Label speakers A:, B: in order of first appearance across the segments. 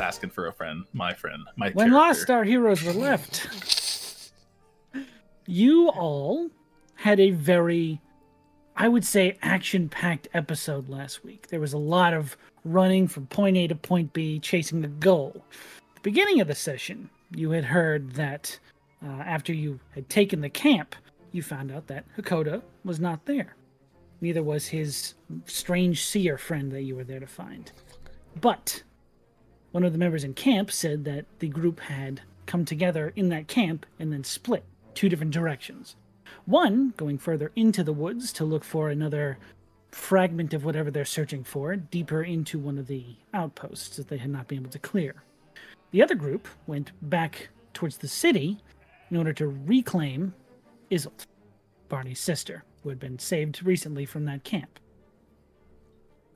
A: asking for a friend, my friend, my
B: When
A: character.
B: last our heroes were left, you all had a very, I would say, action packed episode last week. There was a lot of running from point A to point B, chasing the goal. At the beginning of the session, you had heard that uh, after you had taken the camp, you found out that Hakoda was not there. Neither was his strange seer friend that you were there to find. But one of the members in camp said that the group had come together in that camp and then split two different directions. One going further into the woods to look for another fragment of whatever they're searching for deeper into one of the outposts that they had not been able to clear. The other group went back towards the city in order to reclaim Isolt, Barney's sister, who had been saved recently from that camp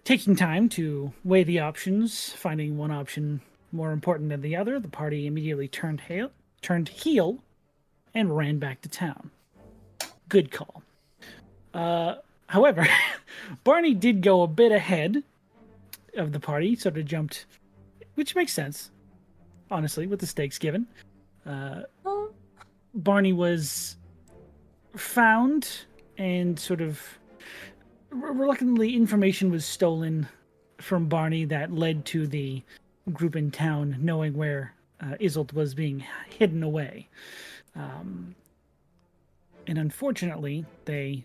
B: taking time to weigh the options, finding one option more important than the other, the party immediately turned heel, turned heel and ran back to town. Good call. Uh, however, Barney did go a bit ahead of the party, sort of jumped, which makes sense, honestly, with the stakes given. Uh, Barney was found and sort of re- reluctantly information was stolen from Barney that led to the group in town knowing where uh, Isolt was being hidden away. Um, and unfortunately, they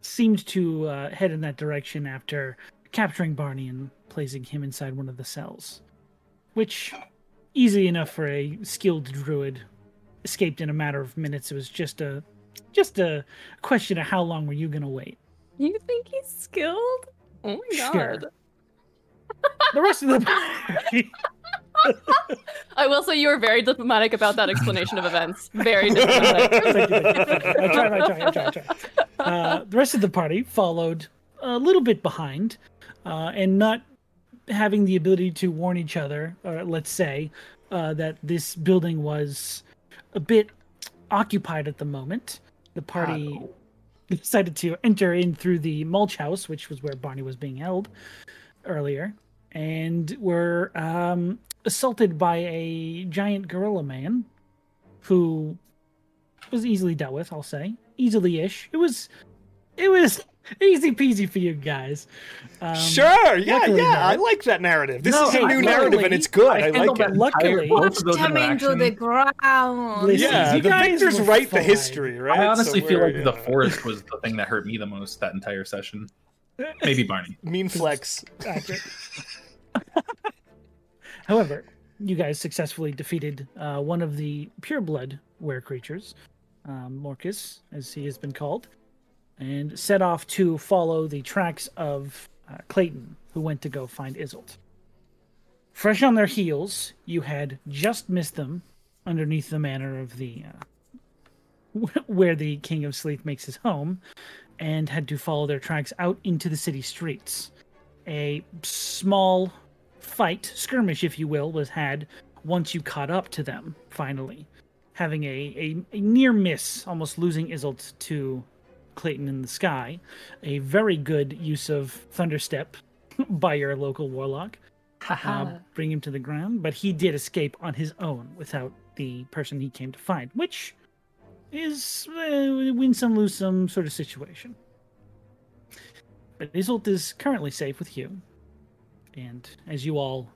B: seemed to uh, head in that direction after capturing Barney and placing him inside one of the cells, which easy enough for a skilled druid escaped in a matter of minutes. It was just a just a question of how long were you going to wait?
C: You think he's skilled? Oh my
B: Sure.
C: god.
B: the rest of the party.
C: I will say you were very diplomatic about that explanation of events. Very diplomatic.
B: Thank you, thank you. I tried, I tried, I tried, I tried. Uh, the rest of the party followed a little bit behind, uh, and not having the ability to warn each other, or let's say, uh, that this building was a bit occupied at the moment. The party decided to enter in through the mulch house, which was where Barney was being held earlier, and were um, assaulted by a giant gorilla man who was easily dealt with, I'll say. Easily ish. It was it was easy peasy for you guys. Um,
D: sure. Yeah,
B: luckily
D: yeah. I
B: not.
D: like that narrative. This
B: No,
D: is a
B: I-
D: new narrative and
B: luckily,
D: it's good.
A: I
D: I, like
A: handled
D: it.
A: that
B: Luckily-
A: entire- both of those
E: them into the
A: interactions.
E: ground.
B: Listen,
D: Yeah,
B: You
D: the
B: guys
D: victors
B: were
D: write the
B: fine.
D: history, right?
A: I
D: So
A: honestly feel like
D: we're,
A: the
D: yeah.
A: forest was the thing that hurt me the most that entire session. Maybe Barney.
D: mean flex.
B: accurate. However, you guys successfully defeated uh, one of the pure blood were creatures, um, Morcus, as he has been called, and set off to follow the tracks of uh, Clayton, who went to go find Isolt. Fresh on their heels, you had just missed them underneath the manor of the uh, where the King of Sleep makes his home, and had to follow their tracks out into the city streets a small fight, skirmish, if you will, was had once you caught up to them, finally. Having a, a, a near miss, almost losing Isolt to Clayton in the sky. A very good use of Thunderstep by your local warlock. Uh, bring him to the ground, but he did escape on his own without the person he came to find, which is uh, win some, lose some sort of situation. But Isolt is currently safe with you. And as you all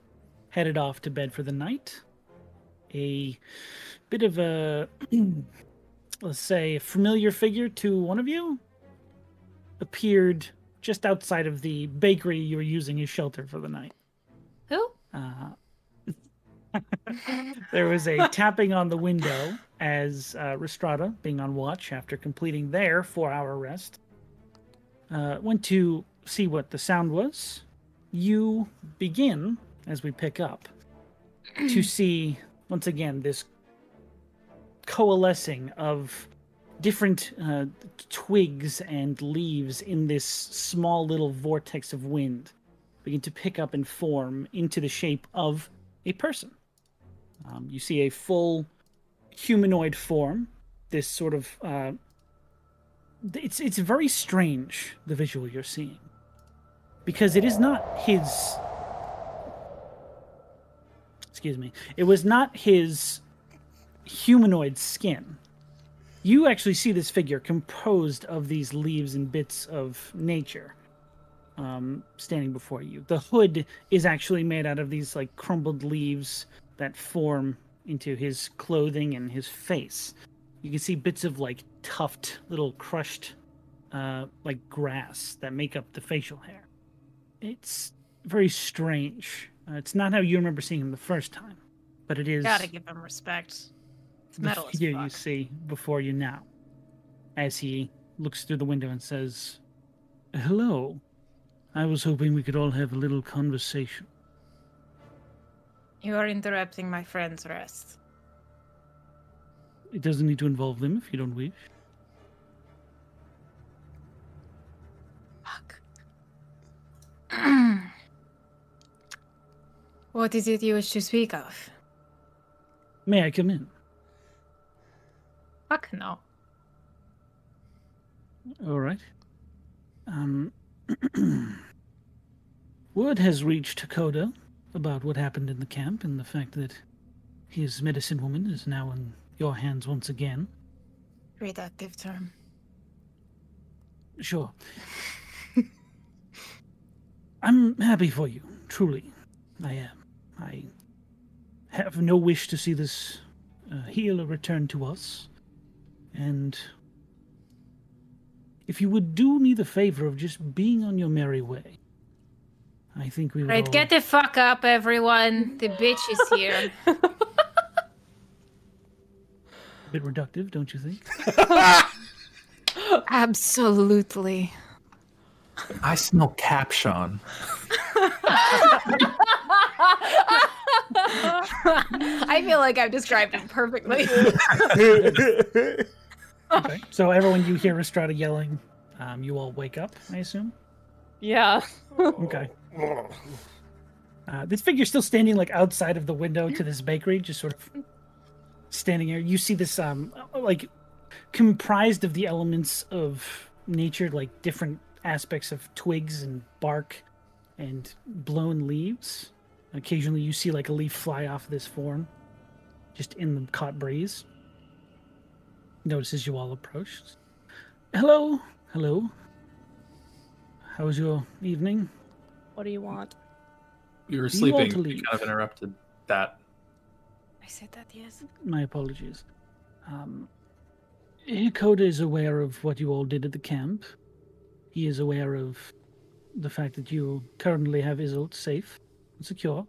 B: headed off to bed for the night, a bit of a, let's say, a familiar figure to one of you appeared just outside of the bakery you were using as shelter for the night.
E: Who?
B: Uh, there was a tapping on the window as uh, Restrada, being on watch after completing their four hour rest, uh, went to see what the sound was. You begin, as we pick up, to see once again this coalescing of different uh, twigs and leaves in this small little vortex of wind begin to pick up and form into the shape of a person. Um, you see a full humanoid form. This sort of uh, it's it's very strange the visual you're seeing because it is not his excuse me, it was not his humanoid skin. You actually see this figure composed of these leaves and bits of nature um, standing before you. The hood is actually made out of these like crumbled leaves that form into his clothing and his face. You can see bits of like tuft, little crushed, uh, like grass that make up the facial hair. It's very strange. Uh, it's not how you remember seeing him the first time, but it is
E: Gotta give him respect. It's metal as
B: the figure you
E: fuck.
B: see before you now as he looks through the window and says hello i was hoping we could all have a little conversation
E: You are interrupting my friend's rest.
B: it doesn't need to involve them if you don't wish
E: Fuck. what is it you wish to speak of?
B: may i come in
E: Fuck no.
B: all right um word has reached Koda about what happened in the camp and the fact that his medicine woman is now in your hands once again
E: Reductive term.
B: Sure. I'm happy for you, truly. I am. I have no wish to see this uh, healer return to us. And if you would do me the favor of just being on your merry way, I think we would.
E: Right,
B: all-
E: get the fuck up, everyone. The bitch is here.
B: a bit reductive, don't you think?
E: Absolutely.
A: I smell Capshawn.
E: I feel like I've described it perfectly.
B: Okay. So everyone, you hear Estrada yelling. Um, you all wake up, I assume.
C: Yeah.
B: Okay. Uh, this figure's still standing like outside of the window to this bakery, just sort of standing here. You see this um like comprised of the elements of nature, like different aspects of twigs and bark and blown leaves. Occasionally you see like a leaf fly off this form, just in the caught breeze. Notices you all approach. Hello, hello. How was your evening?
C: What do you want?
A: You were
B: Do you
A: sleeping.
B: want to
A: You,
B: leave?
A: kind of interrupted that.
E: I said that, yes.
B: my apologies. Um, Hikoda is aware of what you all did at the camp. He is aware of the fact that you currently have Isolt safe and secure.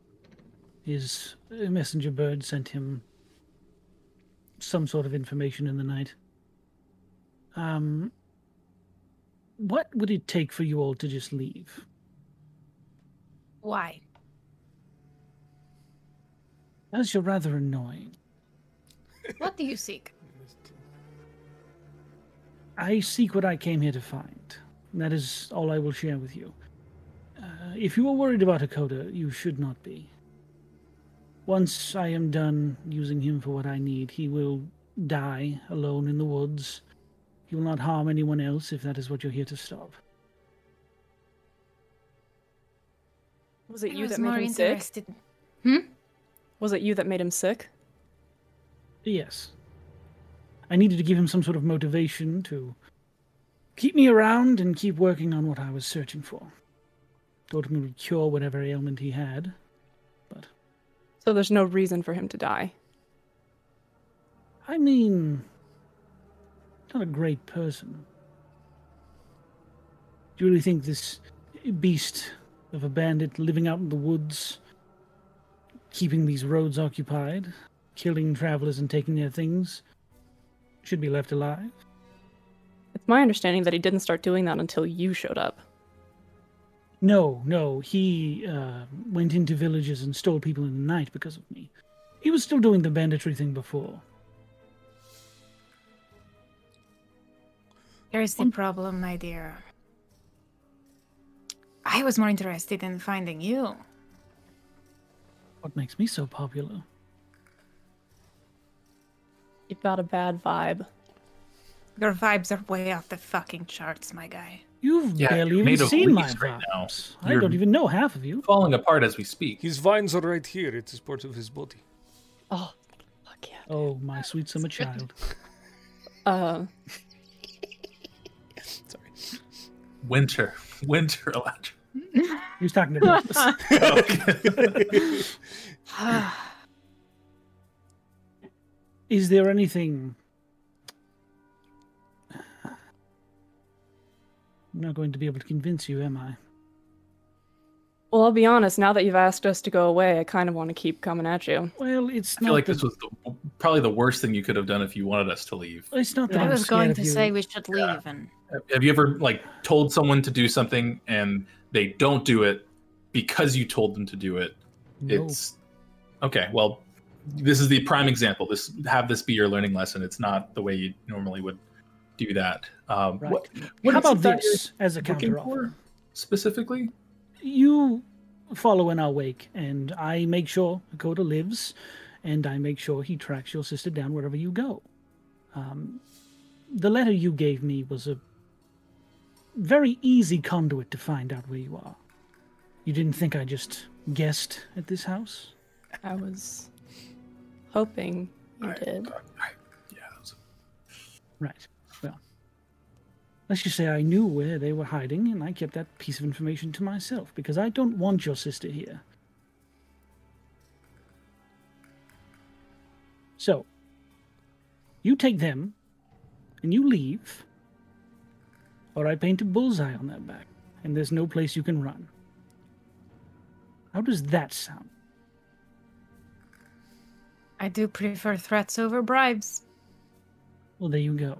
B: His uh, messenger bird sent him some sort of information in the night. Um, what would it take for you all to just leave?
E: Why?
B: As you're rather annoying.
E: What do you seek?
B: I seek what I came here to find. And That is all I will share with you. Uh, if you are worried about Hakoda, you should not be. Once I am done using him for what I need, he will die alone in the woods. He will not harm anyone else if that is what you're here to stop.
C: Was it
E: I
C: you
E: was
C: that made
E: more
C: him sick?
E: interested.
C: Was it you that made him sick?
B: Yes. I needed to give him some sort of motivation to keep me around and keep working on what I was searching for. Thought him it would cure whatever ailment he had, but
C: So there's no reason for him to die.
B: I mean, not a great person. Do you really think this beast of a bandit living out in the woods, keeping these roads occupied, killing travelers and taking their things, should be left alive?
C: It's my understanding that he didn't start doing that until you showed up.
B: No, no, he uh, went into villages and stole people in the night because of me. He was still doing the banditry thing before.
E: Here's the problem, my dear. I was more interested in finding you.
B: What makes me so popular?
C: You've got a bad vibe.
E: Your vibes are way off the fucking charts, my guy.
B: You've
A: Yeah, you're
B: barely even
A: made of
B: seen my
A: leaves right now.
B: crops. I
A: You're-
B: don't even know half of you.
A: Falling apart as we speak.
D: His vines are right here. It is part of his body.
C: Oh, fuck yeah.
B: Oh, my sweet summer child.
C: Um,
D: Sorry.
A: Winter, winter, Electra.
B: He was talking to me. Is there anything? I'm not going to be able to convince you, am I?
C: well, I'll be honest. Now that you've asked us to go away, I kind of want to keep coming at you.
B: Well, it's
A: I
B: not.
A: feel like
B: that,
A: this was the, probably the worst thing you could have done if you wanted us to leave.
B: It's not that
E: I
B: I'm
E: was
B: scared
E: going
B: of
E: to
B: you.
E: say we should leave, and
A: Have you ever like told someone to do something and they don't do it because you told them to do it?
B: No.
A: It's okay. Well, this is the prime example. This have this be your learning lesson. It's not the way you normally would do that. Um,
B: Right.
A: What,
B: How
A: is it
B: about
A: that
B: this as a
A: you're looking
B: counter offer?
A: for specifically?
B: you follow in our wake, and I make sure Dakota lives, and I make sure he tracks your sister down wherever you go. Um, the letter you gave me was a very easy conduit to find out where you are. You didn't think I just guessed at this house?
C: I was hoping you
A: Alright,
C: did.
A: alright, alright. Yeah, that was-
B: Right. Well, let's just say I knew where they were hiding, and I kept that piece of information to myself because I don't want your sister here. So, you take them, and you leave, or I paint a bullseye on their back, and there's no place you can run. How does that sound?
E: I do prefer threats over bribes.
B: Well, there you go.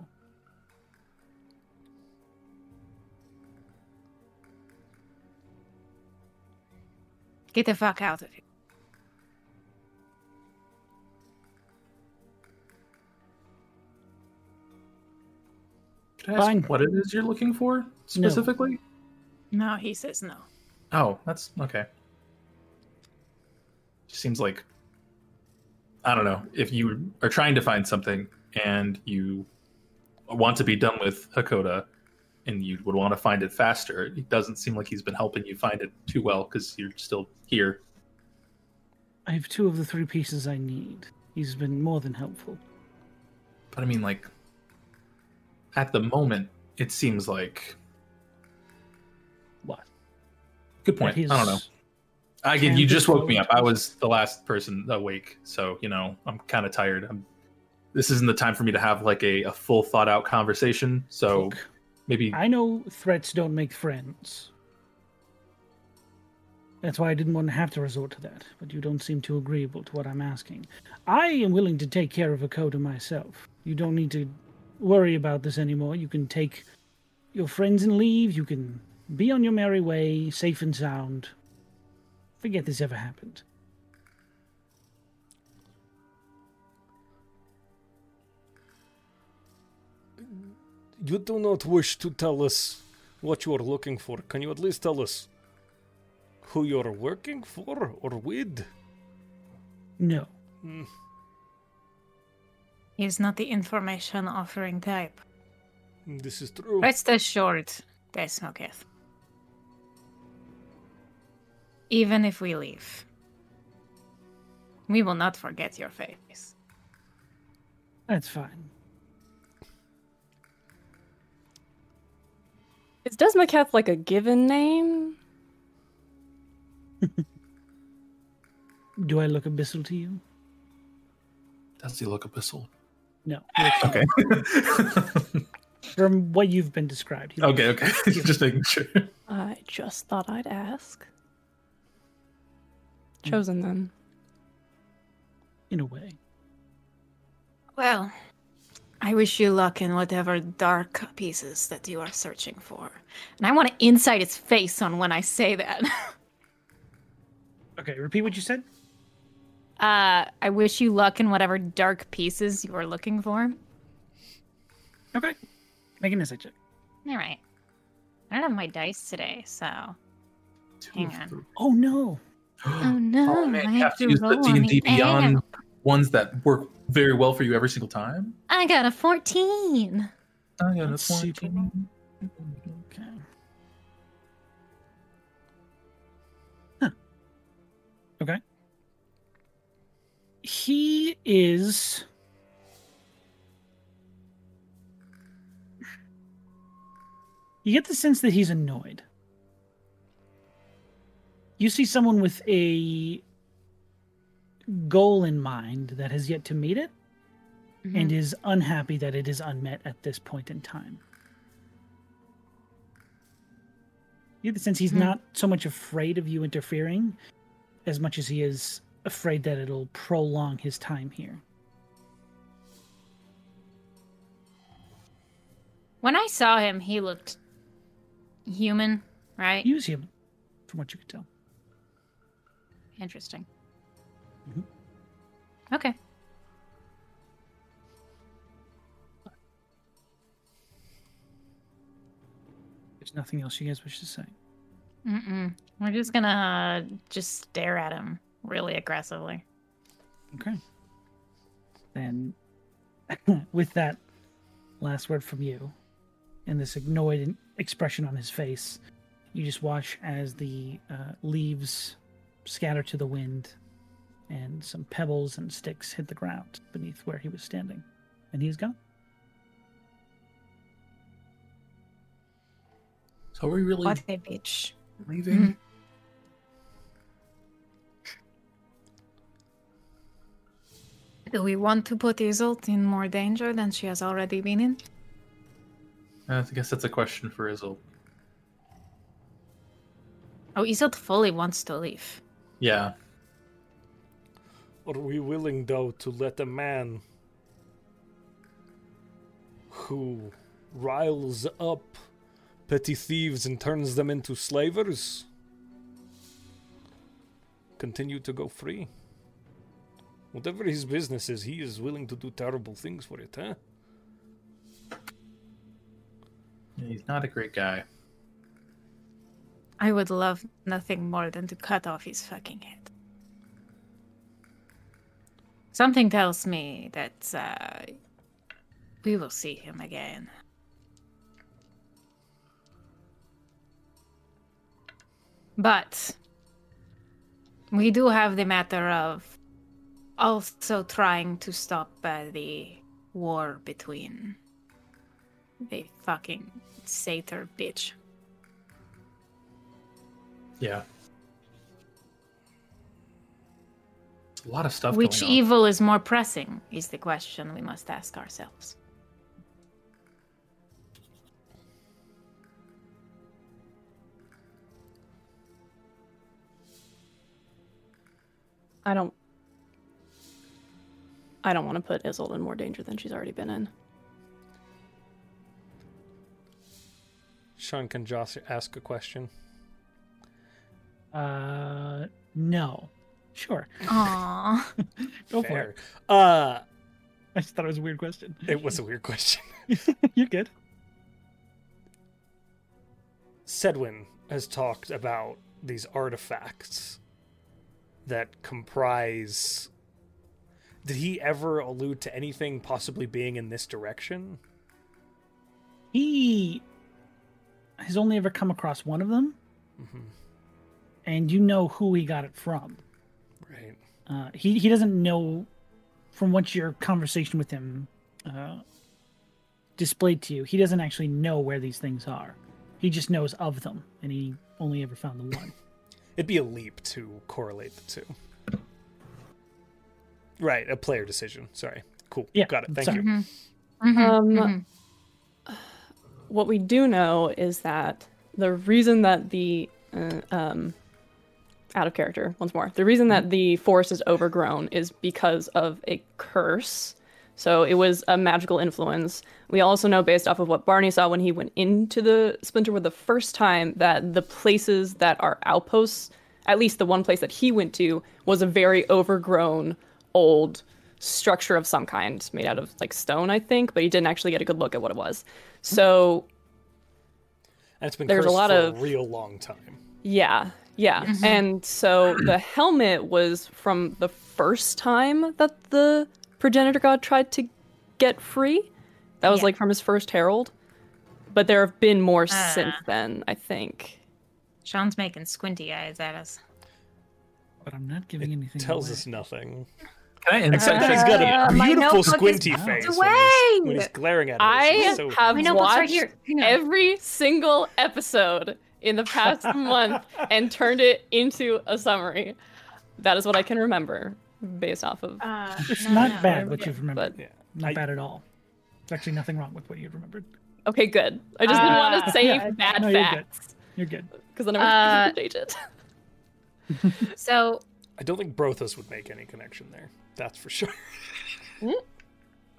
E: Get the fuck out of here.
A: Can I ask
B: Fine.
A: what it is you're looking for specifically?
E: No, he says no.
A: Oh, that's okay. Seems like I don't know if you are trying to find something and you want to be done with Hakoda, and you would want to find it faster. It doesn't seem like he's been helping you find it too well because you're still here.
B: I have two of the three pieces I need. He's been more than helpful.
A: But I mean, like at the moment, it seems like
B: What?
A: good point.
B: That
A: I don't know.
B: his-
A: I get you
B: Canvas
A: just woke me up.
B: boat.
A: I was the last person awake, so you know I'm kind of tired. I'm, this isn't the time for me to have like a, a full thought out conversation. So
B: Look,
A: maybe
B: I know threats don't make friends. That's why I didn't want to have to resort to that, but you don't seem too agreeable to what I'm asking. I am willing to take care of Akoda myself. You don't need to worry about this anymore. You can take your friends and leave. You can be on your merry way, safe and sound. Forget this ever happened.
D: You do not wish to tell us what you are looking for. Can you at least tell us who you're working for or with?
B: No.
E: He's not the information offering type.
D: This is true.
E: Rest assured, there's no death. Even if we leave, we will not forget your face.
B: That's fine.
C: Is Desmacath like a given name?
B: Do I look abyssal to you?
A: does he look abyssal?
B: No.
A: Okay.
B: From what you've been described, he looks
A: okay. Okay. just making sure.
C: I just thought I'd ask. Chosen then.
B: in a way.
E: Well, I wish you luck in whatever dark pieces that you are searching for. And I want to inside its face on when I say that.
B: Okay, repeat what you said.
E: uh, I wish you luck in whatever dark pieces you are looking for.
B: Okay. Make an insight check.
E: All right. I don't have my dice today, so. Hang on.
B: Oh no.
E: Oh no!
A: Oh, man,
E: I
A: you have to use the
E: roll on
A: D&D
E: the
A: Beyond
E: app.
A: ones that work very well for you every single time.
E: I got a fourteen.
A: Oh, yeah,
B: That's
A: that's one.
B: super- Okay. Okay. He is. You get the sense that he's annoyed. You see someone with a goal in mind that has yet to meet it and is unhappy that it is unmet at this point in time. You get the sense he's
E: Hmm.
B: not so much afraid of you interfering as much as he is afraid that it'll prolong his time here.
E: When I saw him, he looked human, right?
B: Use him, from what you can tell.
E: Interesting.
B: Mhm.
E: Okay.
B: There's nothing else you guys wish to say.
E: Mm-mm. We're just gonna uh, just stare at him really aggressively.
B: Okay. Then, with that last word from you and this annoyed expression on his face, you just watch as the uh, leaves scatter to the wind and some pebbles and sticks hit the ground beneath where he was standing. And he's gone.
A: So are we really
E: What a bitch.
A: leaving?
E: Do we want to put Isolt in more danger than she has already been in?
A: Uh, I guess that's a question for Izzle.
E: Oh, Isolt fully wants to leave.
A: Yeah.
D: Are we willing, though, to let a man who riles up petty thieves and turns them into slavers continue to go free? Whatever his business is, he is willing to do terrible things for it, huh?
A: He's not a great guy.
E: I would love nothing more than to cut off his fucking head. Something tells me that uh, we will see him again. But we do have the matter of also trying to stop uh, the war between the fucking satyr bitch
A: Yeah. It's a lot of stuff.
E: Which
A: going on.
E: evil is more pressing is the question we must ask ourselves.
C: I don't. I don't want to put Isolde in more danger than she's already been in.
D: Sean can Josh ask a question.
B: Uh, no. Sure.
E: Aww.
B: Go for it.
D: Uh,
B: I just thought it was a weird question.
D: it was a weird question.
B: You're good.
D: Sedwin has talked about these artifacts that comprise. Did he ever allude to anything possibly being in this direction?
B: He has only ever come across one of them,
D: Mm-hmm,
B: and you know who he got it from.
D: Right.
B: Uh, he he doesn't know from what your conversation with him uh, displayed to you. He doesn't actually know where these things are. He just knows of them, and he only ever found the one.
D: It'd be a leap to correlate the two. Right, a player decision. Sorry. Cool.
B: Yeah,
D: Got it. Thank
B: sorry.
D: you.
C: Um, What we do know is that the reason that the uh, um, out of character once more, the reason that the forest is overgrown is because of a curse. So it was a magical influence. We also know, based off of what Barney saw when he went into the Splinterwood the first time, that the places that are outposts, at least the one place that he went to, was a very overgrown, old structure of some kind made out of like stone, I think, but he didn't actually get a good look at what it was. So
D: And it's been
C: There's a
D: cursed
C: lot
D: for
C: of-
D: a real long time.
C: yeah, yeah.
E: Mm-hmm.
C: And so the helmet was from the first time that the progenitor god tried to get free. That was
E: Yeah.
C: like from his first herald. But there have been more
E: Ah.
C: since then, I think.
E: Sean's making squinty eyes at us.
B: but I'm not giving anything
D: Tells
B: away.
D: us nothing.
A: Can I insight
D: Except
A: check?
D: he's got
E: Uh,
D: a
E: my
D: beautiful
E: notebook is
D: squinty
E: out.
D: face when he's,
E: Away!
D: when he's glaring at us.
C: I
D: It's so-
C: have
E: My notebook's
C: watched
E: right here. Hang on.
C: every single episode in the past month and turned it into a summary. That is what I can remember based off of.
E: Uh,
B: It's
E: no,
B: not
E: no,
B: bad
E: no.
B: what you've remembered.
D: Yeah.
B: Not
D: I-
B: bad at all. There's actually nothing wrong with what you remembered.
C: Okay, good. I just didn't want
E: Ah.
C: to say
B: Yeah,
C: bad
B: no, you're good.
C: facts
B: You're good.
C: because then
E: Uh,
C: I would change it.
E: So
D: I don't think Brothos would make any connection there. That's for sure.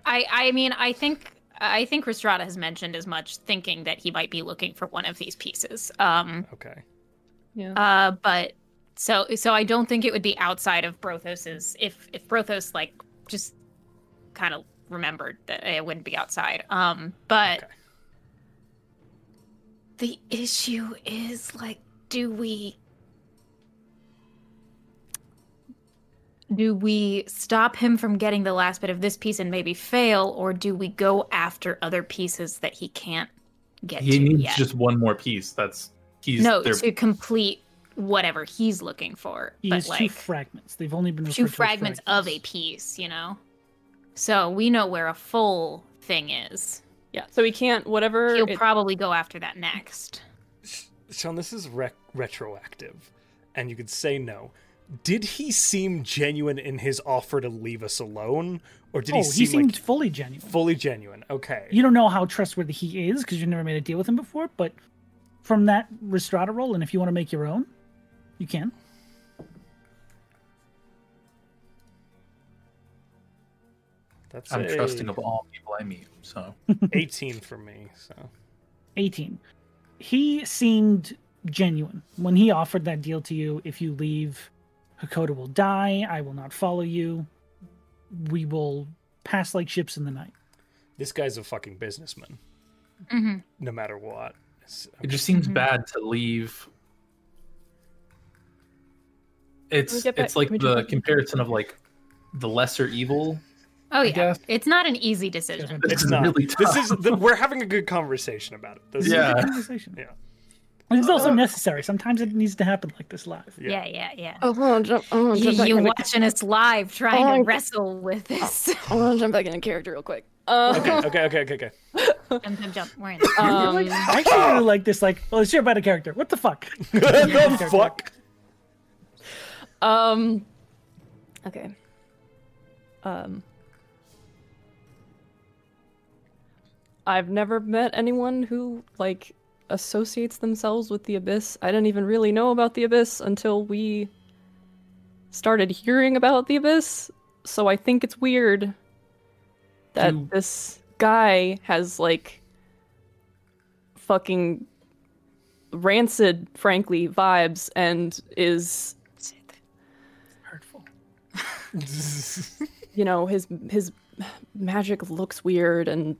E: I I mean I think I think Ristrada has mentioned as much, thinking that he might be looking for one of these pieces. Um,
D: Okay.
C: Yeah.
E: uh, but so so I don't think it would be outside of Brothos's if if Brothos like just kind of remembered that it wouldn't be outside. Um, but
D: Okay.
E: the issue is like, do we do we stop him from getting the last bit of this piece and maybe fail, or do we go after other pieces that he can't get
A: He
E: to
A: needs
E: yet?
A: just one more piece. That's he's
E: no,
A: there.
E: to complete whatever he's looking for.
B: He
E: but
B: has
E: like
B: two fragments. They've only been
E: two
B: referred to as
E: fragments of a piece, you know? So we know where a full thing is.
C: yeah. So we can't, whatever.
E: He'll
C: it-
E: probably go after that next.
D: Sean, this is rec- retroactive, and you could say no. Did he seem genuine in his offer to leave us alone, or did
B: Oh,
D: he
B: he,
D: seem
B: seemed
D: like
B: fully genuine.
D: fully genuine? Okay,
B: You don't know how trustworthy he is because you've never made a deal with him before, but from that Restrada roll, and if you want to make your own, you can.
D: that's
A: I'm
D: a
A: trusting of all people I meet. So
D: eighteen for me. So
B: 18. He seemed genuine when he offered that deal to you. If you leave, Hakoda will die. I will not follow you. We will pass like ships in the night.
D: this guy's a fucking businessman,
E: Mhm.
D: no matter what. It's-
A: it just seems
E: Mm-hmm.
A: bad to leave.
C: Can we
A: It's
C: get back-
A: it's like
C: can we do
A: the
C: that?
A: comparison of like the lesser evil.
E: Oh, yeah.
A: guess.
E: It's not an easy decision.
A: This
D: it's
A: is
D: not.
A: really
D: this
A: tough.
D: is the, we're having a good conversation about it. This is-
A: Yeah.
B: Conversation.
D: Yeah.
B: And it's also necessary. Sometimes it needs to happen like this live.
E: Yeah, yeah, yeah.
C: Oh, I want to jump, I wanna
E: You,
C: jump back
E: you
C: into-
E: watching us live trying
C: Oh.
E: to wrestle with this.
C: I want to jump back into character real quick. Um,
D: Okay. Okay. Okay. Okay. Okay.
E: jump, jump, jump. We're in.
C: um,
B: I actually really like this. Like, well, let's hear about a character. What the fuck?
D: the fuck.
C: Um. Okay. Um. I've never met anyone who like associates themselves with the abyss. I didn't even really know about the abyss until we started hearing about the abyss. So I think it's weird that
A: Do-
C: this guy has like fucking rancid, frankly, vibes and is Oh.
B: Hurtful.
C: you know his his magic looks weird and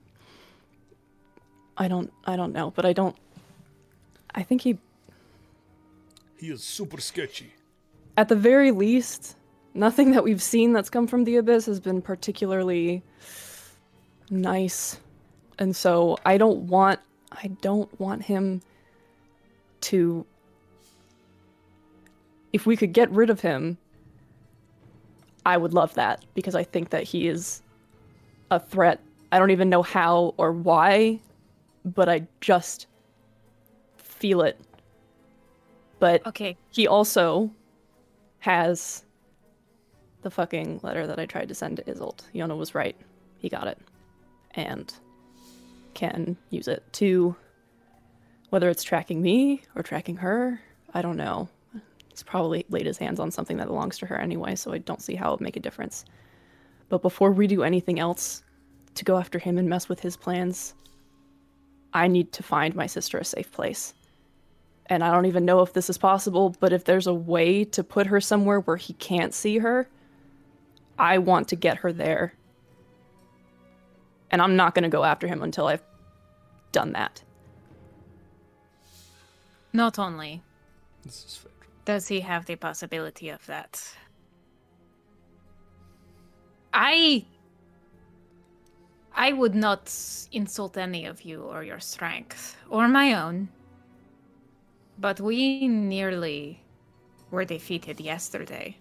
C: i don't i don't know but i don't i think he
D: He is super sketchy.
C: at the very least nothing that we've seen that's come from the abyss has been particularly nice and so i don't want i don't want him to if we could get rid of him i would love that because i think that he is a threat i don't even know how or why but i just feel it but
E: Okay.
C: he also has the fucking letter that I tried to send to Isolt. Yona was right. He got it. And can use it to whether it's tracking me or tracking her, I don't know. He's probably laid his hands on something that belongs to her anyway, so I don't see how it would make a difference. But before we do anything else to go after him and mess with his plans, I need to find my sister a safe place and I don't even know if this is possible, but if there's a way to put her somewhere where he can't see her, I want to get her there. And I'm not going to go after him until I've done that.
E: Not only
D: This is fair.
E: does he have the possibility of that, I. I would not insult any of you or your strength or my own, but we nearly were defeated yesterday.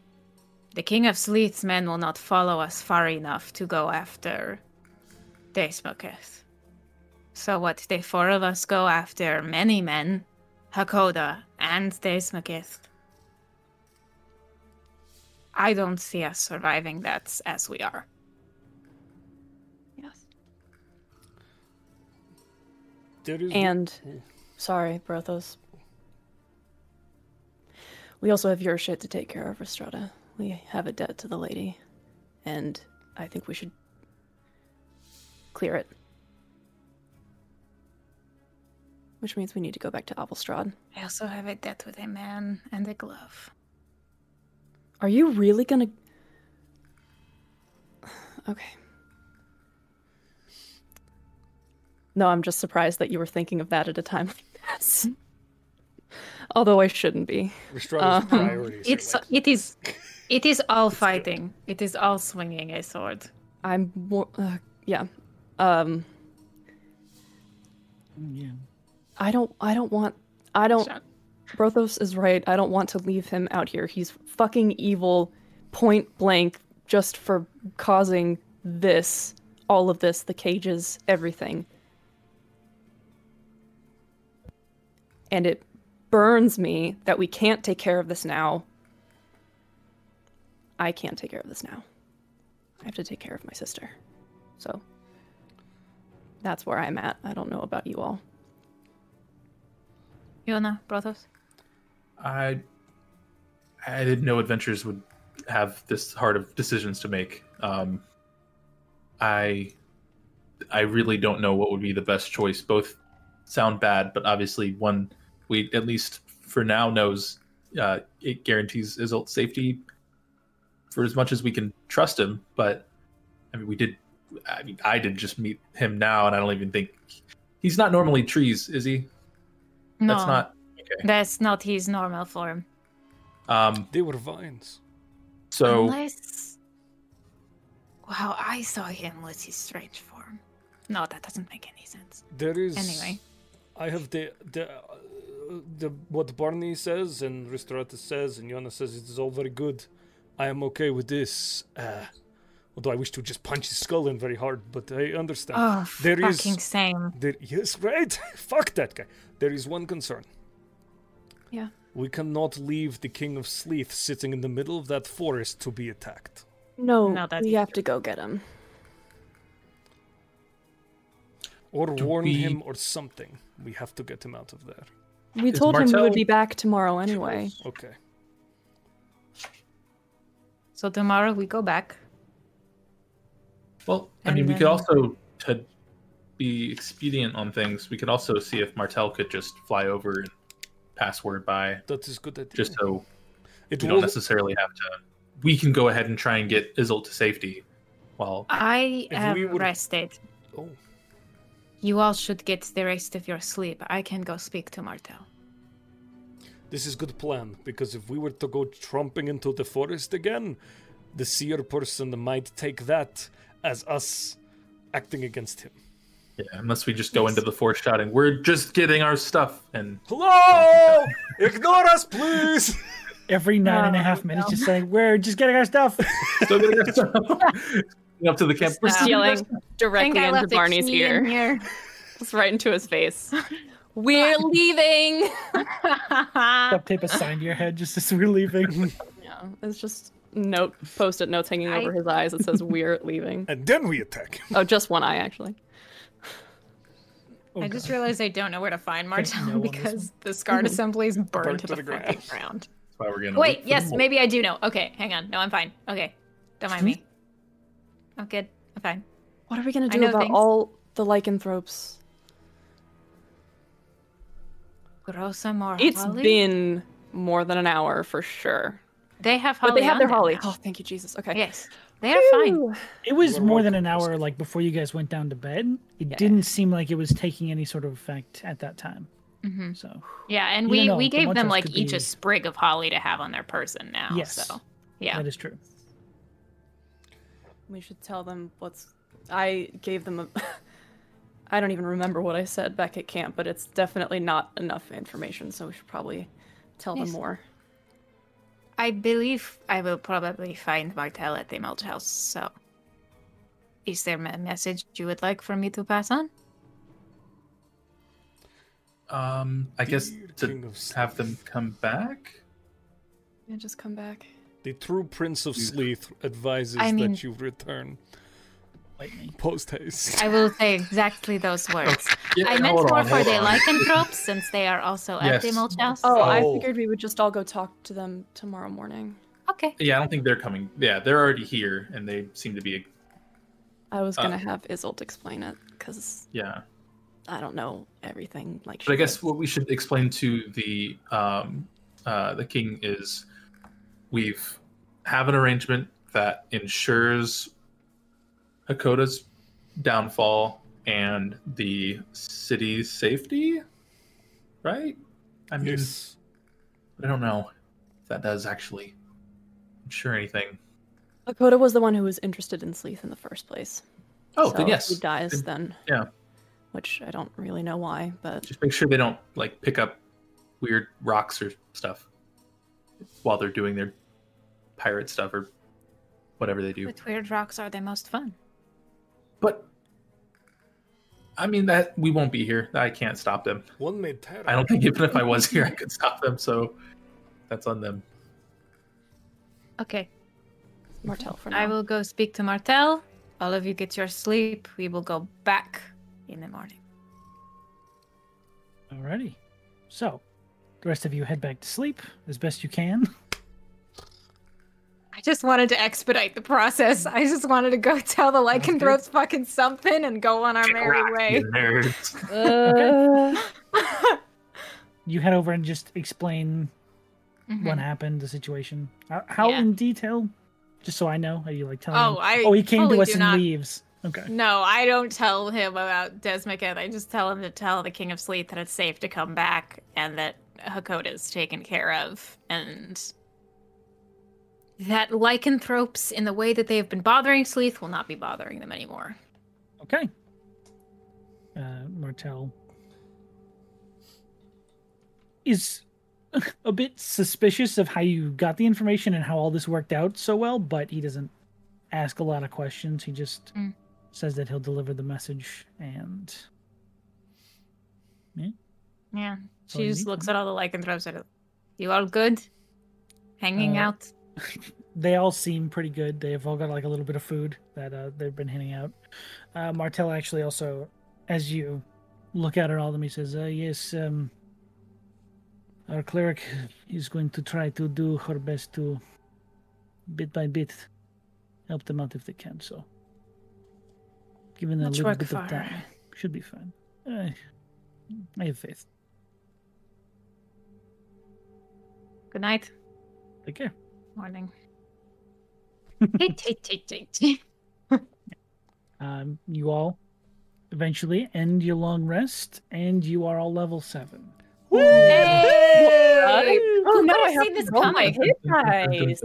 E: The King of Sleeth's men will not follow us far enough to go after Daesmuketh. So what the four of us go after many men, Hakoda and Daesmuketh. I don't see us surviving that as we are.
C: Yes.
D: There is
C: And sorry, Brothos. We also have your shit to take care of, Restrada. We have a debt to the lady, and I think we should clear it. Which means we need to go back to Applestrad.
E: I also have a debt with a man and a glove.
C: Are you really gonna? Okay. No, I'm just surprised that you were thinking of that at a time like this. Although I shouldn't be.
D: Restrada's priorities. are
E: Um, It's
D: like-
E: it is it is all fighting. It is all swinging a sword.
C: I'm more. Uh, yeah. Um.
B: Yeah.
C: I don't. I don't want. I
A: Oh.
C: don't.
E: Shut-
C: Brothos is right. I don't want to leave him out here. He's fucking evil, point blank, just for causing this, all of this, the cages, everything. And it burns me that we can't take care of this now. I can't take care of this now. I have to take care of my sister. So that's where I'm at. I don't know about you all.
E: Yona, brothers.
A: I I didn't know adventures would have this hard of decisions to make. Um, I I really don't know what would be the best choice. Both sound bad, but obviously one we at least for now knows uh, it guarantees Isolt's safety for as much as we can trust him. But I mean, we did. I mean, I did just meet him now, and I don't even think he's not normally trees, is he?
E: No,
A: That's not.
E: that's not his normal form.
A: Um,
D: they were vines.
A: so
E: Unless Wow, I saw him with his strange form. No, that doesn't make any sense.
D: There is.
E: Anyway.
D: I have the the uh, the what Barney says and Ristrata says and Yona says it is all very good. I am okay with this. Uh, although I wish to just punch his skull in very hard, but I understand.
E: Oh,
D: There is-
E: fucking same.
D: There, yes, right. Fuck that guy. There is one concern.
C: Yeah.
D: We cannot leave the King of Sleeth sitting in the middle of that forest to be attacked.
C: No,
E: No, that's
C: we have to go get him.
D: Or
A: Do
D: warn
A: we-
D: him or something. We have to get him out of there.
C: We
A: Is
C: told him we would
A: Martel-
C: be back tomorrow anyway.
D: Okay.
E: So tomorrow we go back.
A: Well, I
E: And
A: mean, we could
E: then-
A: also to be expedient on things. We could also see if Martel could just fly over and pass word by,
D: That is good idea.
A: just so
D: it
A: we don't
D: will-
A: necessarily have to. We can go ahead and try and get Isolt to safety. Well,
E: I
D: If
E: am
D: we would-
E: rested.
D: Oh,
E: You all should get the rest of your sleep. I can go speak to Martel.
D: this is good plan because if we were to go tromping into the forest again, the seer person might take that as us acting against him.
A: yeah, unless we just go into the force shouting, "We're just getting our stuff," and
D: Hello! Ignore us, please.
B: Every nine and a
E: Oh,
B: half minutes, just saying, "We're just getting our stuff."
A: still getting our stuff. Going up to the camp. We're
E: Stop.
A: stealing our
E: Stealing
A: stuff.
E: think Um, I left a key in here.
C: Just right into his face. We're leaving.
B: Duct tape a sign to your head just as we're leaving.
C: Yeah, it's just note post-it notes hanging
E: I-
C: over his eyes that says "We're leaving."
D: and then we attack.
C: Oh, just one eye actually.
B: Oh,
E: I just
B: God.
E: realized I don't know where to find Martel
B: no on this
E: because the scarred assembly is burned,
D: Burnt
E: to,
D: to
E: the,
D: the
E: fucking
D: ground.
E: ground.
A: That's why we're gonna look
E: Wait,
A: for
E: yes,
A: more.
E: maybe I do know. Okay, hang on. No, I'm fine. Okay, don't mind me. I'm good. I'm fine.
C: What are we gonna
E: I
C: do
E: know
C: about
E: things.
C: all the lycanthropes?
E: Grow some more.
C: It's
E: holly.
C: been more than an hour for sure.
E: They have holly.
C: But they have
E: on
C: their
E: them
C: holly.
E: now.
C: Oh, thank you, Jesus. Okay.
E: Yes, they are fine.
C: Whew.
B: It was
D: You're
B: more than
D: welcome,
B: an hour,
D: Jessica.
B: like before you guys went down to bed. It
C: Yeah.
B: didn't seem like it was taking any sort of effect at that time.
E: hmm
B: So
E: Yeah, and
B: You
E: we
B: know,
E: we
B: the
E: gave them
B: Munchos
E: like
B: could
E: each
B: be-
E: a sprig of holly to have on their person now.
B: Yes.
E: So yeah,
B: that is true.
C: We should tell them what's. I gave them a. I don't even remember what I said back at camp, but it's definitely not enough information, so we should probably tell
E: Yes.
C: them more.
E: I believe I will probably find Martel at the Melt House, so. Is there a message you would like for me to pass on?
A: Um, I guess
D: Dear King
A: to
D: of
A: have them come back.
C: Yeah, just come back.
D: The true Prince of Sleeth advises
E: I mean-
D: that you return
B: Bite me.
D: post haste.
E: I will say exactly those words.
A: Yeah,
E: I meant
A: hold
E: more
A: on,
E: for
A: hold
E: the
A: on.
E: lycanthropes, since they are also at the
A: Yes.
E: Mulch House.
C: Oh, I
D: Oh.
C: figured we would just all go talk to them tomorrow morning.
E: Okay.
A: Yeah, I don't think they're coming. Yeah, they're already here, and they seem to be.
C: I was gonna
A: Uh.
C: have Isolt explain it because
A: Yeah,
C: I don't know everything. Like,
A: but I
C: she
A: guess
C: does.
A: what we should explain to the um, uh, the king is we've have an arrangement that ensures Hakoda's downfall and the city's safety, right? I mean,
D: Yes.
A: I don't know if that does actually ensure anything.
C: Lakota was the one who was interested in Sleeth in the first place.
A: Oh,
C: so
A: then yes.
C: He dies
A: Then-
C: then.
A: yeah.
C: Which I don't really know why, but
A: Just make sure they don't like pick up weird rocks or stuff while they're doing their pirate stuff or whatever they do.
E: But weird rocks are the most fun.
A: But I mean that we won't be here. I can't stop them.
D: One made terror.
A: I don't think even if I was here I could stop them, so that's on them.
E: Okay.
C: Martel for now.
E: I will go speak to Martel. All of you get your sleep. We will go back in the morning.
B: Alrighty. So, the rest of you head back to sleep as best you can.
E: I just wanted to expedite the process. I just wanted to go tell the lycanthropes fucking something and go on our merry way.
A: You nerds.
B: You head over and just explain what
E: Mhm.
B: happened, the situation. Uh, how
E: Yeah.
B: in detail? Just so I know. Are you like telling?
E: Oh,
B: him,
E: I
B: Oh, he came
E: fully
B: to us
E: do
B: and
E: not-
B: leaves. Okay.
E: No, I don't tell him about Desmicus. I just tell him to tell the King of Sleep that it's safe to come back and that Hakoda is taken care of and that lycanthropes in the way that they've been bothering Sleeth will not be bothering them anymore.
B: Okay. Uh, Martel is a bit suspicious of how you got the information and how all this worked out so well, but he doesn't ask a lot of questions. He just
E: Mm.
B: says that he'll deliver the message and
E: Yeah.
B: Oh,
E: She just
B: neat.
E: looks at all the lycanthropes and you all good? Hanging
B: Uh,
E: out?
B: they all seem pretty good. They've all got like a little bit of food that uh, they've been handing out. Uh, Martel actually also, as you look out at all of them, he says, uh, "Yes, um, our cleric is going to try to do her best to, bit by bit, help them out if they can. So, given a
E: Much
B: little
E: work
B: bit
E: for
B: of
E: her.
B: time, should be fine. Uh, I have faith.
E: Good night.
B: Take care."
E: Morning. Hey, hey, hey, hey, hey.
B: Um, you all eventually end your long rest, and you are all level seven.
E: Hey!
C: Oh,
E: Who
C: no,
E: could've
C: I have
E: seen
C: to
E: this
C: roll my
E: coming?
C: hit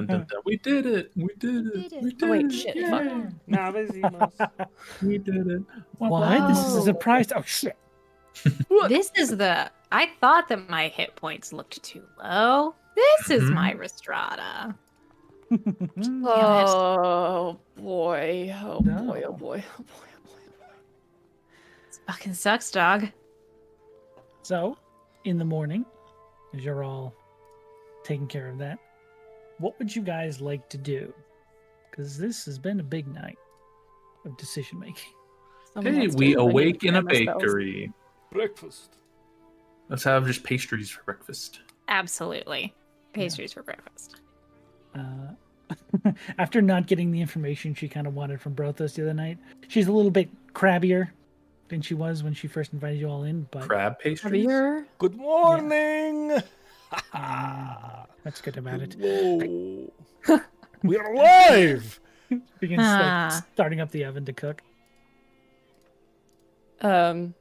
C: dice.
A: we did it. We did it. We did
C: Oh, wait,
A: it.
C: shit,
A: Yeah.
C: fuck.
A: We did it.
B: Why? This is a
E: Wow.
B: surprise. Oh shit!
E: This is the. I thought that my hit points looked too low. This is
C: Mm-hmm.
A: Mhm.
E: my Restrada.
B: Mm-hmm.
C: Oh boy! Oh
B: No.
C: boy! Oh boy! Oh boy! Oh boy!
E: This fucking sucks, dog.
B: so, in the morning, as you're all taking care of that, what would you guys like to do? Because this has been a big night of decision making.
C: Someone
A: Hey,
C: else
A: we
C: did. I need to
A: awake in a
C: clear my spells.
A: bakery.
D: Breakfast.
A: Let's have just pastries for breakfast.
E: Absolutely. Pastries for breakfast.
B: Uh, after not getting the information she kind of wanted from Brothos the other night, she's a little bit crabbier than she was when she first invited you all in. But
A: Crab pastries.
C: Javier,
D: Good morning.
B: uh, that's good about it.
D: Whoa. We're alive.
B: begins like,
E: Ah.
B: starting up the oven to cook.
C: Um.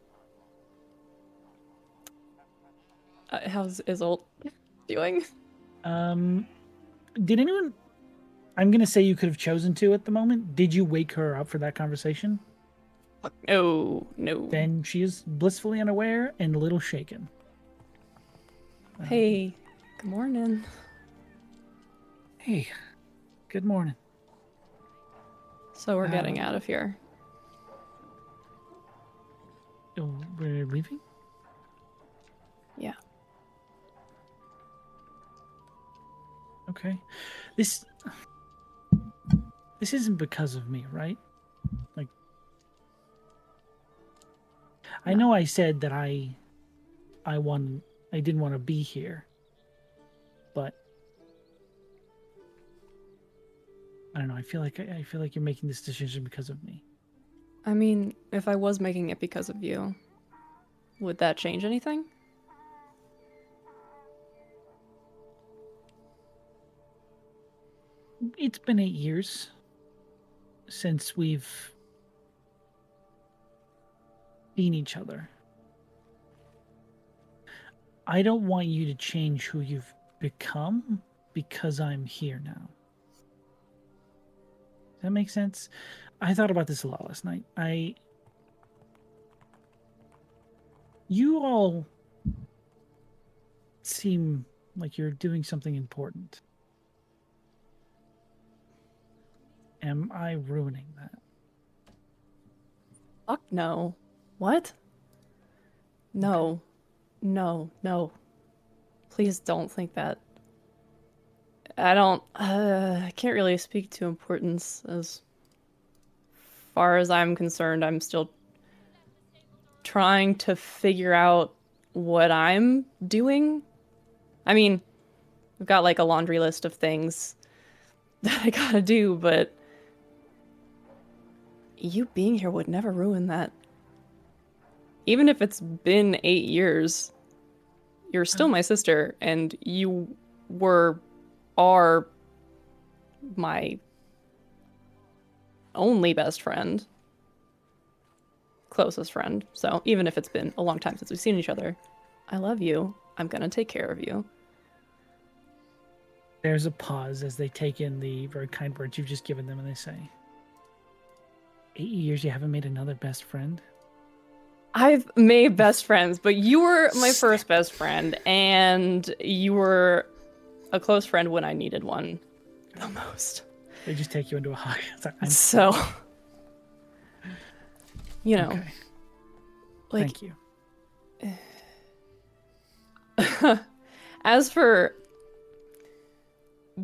C: uh, how's Isolt doing?
B: Um, did anyone? I'm gonna say you could have chosen to at the moment. Did you wake her up for that conversation?
C: No, no.
B: Then she is blissfully unaware and a little shaken.
C: Hey, good morning.
B: Hey, good morning.
C: So we're getting
B: Um,
C: out of here.
B: Oh, We're leaving?
C: Yeah.
B: Okay. This This isn't because of me, right? Like I know I said that I I won I didn't want to be here. But I don't know. I feel like I, I feel like you're making this decision because of me.
C: I mean, if I was making it because of you, would that change anything?
B: It's been eight years since we've seen each other. I don't want you to change who you've become because I'm here now. Does that make sense? I thought about this a lot last night. I. You all seem like you're doing something important. Am I ruining that?
C: Fuck no. What? No. No, no. Please don't think that. I don't. Uh, I can't really speak to importance as far as I'm concerned. I'm still trying to figure out what I'm doing. I mean, I've got like a laundry list of things that I gotta do, but you being here would never ruin that. Even if it's been eight years, you're still my sister, and you were, are my only best friend, closest friend. So even if it's been a long time since we've seen each other, I love you. I'm gonna take care of you.
B: There's a pause as they take in the very kind words you've just given them and they say, Eight years you haven't made another best friend?
C: I've made best friends, but you were my first best friend, and you were a close friend when I needed one the most.
B: They just take you into a hug. It's like, I'm
C: so, you know,
B: okay.
C: like
B: Thank you.
C: as for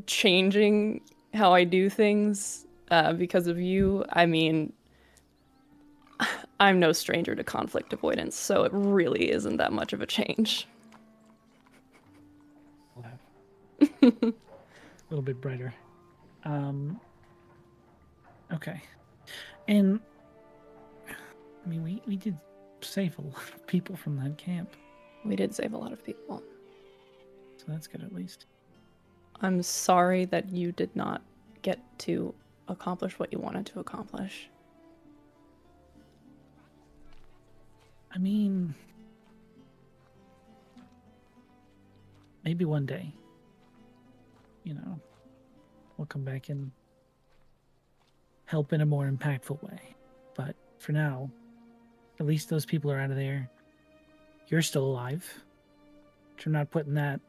C: changing how I do things uh, because of you, I mean, I'm no stranger to conflict avoidance, so it really isn't that much of a change.
B: A little bit brighter. Um, okay. And I mean, we, we did save a lot of people from that camp,
C: We did save a lot of people.
B: so that's good at least.
C: I'm sorry that you did not get to accomplish what you wanted to accomplish.
B: I mean, maybe one day, you know, we'll come back and help in a more impactful way. But for now, at least those people are out of there. You're still alive. Which I'm not putting that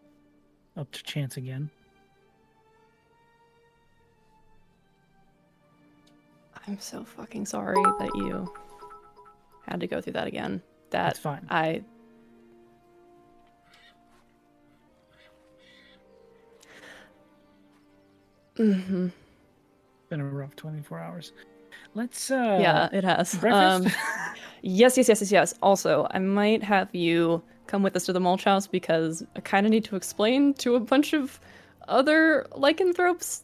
B: up to chance again.
C: I'm so fucking sorry that you had to go through that again. That
B: That's fine.
C: I Mhm.
B: been a rough 24 hours. Let's, uh,
C: yeah, it has.
B: breakfast?
C: Um, yes, yes, yes, yes, yes. Also, I might have you come with us to the mulch house because I kind of need to explain to a bunch of other lycanthropes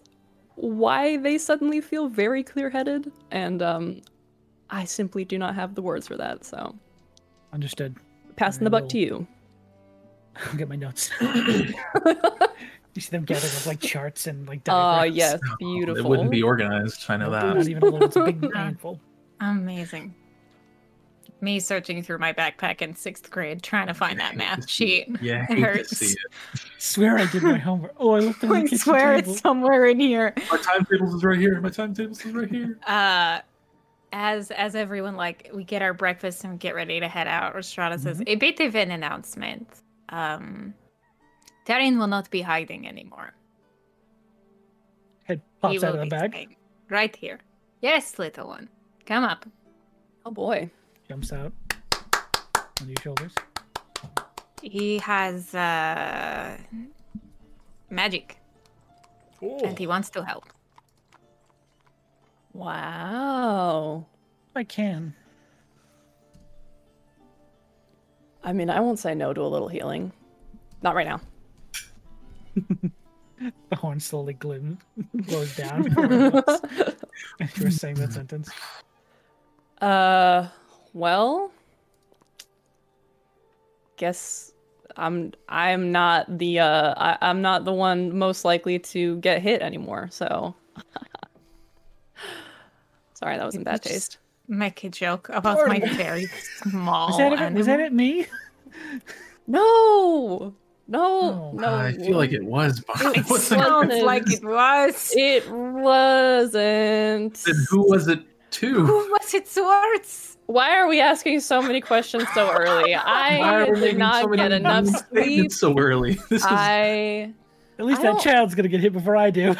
C: why they suddenly feel very clear-headed, and um, I simply do not have the words for that. So,
B: Understood.
C: passing the buck to you.
B: I'll get my notes. you see them gathered with like charts and like
E: Uh,
C: Ah,
B: diagrams.
C: yes,
A: It
C: beautiful.
A: Oh, wouldn't be organized. I know
B: Not
A: that.
B: even a little. It's a big handful.
E: Amazing. Me searching through my backpack in sixth grade trying to find that math sheet.
A: Yeah, I hate
E: It
A: to
E: hurts.
A: see it.
B: Swear I did my homework. Oh, I looked on the
E: I
B: kitchen
E: swear
B: table.
E: it's somewhere in here.
A: My timetables is right here. My timetables is right here.
E: Uh, as as everyone like we get our breakfast and get ready to head out, Rostrada says
B: Mm-hmm.
E: a bit of an announcement. Um, Taryn will not be hiding anymore. He
B: pops out
E: will
B: of the
E: be
B: bag,
E: staying Right here. Yes, little one. Come up.
C: Oh boy.
B: jumps out on your shoulders.
E: He has uh, magic
D: Cool.
B: Oh.
E: and he wants to help.
C: Wow.
B: I can.
C: I mean, I won't say no to a little healing. Not right now.
B: The horn slowly gloom, glows down. and you were saying that sentence.
C: Uh, well, guess I'm I'm not the uh I, I'm not the one most likely to get hit anymore. So, sorry, that was in bad
E: Just
C: taste.
E: Make a joke about my very small.
B: Was that, it, was that
E: Oh, animal.
B: it me?
C: No, no,
B: Oh.
C: no.
A: I feel like it was. Barney.
C: It
A: Wasn't it?
C: sounded-
E: Sounds like it was.
C: it wasn't.
A: Then who was it to?
E: Who was it towards?
C: Why are we asking so many questions so early?
A: Why
C: I
A: are we
C: did
A: making
C: not
A: so many
C: get enough
A: statements
C: sleep.
A: so early. This is
C: I
B: At least
C: I
B: that
C: don't-
B: child's gonna get hit before I do.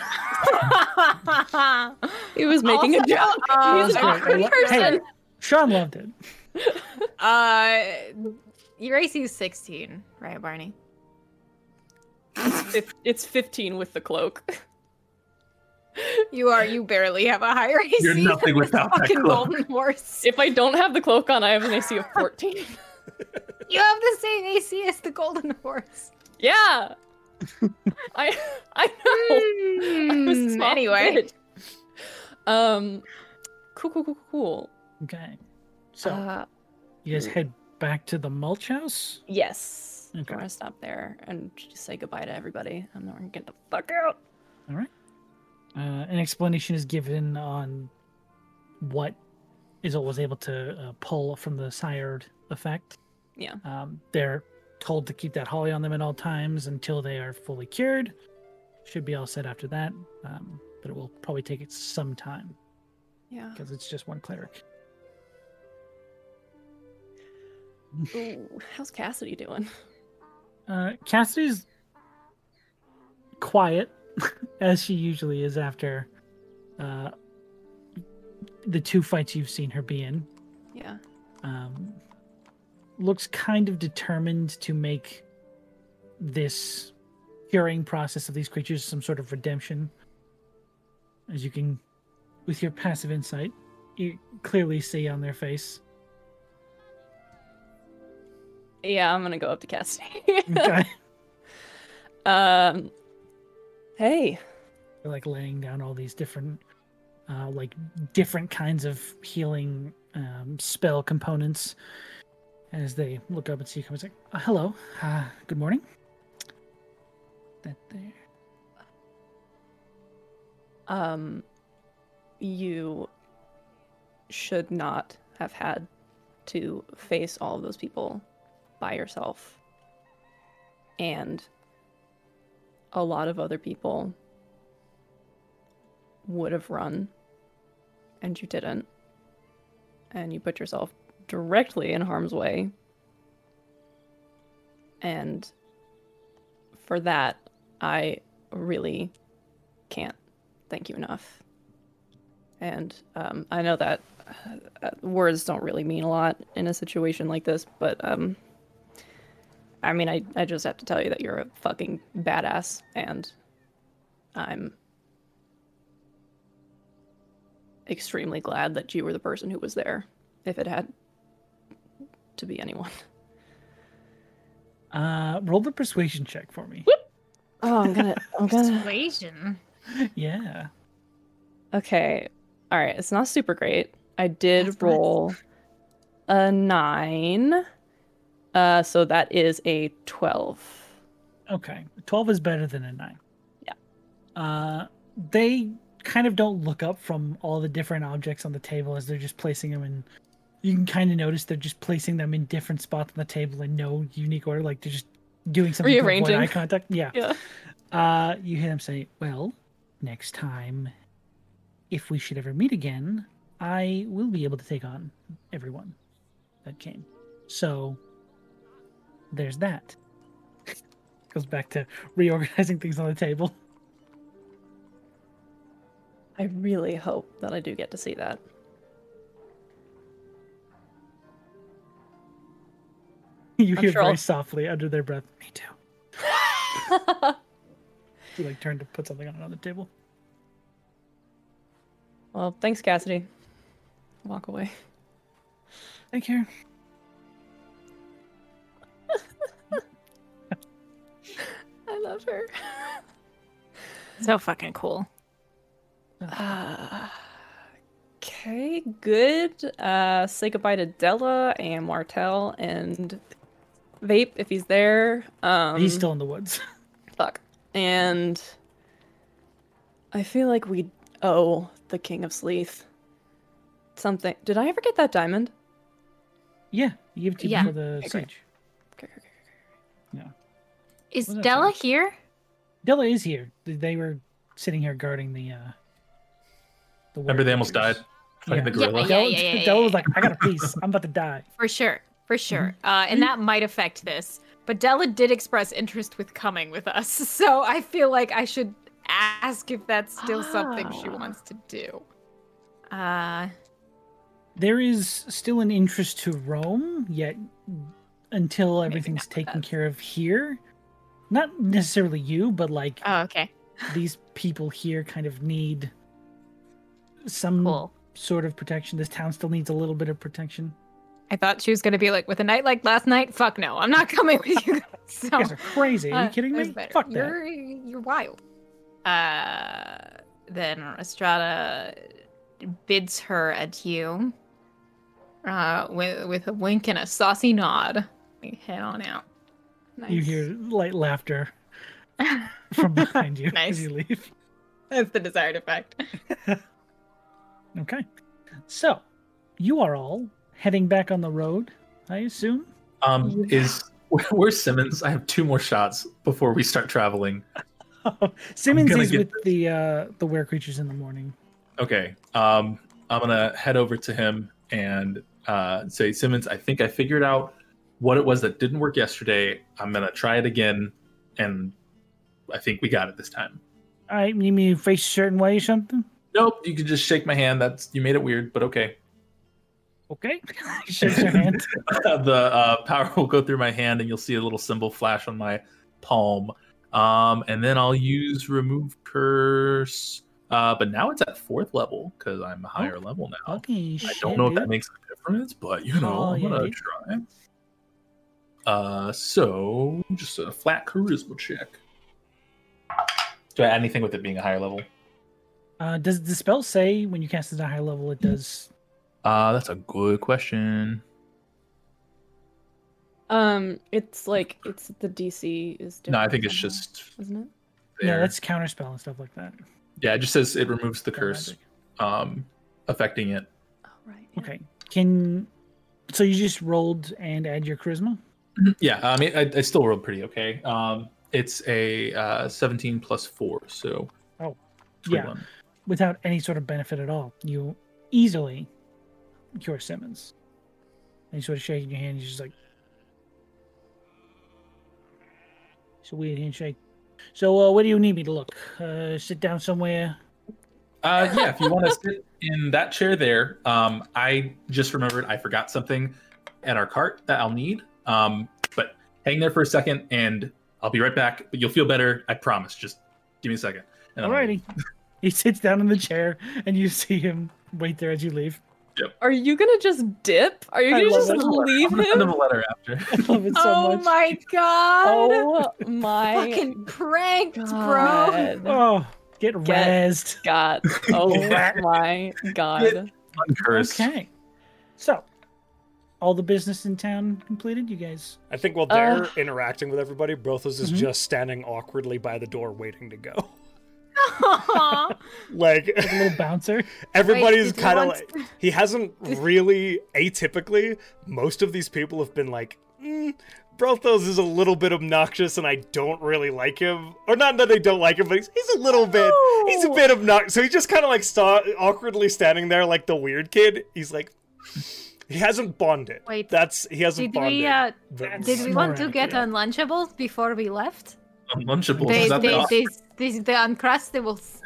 C: he was making a
E: Also,
C: joke.
E: uh,
C: He's an
E: I
C: awkward
E: like-
C: person.
B: Hey, Sean loved it.
E: uh, your AC is 16, right, Barney?
C: Fif- it's 15 with the cloak.
E: You are. You barely have a higher AC.
A: you're nothing without that
E: Fucking
A: cloak.
E: golden horse.
C: If I don't have the cloak on, I have an AC of 14.
E: You have the same AC as the golden horse.
C: yeah. I I know. I'm a
E: Hmm,
C: small
E: anyway,
C: bitch. Um cool cool cool cool.
B: Okay.
C: So
B: So
E: uh,
B: you guys head back to the mulch house.
C: yes.
B: Okay.
C: I'm gonna stop there and just say goodbye to everybody and then we're gonna get the fuck out.
B: All right. Uh, an explanation is given on what Izzle was able to uh, pull from the sired effect.
C: Yeah.
B: Um, they're told to keep that holly on them at all times until they are fully cured. Should be all set after that, um, but it will probably take it some time
C: Yeah.
B: because it's just one cleric.
C: Ooh, how's Cassidy doing?
B: Uh, Cassidy's quiet, as she usually is after uh, the two fights you've seen her be in.
C: Yeah.
B: um, looks kind of determined to make this curing process of these creatures some sort of redemption. As you can, with your passive insight, you clearly see on their face.
C: Yeah, I'm gonna go up to Cassidy.
B: Okay.
C: um Hey.
B: They're, like laying down all these different, uh, like different kinds of healing um, spell components. As they look up and see you come, it's like, "Uh, "Hello, uh, good morning." That there.
C: um you should not have had to face all of those people by yourself and a lot of other people would have run and you didn't and you put yourself directly in harm's way and for that i really can't thank you enough. And um, I know that uh, words don't really mean a lot in a situation like this, but um, I mean, I, I just have to tell you that you're a fucking badass, and I'm extremely glad that you were the person who was there, if it had to be anyone.
B: Uh, roll the persuasion check for me.
C: Oh, I'm gonna, I'm gonna.
E: persuasion.
B: Yeah.
C: Okay. All right. It's not super great. I did
E: That's nice.
C: roll a nine. Uh, so that is a 12.
B: Okay. 12 is better than a 9.
C: Yeah.
B: Uh, they kind of don't look up from all the different objects on the table as they're just placing them in. You can kind of notice they're just placing them in different spots on the table in no unique order. Like they're just doing something to
C: Rearranging.
B: avoid eye contact. Yeah.
C: Yeah.
B: Uh, you hear them say, Well, next time, if we should ever meet again, I will be able to take on everyone that came. So there's that. Goes back to reorganizing things on the table.
C: I really hope that I do get to see that.
B: You
C: I'm
B: hear
C: sure
B: very
C: I'll-
B: softly under their breath, me too. She like turned to put something on another table.
C: Well, thanks, Cassidy. Walk away.
B: Take care.
C: I love her.
E: So fucking cool.
C: Okay, good. Uh, say goodbye to Della and Martel and Vape if he's there. Um,
B: He's still in the woods.
C: fuck. And I feel like we owe the King of Sleeth something. Did I ever get that diamond?
B: yeah, you give it to
E: Yeah.
B: him for the
C: Okay, great.
B: siege.
C: Okay, okay, okay.
E: Is
B: Well, that's
E: Della
B: nice.
E: here?
B: Della is here. Th- They were sitting here guarding the. uh the
A: Remember, they almost
B: warriors.
A: died fighting the
B: Yeah.
A: gorilla.
E: Yeah,
B: Della,
E: yeah, yeah, yeah,
B: Della
E: yeah.
B: was like, "I got a piece. I'm about to die."
E: For sure. For sure. Uh, and that might affect this. But Della did express interest with coming with us. So I feel like I should ask if that's still something she
C: Ah.
E: wants to do. Uh,
B: There is still an interest to roam, yet until everything's taken
E: that's-
B: care of here, not necessarily you, but like
E: oh, okay.
B: these people here kind of need some
E: Cool.
B: sort of protection. This town still needs a little bit of protection.
E: I thought she was going to be like, with a night like last night, fuck no, I'm not coming with you guys. So,
B: You guys are crazy. Are
E: uh,
B: you kidding
E: that's
B: me?
E: better.
B: Fuck that.
E: You're, you're wild. Uh, then Estrada bids her adieu uh, with, with a wink and a saucy nod. We head on out. Nice.
B: You hear light laughter from behind you
E: Nice.
B: as you leave.
E: That's the desired effect.
B: Okay. So, you are all heading back on the road, I assume.
A: Um, is where's Simmons? I have two more shots before we start traveling.
B: Simmons
A: gonna
B: is
A: get
B: with the uh the were creatures in the morning.
A: Okay. Um, I'm gonna head over to him and uh, say, Simmons, I think I figured out what it was that didn't work yesterday. I'm gonna try it again, and I think we got it this time.
B: I you mean you face a certain way or something?
A: Nope, you can just shake my hand. That's you made it weird, but okay.
B: Okay. Shakes your hand.
A: the uh, power will go through my hand, and you'll see a little symbol flash on my palm. Um, and then I'll use remove curse. Uh, but now it's at fourth level because I'm a higher level now.
B: Fucking
A: I
B: shit.
A: don't know if that
B: dude.
A: makes a difference, but you know,
B: Oh,
A: I'm
B: yeah,
A: gonna
B: dude.
A: try. Uh, so just a flat charisma check. Do I add anything with it being a higher level?
B: Uh, does the spell say when you cast it at a high level, it does?
A: Uh, that's a good question.
C: Um, it's like it's the DC is.
A: No, I
C: different
A: think it's
C: somehow,
A: just
C: Isn't it?
A: there.
B: Yeah, that's counterspell and stuff like that.
A: yeah, it just says it removes the
B: That
A: curse,
B: magic.
A: um, affecting it.
C: Oh right. yeah.
B: Okay. Can so you just rolled and add your charisma?
A: Yeah, I mean, I, I still rolled pretty okay. Um, it's a uh, 17 plus four, so
B: Oh, yeah.
A: 21.
B: Without any sort of benefit at all, you easily cure Simmons. And you sort of shaking your hand, you're just like it's a weird handshake. So, uh, where do you need me to look? Uh, sit down somewhere.
A: Uh, yeah, if you want to sit in that chair there, um, I just remembered I forgot something at our cart that I'll need. Um, but hang there for a second, and I'll be right back. But you'll feel better, I promise. Just give me a second. And I'll-
B: Alrighty. he sits down in the chair, and you see him wait there as you leave.
C: Are you gonna just dip? Are you
B: I
C: gonna
B: love
C: just
B: it.
A: I'm
C: leave
A: gonna send him
C: him?
A: a letter after.
B: I love it so
E: oh
B: much.
E: my god!
C: Oh my
E: fucking pranked,
C: god!
E: bro.
B: Oh, get razzed.
C: God. Oh
A: Yeah.
C: my god.
A: Curse.
B: Okay. So, all the business in town completed, you guys?
D: I think while they're
C: Uh.
D: interacting with everybody, Brothos is
E: Mm-hmm.
B: Mhm.
D: just standing awkwardly by the door waiting to go.
E: Aw.
D: Like
B: Like a little bouncer?
D: everybody's
E: did you
D: kind of
E: want-
D: like he hasn't really atypically. Most of these people have been like, mm, Brothos is a little bit obnoxious, and I don't really like him. Or not that they don't like him, but he's, he's a little bit. He's a
C: No.
D: bit obnoxious. So he's just kind of like sta- awkwardly standing there, like the weird kid. He's like, he hasn't bonded.
E: Wait,
D: that's he hasn't
E: Did
D: bonded.
E: we uh,
D: but-
E: did we want to
B: Smart
E: get
B: idea.
E: on Lunchables before we left?
A: Lunchables.
E: They,
A: is that
E: they,
A: the-
E: they, they, the Uncrustables.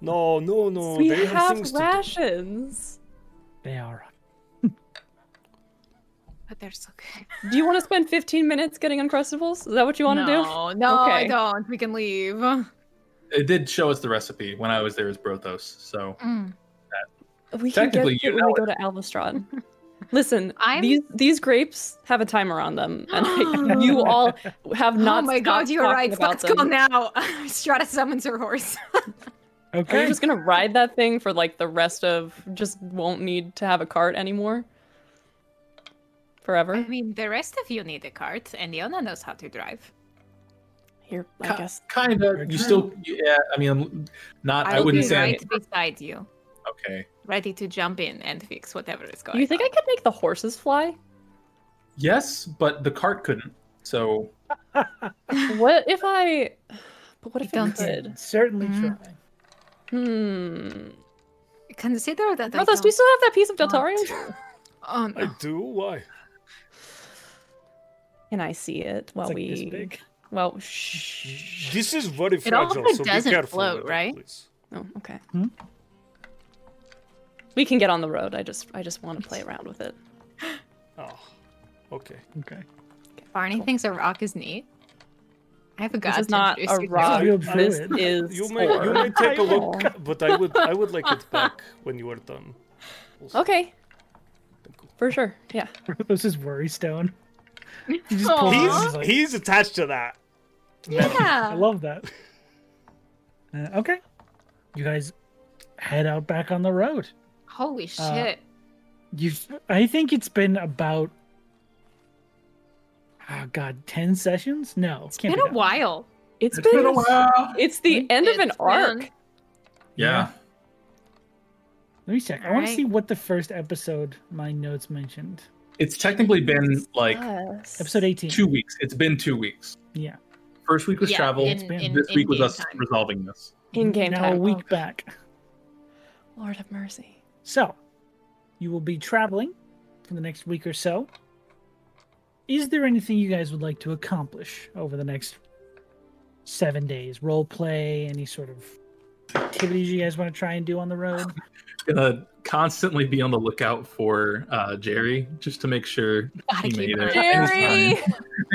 D: No, no, no.
C: we
D: they have
C: have
D: things
C: rations.
B: They are.
E: But there's okay.
C: Do. you want to spend 15 minutes getting Uncrustables? Is that what you want to
E: no, No,
C: Okay.
E: I don't. We can leave.
A: It did show us the recipe when I was there as Brothos, so
E: Mm.
C: do? We can get
A: Technically,
C: it
A: you
C: when we go to Alvastrad. Listen,
E: I'm-
C: these these grapes have a timer on them, and I- you all have
E: Oh
C: not.
E: my
C: stopped
E: god, you're
C: talking
E: right.
C: About
E: Let's
C: them.
E: go now. Strata summons her horse.
C: Are you
B: Okay.
C: just gonna ride that thing for like the rest of? Just won't need to have a cart anymore.
E: I
C: Forever.
E: mean, the rest of you need a cart, and Leona knows how to drive.
C: Here, I
A: Ca-
C: guess.
A: kinda. You still, yeah. I mean, I'm not. I,
E: I'll
A: wouldn't
E: be
A: say. I'm-
E: right beside you,
A: okay.
E: ready to jump in and fix whatever is going.
C: You think I
E: on.
C: could make the horses fly?
A: Yes, but the cart couldn't. So
C: What if I? But what
E: You
C: if I
E: don't
C: could?
B: Certainly
E: Mm.
B: try.
C: Hmm.
E: consider that? I
C: Brothos, do you
E: don't-
C: still have that piece of
E: want
C: Deltarium?
E: Oh
D: I
E: no.
D: do. Why?
C: And I see it while
B: It's like this
C: we.
B: big. Mm-hmm.
C: Well, shh.
D: This is very
E: It
D: fragile.
E: also
D: so be
E: doesn't
D: careful
E: float,
D: with it,
E: right?
D: please.
C: Oh, okay.
B: Hmm?
C: We can get on the road. I just, I just want to play around with it.
D: Oh, okay.
B: Okay.
E: Barney
A: oh.
E: thinks a rock is neat. I have a god.
C: This is
E: to
C: not
E: introduce
C: a
E: you to.
C: rock.
B: Real
C: This
B: druid.
C: is.
D: You may you
C: ore.
D: may take a look,
C: Aw.
D: but I would I would like it back when you are done. Also,
C: Okay. For sure. Yeah.
B: This is worry stone.
E: Aw.
B: pulls-
D: He's
B: Aw. Like-
D: he's attached to that.
B: I
E: Yeah.
B: love that. Uh, okay. You guys head out back on the road.
E: Holy shit.
B: Uh, You've I think it's been about Oh god, 10 sessions? No.
E: it's
B: can't
E: been
B: be
E: a
B: that.
E: while.
C: It's been.
A: while.
C: It's the end of an
E: It's
C: arc.
E: been-
A: Yeah.
B: Let me check. I
E: All
B: want to
E: right.
B: see what the first episode my notes mentioned.
A: It's technically been like
C: Yes.
B: Episode 18.
A: two weeks. It's been two weeks.
B: Yeah.
A: First week was
E: Yeah,
A: travel.
E: in-
B: been-
E: in-
A: this week was
E: in-game
A: us
E: time.
A: resolving this.
C: In game
B: now
C: time.
B: a
C: Oh,
B: week back.
C: Lord have mercy.
B: So, you will be traveling for the next week or so. Is there anything you guys would like to accomplish over the next seven days? Role play, any sort of activities you guys want to try and do on the road?
A: Gonna constantly be on the lookout for uh, Jerry just to make sure
E: Gotta
A: he
E: keep
A: made
E: an
A: it.
E: eye
A: Any sign.
E: on him.
C: Jerry!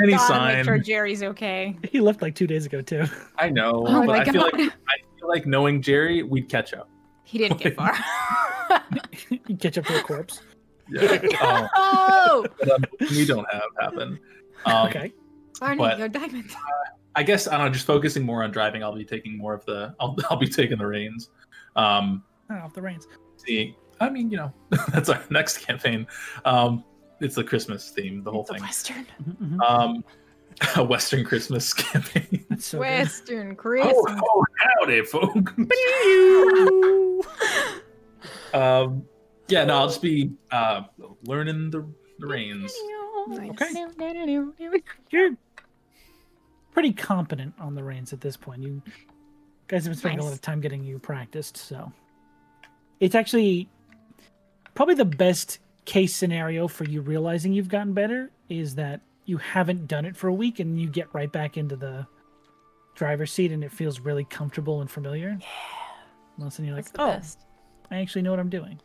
A: Any
E: Gotta
A: sign.
E: make sure Jerry's okay.
B: He left like two days ago too.
A: I know,
E: Oh
A: but
E: my
A: I feel
E: god.
A: like I feel like knowing Jerry, we'd catch up.
E: He didn't get far.
B: you catch up to a corpse.
A: Oh,
E: oh,
A: but, um, we don't have happen. Um,
B: okay.
E: Barney,
A: But-
E: your diamond.
A: I guess I don't know. Just focusing more on driving, I'll be taking more of the. I'll, I'll be taking the reins. Um,
B: Ah, off the reins.
A: seeing, I mean, you know, that's our next campaign. Um, it's the Christmas theme, the whole
C: The
A: thing.
C: Western.
B: Mhm, mhm.
A: Um, a Western Christmas campaign.
B: That's so good.
E: Western Chris.
A: oh, oh, howdy, folk. um, yeah, no, I'll just be uh, learning the, the reins.
B: Okay. You're pretty competent on the reins at this point. You guys have been spending a lot
E: Nice.
B: of time getting you practiced, so it's actually probably the best case scenario for you realizing you've gotten better is that you haven't done it for a week and you get right back into the driver's seat and it feels really comfortable and familiar. Yeah. Unless then you're like,
C: That's the
B: oh,
C: best.
B: I actually know what I'm doing.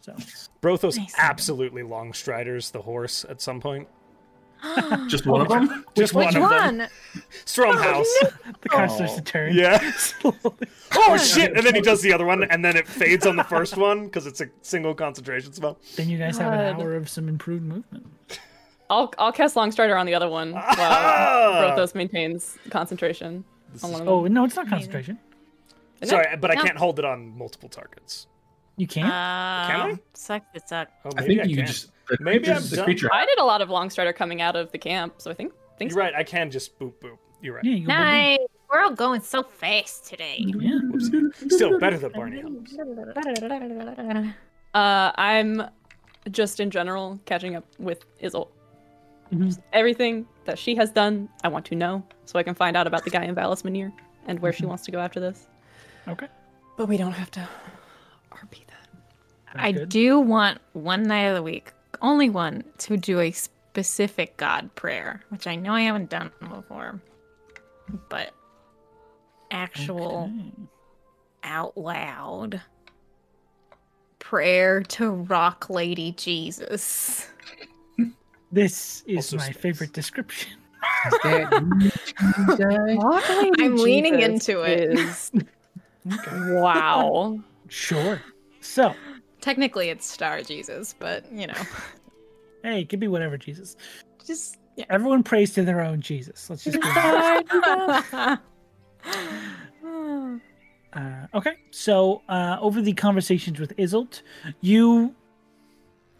B: So
D: Brothos
C: Nice.
D: absolutely longstriders the horse at some point.
A: Just one of them.
D: Just one,
E: Which
D: of them.
E: one?
D: Stromhouse.
B: the car starts to turn.
D: Yeah.
B: Slowly.
D: Oh shit! And then he does the other one, and then it fades on the first one because it's a single concentration spell.
B: Then you guys have an
C: God.
B: hour of some improved movement.
C: I'll I'll cast Longstrider on the other one
D: Ah!
C: while Brothos maintains concentration on one of them.
B: Oh no, it's not concentration.
C: Isn't
D: Sorry, but I
E: No.
D: can't hold it on multiple targets.
B: You can't.
D: Can I?
C: Um,
F: Uh, suck it suck.
D: Oh,
A: I
D: maybe
A: think
D: I,
A: you
D: can.
A: just the
D: Maybe
A: creatures-
D: I'm
A: the
D: dumb.
A: creature.
C: I did a lot of Longstrider coming out of the camp, so I think think so.
D: You're right. I can just boop boop. You're right.
B: yeah, you go believe-
F: Nice. We're all going so fast today.
B: Yeah.
D: Still better than Barney helps.
C: Uh, I'm just in general catching up with Izzle.
B: Mhm.
C: Just Everything that she has done, I want to know, so I can find out about the guy in Valis Manir and where she wants to go after this.
B: Okay.
C: But we don't have to RP that.
E: I
B: good.
E: do want one night of the week, only one, to do a specific God prayer, which I know I haven't done before, but actual
B: Okay.
E: out loud prayer to rock lady Jesus.
B: This is
D: Also
B: my
D: space.
B: favorite description.
G: Is that
C: I'm leaning
E: Jesus
C: into it.
E: is-
C: wow.
B: Sure. So,
E: Technically, it's Star Jesus, but you know,
B: hey, it could be whatever Jesus.
E: just yeah.
B: Everyone prays to their own Jesus. Let's just. Be honest. Uh, okay, so uh, over the conversations with Isolt, you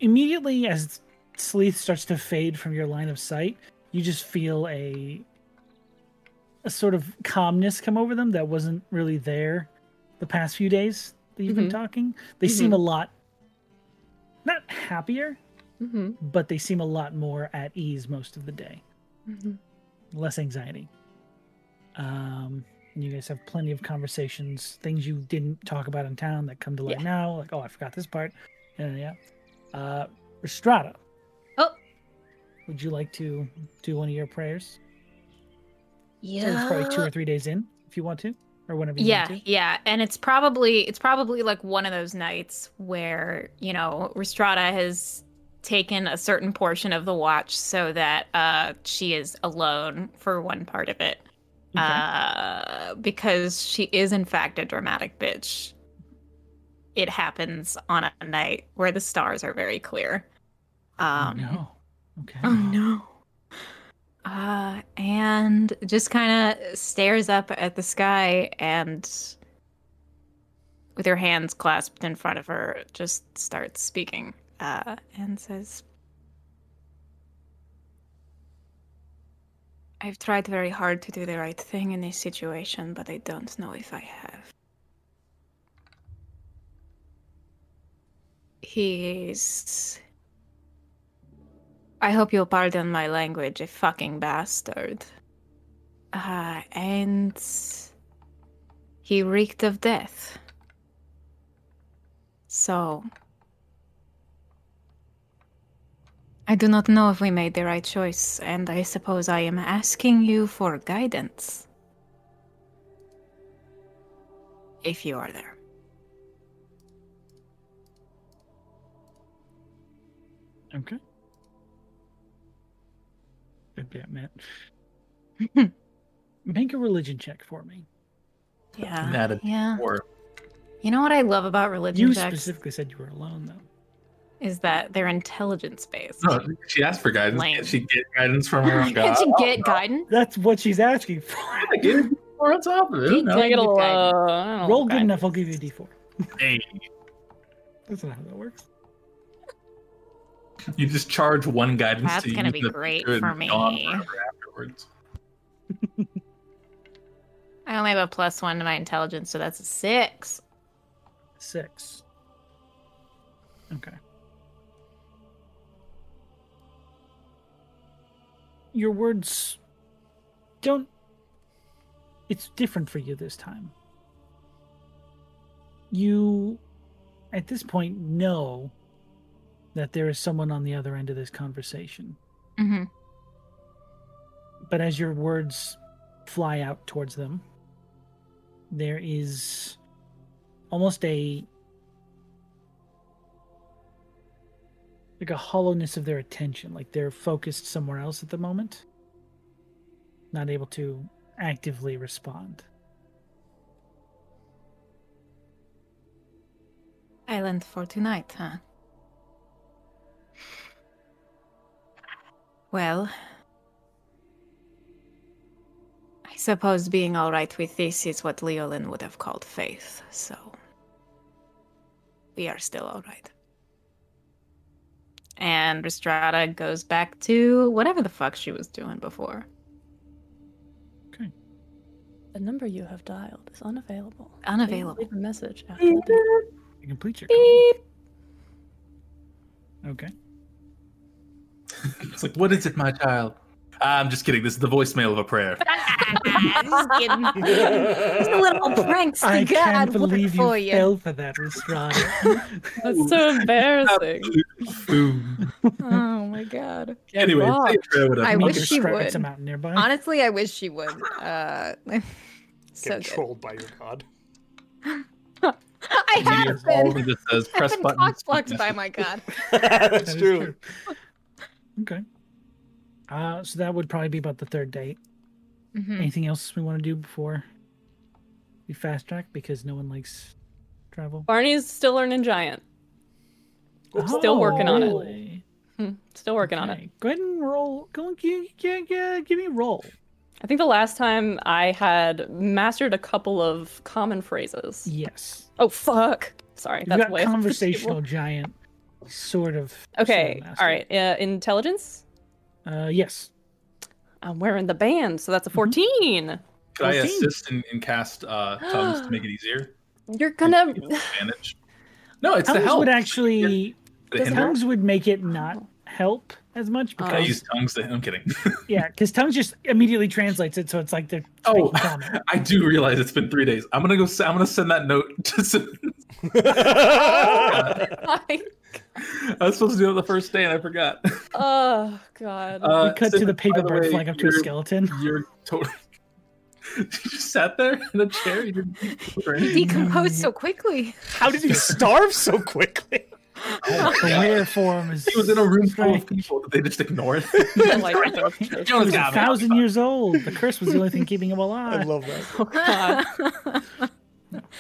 B: immediately, as Sleeth starts to fade from your line of sight, you just feel a a sort of calmness come over them that wasn't really there the past few days that you've been
C: Mhm.
B: talking. They seem a lot not happier,
C: Mm-hmm.
B: but they seem a lot more at ease most of the day
C: Mm-hmm.
B: less anxiety. Um, and you guys have plenty of conversations, things you didn't talk about in town that come to light
C: Yeah.
B: now. Like, oh, I forgot this part. Yeah, yeah. yeah. Uh, Restrada.
F: Oh.
B: Would you like to do one of your prayers? It's probably two or three days in, if you want to, or whenever you
E: yeah
B: want to.
E: yeah and it's probably it's probably like one of those nights where you know Restrada has taken a certain portion of the watch so that uh she is alone for one part of it Um, uh because she is in fact a dramatic bitch it happens on a night where the stars are very clear um
B: Oh, no. Okay.
E: Oh no. Uh, and just kind of stares up at the sky and, with her hands clasped in front of her, just starts speaking uh, and says, I've tried very hard to do the right thing in this situation, but I don't know if I have. He's I hope you'll pardon my language, a fucking bastard. Uh, and he reeked of death. So. I do not know if we made the right choice, and I suppose I am asking you for guidance. If you are there.
B: Okay. Good bit, Matt. Make a religion check for me.
E: Yeah.
A: Not a-
E: yeah.
A: Or
E: You know what I love about religion
B: You
E: checks
B: specifically said you were alone, though.
E: is that they're intelligence based.
A: no, she asked for guidance.
E: Lame.
A: Can't she get guidance from her own
E: Can't
A: god?
E: you get guidance?
B: That's what she's asking for.
A: I get it. Or on top of it,
E: He
A: you know.
E: did.
C: I get a
E: Okay.
C: low- I don't
B: Roll
C: know,
B: good
C: guy.
B: enough, I'll give you a d4.
A: Hey,
B: That's not how that works.
A: you just charge one guidance.
E: That's
A: to
E: gonna
A: use
E: be
A: in the
E: great
A: future and
E: for
A: it's gone
E: me.
A: forever Afterwards,
E: I only have a plus one to my intelligence, so that's a six.
B: Six. Okay. Your words don't. It's different for you this time. You, at this point, know that there is someone on the other end of this conversation.
E: Mm-hmm.
B: but as your words fly out towards them, there is almost a like a hollowness of their attention, like they're focused somewhere else at the moment, not able to actively respond.
E: Island for tonight, huh? Well, I suppose being all right with this is what Leolin would have called faith, so we are still all right. And Restrada goes back to whatever the fuck she was doing before.
C: The number you have dialed is unavailable.
E: Unavailable.
C: Leave a message after the beep.
B: You complete your call. Okay.
A: it's like, what is it, my child? Ah, I'm just kidding. This is the voicemail of a prayer.
E: just kidding.
D: That's
E: little pranks
B: I can't believe you, fell for that, Restrada.
C: That's so embarrassing.
A: Boom.
C: oh my god.
A: anyway,
C: rock.
A: say a prayer with a
C: I
A: fucking
C: wish
B: There's
C: she
B: Strap- it's a
C: would.
B: mountain nearby.
C: Honestly, I wish she would. Uh, so good.
D: Get trolled by your god.
E: I
A: Meteor
E: have been.
A: falls and just says
E: I've
A: press
E: been
A: buttons.
E: cock-blocked by my god.
D: That's
B: That is
D: true.
B: Okay. Uh, so that would probably be about the third date.
E: Mhm.
B: Anything else we want to do before we fast track because no one likes travel?
C: Barney's still learning giant. still working on it.
B: it.
C: Hmm, Still working on it.
B: Oh, Go ahead and roll. Go and give, give, give, give me a roll.
C: I think the last time I had mastered a couple of common phrases.
B: Yes.
C: Oh fuck! Sorry,
B: You've
C: that's
B: got
C: way off the table.
B: conversational giant, sort of. sort of
C: Okay, all
B: mastered.
C: right. Uh, intelligence.
B: Uh, yes.
C: I'm wearing the band, so
B: Mm-hmm.
C: that's a 14.
A: Could I
B: 14.
A: assist and, and cast uh, tongues to make it easier?
C: You're gonna.
A: Give advantage. No, it's to
B: Tongues
A: help.
B: would actually.
A: to
C: doesn't
A: hinder.
C: help.
B: Tongues would make it not help as much
C: Oh.
A: Can I
B: because
A: use tongues to? I'm kidding.
B: yeah, because tongues just immediately translates it, so it's like they're
A: Oh.
B: speaking common.
A: I do realize it's been three days. I'm gonna go. s- I'm gonna send that note. To, some- I was supposed to do it the first day and I forgot.
C: oh god.
A: Uh,
B: we cut
A: so,
B: to the
A: by
B: paper bird
A: way,
B: flying up to a
A: you're-
B: skeleton.
A: You're totally. you just sat there in a chair. You didn't. do anything?
E: Decomposed so quickly.
D: How did he starve so quickly?
B: The rare form is.
A: He was in a room full
B: strange.
A: of people. Did they just ignore it?
C: like,
B: He
A: Jonah's
B: was a
A: got me.
B: thousand years old. The curse was the only thing keeping him
D: I
B: alive.
D: love that.
C: oh god.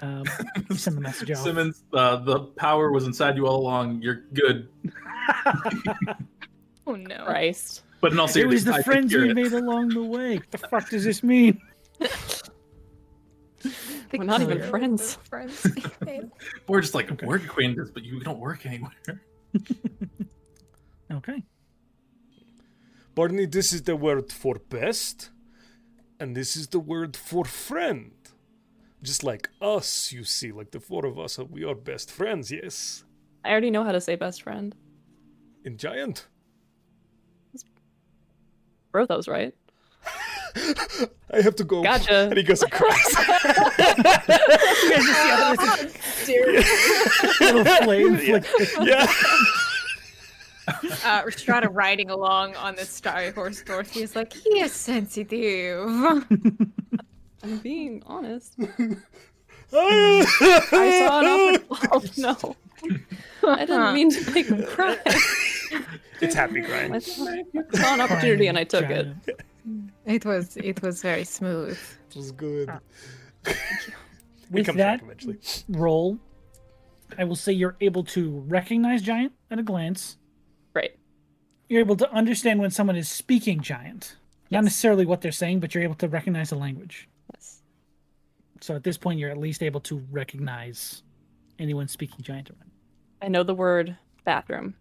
B: Um, you send the message out.
A: Simmons, uh, the power was inside you all along. You're good.
E: Oh no.
C: Christ.
A: But in all
B: It
A: seriousness,
B: was the
A: I could
B: friends
A: hear
B: we
A: it.
B: made along the way. What the fuck does this mean?
E: The
C: We're not even
E: clear-
C: friends.
E: friends.
A: We're just like work acquaintances, but you don't work anywhere.
B: Okay.
D: Barney, this is the word for best, and this is the word for friend. Just like us, you see, like the four of us, uh, we are best friends, yes?
C: I already know how to say best friend.
D: In Giant.
C: Wrote those right.
D: I have to go.
C: Gotcha.
D: And he goes across.
B: Little flame flick-
D: yeah.
E: uh, Restrada riding along on the starry horse. Dorothy is like, he is sensitive.
C: I'm being honest.
D: I
C: I saw an open. Oh no. I didn't mean to make him cry.
D: It's happy crying.
C: I saw an opportunity and I took it.
B: Giant.
E: It was it was very smooth.
D: It was good. We
B: With
D: come
B: that
D: back eventually.
B: roll, I will say you're able to recognize giant at a glance.
C: Right.
B: You're able to understand when someone is speaking giant. Not
C: Yes.
B: necessarily what they're saying, but you're able to recognize the language.
C: Yes.
B: So at this point, you're at least able to recognize anyone speaking giant around.
C: I know the word bathroom.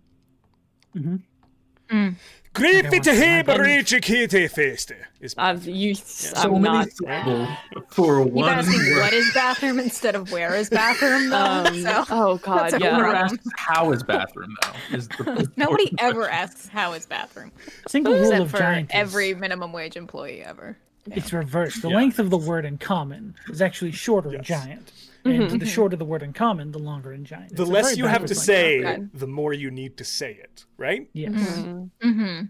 D: Griffith
B: Everyone's
D: Hebrew Kitty Feste. Is
C: I've you
A: So
C: I'm
A: many
C: not
A: syllables for
E: You
A: one
E: asking
A: word.
E: what is bathroom instead of where is bathroom though.
C: um,
E: so
C: oh god,
E: that's a
C: yeah.
E: problem.
A: How is bathroom though? Is the
E: nobody ever asks how is bathroom
B: Single rule
E: except
B: of
E: for
B: giant is-
E: every minimum wage employee ever.
B: It's reversed. The
A: Yeah.
B: length of the word in common is actually shorter in
D: Yes.
B: giant.
C: Mm-hmm.
B: And the shorter the word in common, the longer in giant.
D: the
B: It's a
D: less
B: very
D: you have to
B: backwards language.
D: say,
C: Okay.
D: the more you need to say it, right?
B: Yes.
C: Mm,
E: Mm-hmm.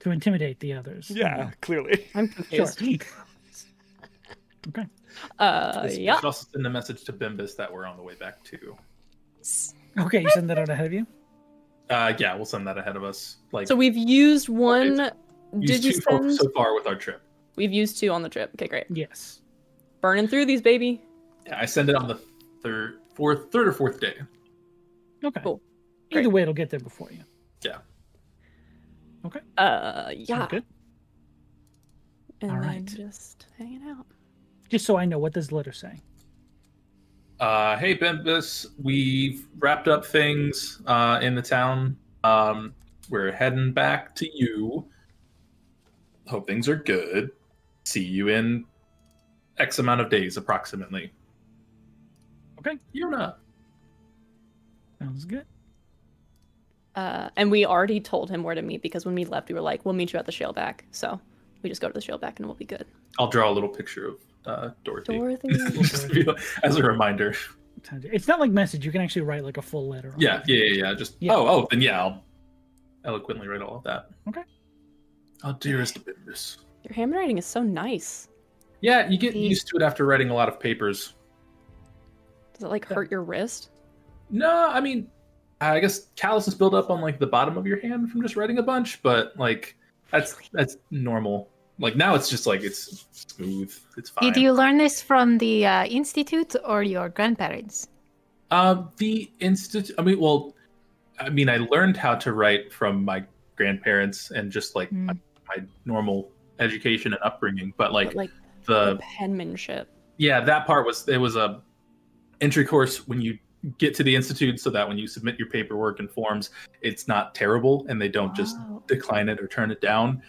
B: To intimidate the others. Mm-hmm.
D: Yeah, clearly.
C: I'm
B: Sure.
C: confused.
B: okay.
C: Uh,
A: We
C: yeah.
A: should also send a message to Bimbus that we're on the way back to.
B: Okay, you send that out ahead of you?
A: Uh, yeah, we'll send that ahead of us. Like
C: So we've used one.
A: used
C: Did you
A: two fo-
C: send?
A: so far with our trip?
C: We've used two on the trip. Okay, great.
B: Yes.
C: Burning through these, baby.
A: Yeah, I send it on the third, fourth, third or fourth day.
B: Okay.
C: Cool.
B: Either
C: Great.
B: way, it'll get there before you.
C: Uh, yeah.
B: Sound Good.
C: And
B: All
C: then
B: right.
C: just hanging out.
B: Just so I know, what does the letter say?
A: Uh, hey Bimbus, we've wrapped up things uh, in the town. Um, we're heading back to you. Hope things are good. See you in X amount of days, approximately.
B: Okay.
A: You're not.
B: Sounds good.
C: Uh, and we already told him where to meet because when we left, we were like, "We'll meet you at the shale back." So we just go to the shale back and we'll be good.
A: I'll draw a little picture of uh, Dorothy.
C: Dorothy.
A: Just to be like- as a reminder.
B: Sounds- It's not like message. You can actually write like a full letter. on
A: Yeah,
B: it.
A: yeah, yeah, yeah. Just
B: Yeah.
A: oh, oh, then yeah, I'll eloquently write all of that.
B: Okay.
A: Oh, dearest Bimbus.
C: Your handwriting is so nice.
A: Yeah, you get used to it after writing a lot of papers.
C: Does it like hurt your wrist?
A: No, I mean, I guess calluses build up on like the bottom of your hand from just riding a bunch, but like that's that's normal. Like now, it's just like it's smooth. It's fine.
E: Did you learn this from the uh, institute or your grandparents?
A: Um, the institute. I mean, well, I mean, I learned how to write from my grandparents and just like
E: Hmm.
D: Hmm.
A: my, my normal education and upbringing. But like
C: But, like
A: the
C: the penmanship.
A: yeah, that part was it was a entry course when you get to the institute, so that when you submit your paperwork and forms, it's not terrible and they don't just
E: Ah.
C: Wow.
A: decline it or turn it down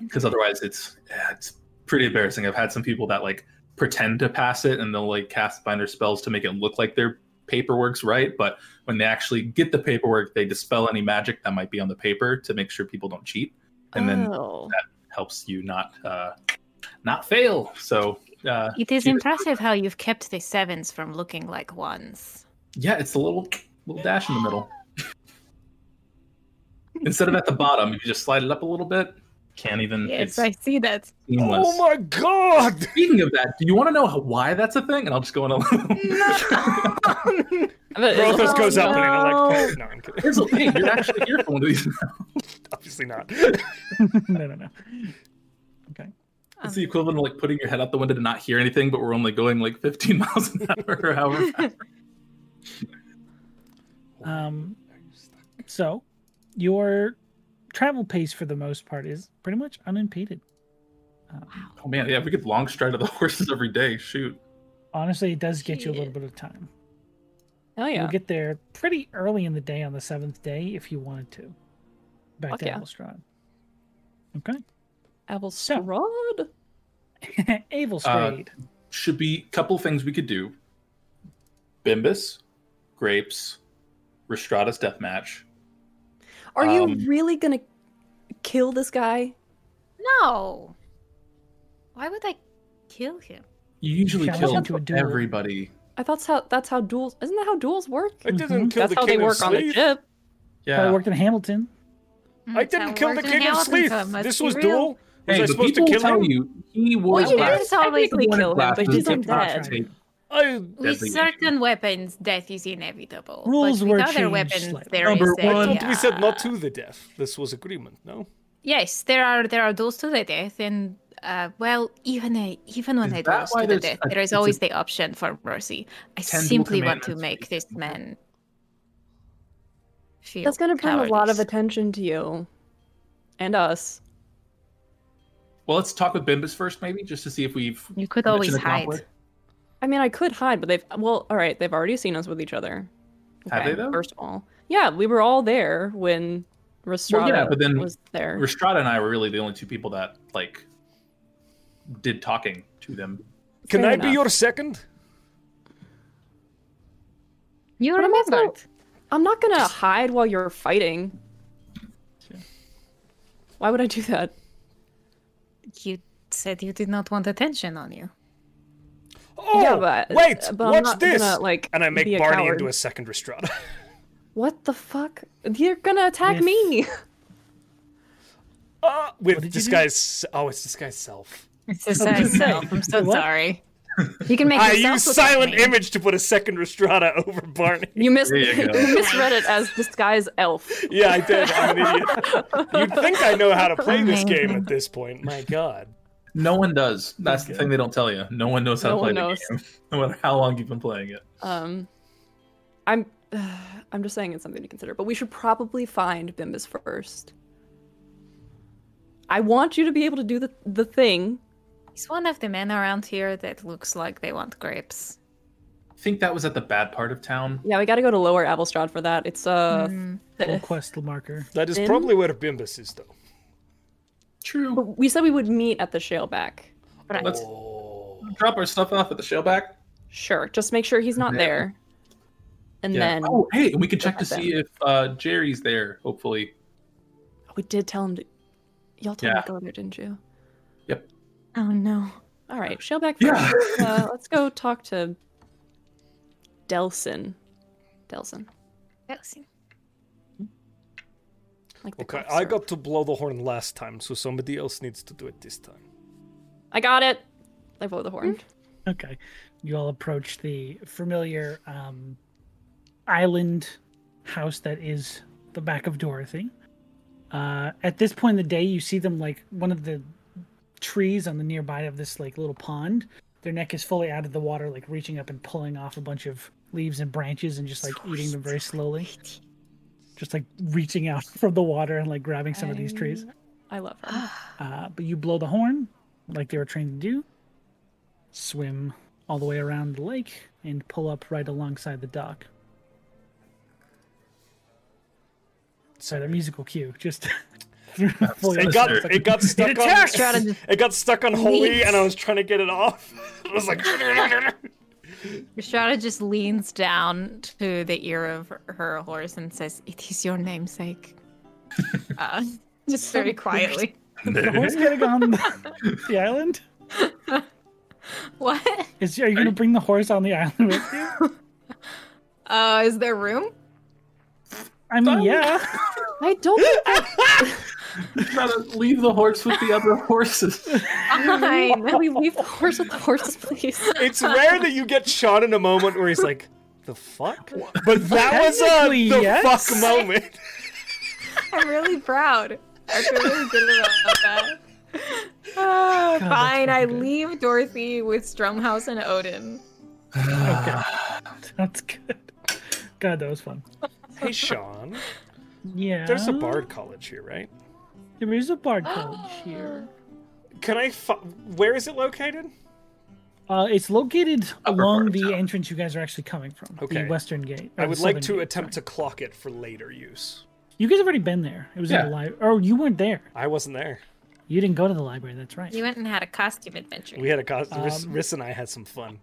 A: because otherwise it's yeah, it's pretty embarrassing i've had some people that like pretend to pass it and they'll like cast binder spells to make it look like their paperwork's right but when they actually get the paperwork they dispel any magic that might be on the paper to make sure people don't cheat and then
C: oh.
A: helps you not uh not fail so uh
E: It is
A: She-
E: impressive how you've kept the sevens from looking like ones.
A: yeah it's a little little dash in the middle instead of at the bottom you just slide it up a little bit can't
D: Mm,
A: even it's
E: see that.
A: seamless.
D: Oh my god!
A: Speaking of that, do you want to know why that's a thing? And I'll just go on a little.
C: But it's-
D: Brothos goes up and I'm like, no, I'm kidding.
A: Here's a- hey, you're actually here for one of these.
D: Obviously not.
B: no, no, no.
E: Um,
A: It's the equivalent of like putting your head out the window to not hear anything, but we're only going like 15 miles an hour or however. fast.
B: Um, so your travel pace for the most part is pretty much unimpeded.
A: Oh man, yeah, we could long stride of the horses every day. Shoot.
B: Honestly, it does get you a little bit of time.
C: Hell yeah.
B: You'll get there pretty early in the day on the seventh day if you wanted to. Back
C: Fuck
B: to
C: yeah.
B: Abelstrad. Okay.
C: Abelstrod?
B: Abelstrad.
A: Should be a couple things we could do Bimbus, Grapes, Restrada's death match.
C: Are
A: Um,
C: you really gonna kill this guy?
E: No. Why would I kill him?
A: You usually
B: Shall we
A: kill
B: into a duel?
A: everybody.
C: I thought that's how that's how duels isn't that how duels work?
D: I didn't kill
C: That's
D: the
C: how they
D: king of
C: work on the
D: Sleath.
C: ship.
B: I
A: Uh, Yeah.
B: worked in Hamilton.
E: Hmm,
D: I didn't kill the king of Sleath. This was dual. Was
A: Hey,
D: I
A: but
D: supposed to
A: people
D: kill
A: tell
D: him?
A: you he
C: Well,
A: was
C: you
A: last
C: didn't technically
A: Everyone
C: kill him,
A: laughed
C: but
A: and
C: he's
A: kept
C: undead.
A: concentrating.
D: I
A: Deadly
E: With certain weapons, death is inevitable.
B: Rules
E: but
B: were
E: with other
B: changed
E: weapons,
B: slightly.
E: there is
A: Number
E: a,
A: one-
D: But we said not
E: uh,
D: to the death. This was agreement, no?
E: Yes, there are there are duels to the death, and uh, well, even a, even when
A: Is
E: I
A: that
E: duels
A: why
E: to the
A: there's
E: death,
A: a-
E: there
A: it's
E: is
A: a-
E: always the option for mercy. I
A: Ten dual
E: simply want to
A: commandments
E: make this
A: based on that.
E: man feel
C: That's gonna bring a lot of
E: cowardice.
C: attention to you. And us.
A: Well, let's talk with Bimbus first, maybe, just to see if we've.
E: You could
A: mentioned
E: always
A: the
E: hide.
A: conflict.
C: I mean I could hide, but they've well, alright, they've already seen us with each other.
A: Have they, though?
C: First of all. Yeah, we were all there when Restrada
A: but then
C: was there.
A: Restrada and I were really the only two people that like did talking to them.
D: Can
C: Fair
D: I be
C: enough.
D: your second?
E: You
C: But I'm also-
E: remembered.
C: I'm not gonna hide while you're fighting. Why would I do that?
E: You said you did not want attention on you.
D: Oh,
C: Yeah, but-
D: wait,
C: but I'm
D: watch
C: not
D: this.
C: gonna, like,
D: and I
C: be
D: make
C: a
D: Barney
C: coward.
D: into a second Restrada.
C: What the fuck? You're gonna attack
B: Yes.
C: me.
D: Uh, with
B: did you do?
D: disguise. Oh, it's disguise self.
E: It's just myself. I'm so sorry. You can make
D: I
E: yourself
D: use
E: look like
D: silent
E: me.
D: image to put a second Restrada over Barney.
C: You mis-
A: There
C: you,
A: you go.
C: misread it as disguise elf.
D: Yeah, I did. I'm an idiot. You'd think I know how to play this game at this point. My God.
A: No one does. That's the thing they don't tell you. No one knows how
C: No
A: to play
C: one
A: the
C: knows.
A: game, no matter how long you've been playing it.
C: Um, I'm I'm just saying it's something to consider. But we should probably find Bimbus first. I want you to be able to do the the thing.
E: He's one of the men around here that looks like they want grapes.
A: I think that was at the bad part of town.
C: Yeah, we got to go to Lower Abelstrad for that. It's uh,
E: Mm,
B: Full quest marker.
D: That is
C: Then-
D: probably where Bimbus is, though.
A: True.
C: but we said we would meet at the Shaleback.
A: Let's
D: Oh.
A: drop our stuff off at the shellback.
C: Sure, just make sure he's not
A: Yeah.
C: there. And then
A: oh, hey, and we can check to
C: Then-
A: see if uh, Jerry's there. Hopefully.
C: we did tell him to. Y'all told him
A: Yeah.
C: to go there, didn't you?
A: Yep.
E: Oh no.
C: All right, Shaleback.
A: Yeah.
C: first. uh, let's go talk to Delson. Delson, like the
D: Okay,
C: cough
D: I
C: syrup.
D: got to blow the horn last time, so somebody else needs to do it this time.
C: I got it. I blow the horn.
B: Okay. You all approach the familiar um, island house that is the back of Dorothy. Uh, at this point in the day, you see them like one of the trees on the nearby of this like little pond. Their neck is fully out of the water, like reaching up and pulling off a bunch of leaves and branches and just like eating them very slowly. Just like reaching out from the water and like grabbing some of these trees.
C: I love her.
B: Uh, but you blow the horn, like they were trained to do, swim all the way around the lake, and pull up right alongside the dock. So the musical cue just. fully
D: It got it got stuck on
E: strategist.
D: it got stuck on holy, and I was trying to get it off. I was like,
E: Your strategist leans down to the ear of her horse and says, It is your namesake. uh, just very quietly.
B: Who's gonna go on the, the island?
E: What?
B: Is are you gonna bring the horse on the island with you?
E: Uh, is there room?
B: I mean, yeah.
C: I don't think
A: Gotta leave the horse with the other horses.
E: Fine.
C: that we leave the horse with the horses, please.
D: it's rare that you get shot in a moment where he's like, the fuck? But that was a
B: Technically,
D: the
B: yes.
D: fuck moment.
E: I'm really proud. I feel really good about that. Uh, fine, I leave Dorothy with Strumhouse and Odin.
B: That's good. God, that was fun.
D: hey Sean,
B: Yeah.
D: there's a
B: Oh.
D: bard college here, right?
B: There is a bard college here.
D: Can I? Fu- where is it located?
B: Uh, it's located
A: Upper part
B: along
A: of
B: the
A: town.
B: entrance you guys are actually coming from.
D: Okay.
B: The western gate. or
D: I
B: the
D: would like
B: southern
D: to
B: gate,
D: attempt
B: sorry.
D: to clock it for later use.
B: You guys have already been there. It was in
A: Yeah.
B: the library. Oh, you weren't there.
D: I wasn't there.
B: You didn't go to the library. That's right.
F: You went and had a costume adventure.
D: We had a cost. Riss,
B: Um,
D: Riss and I had some fun.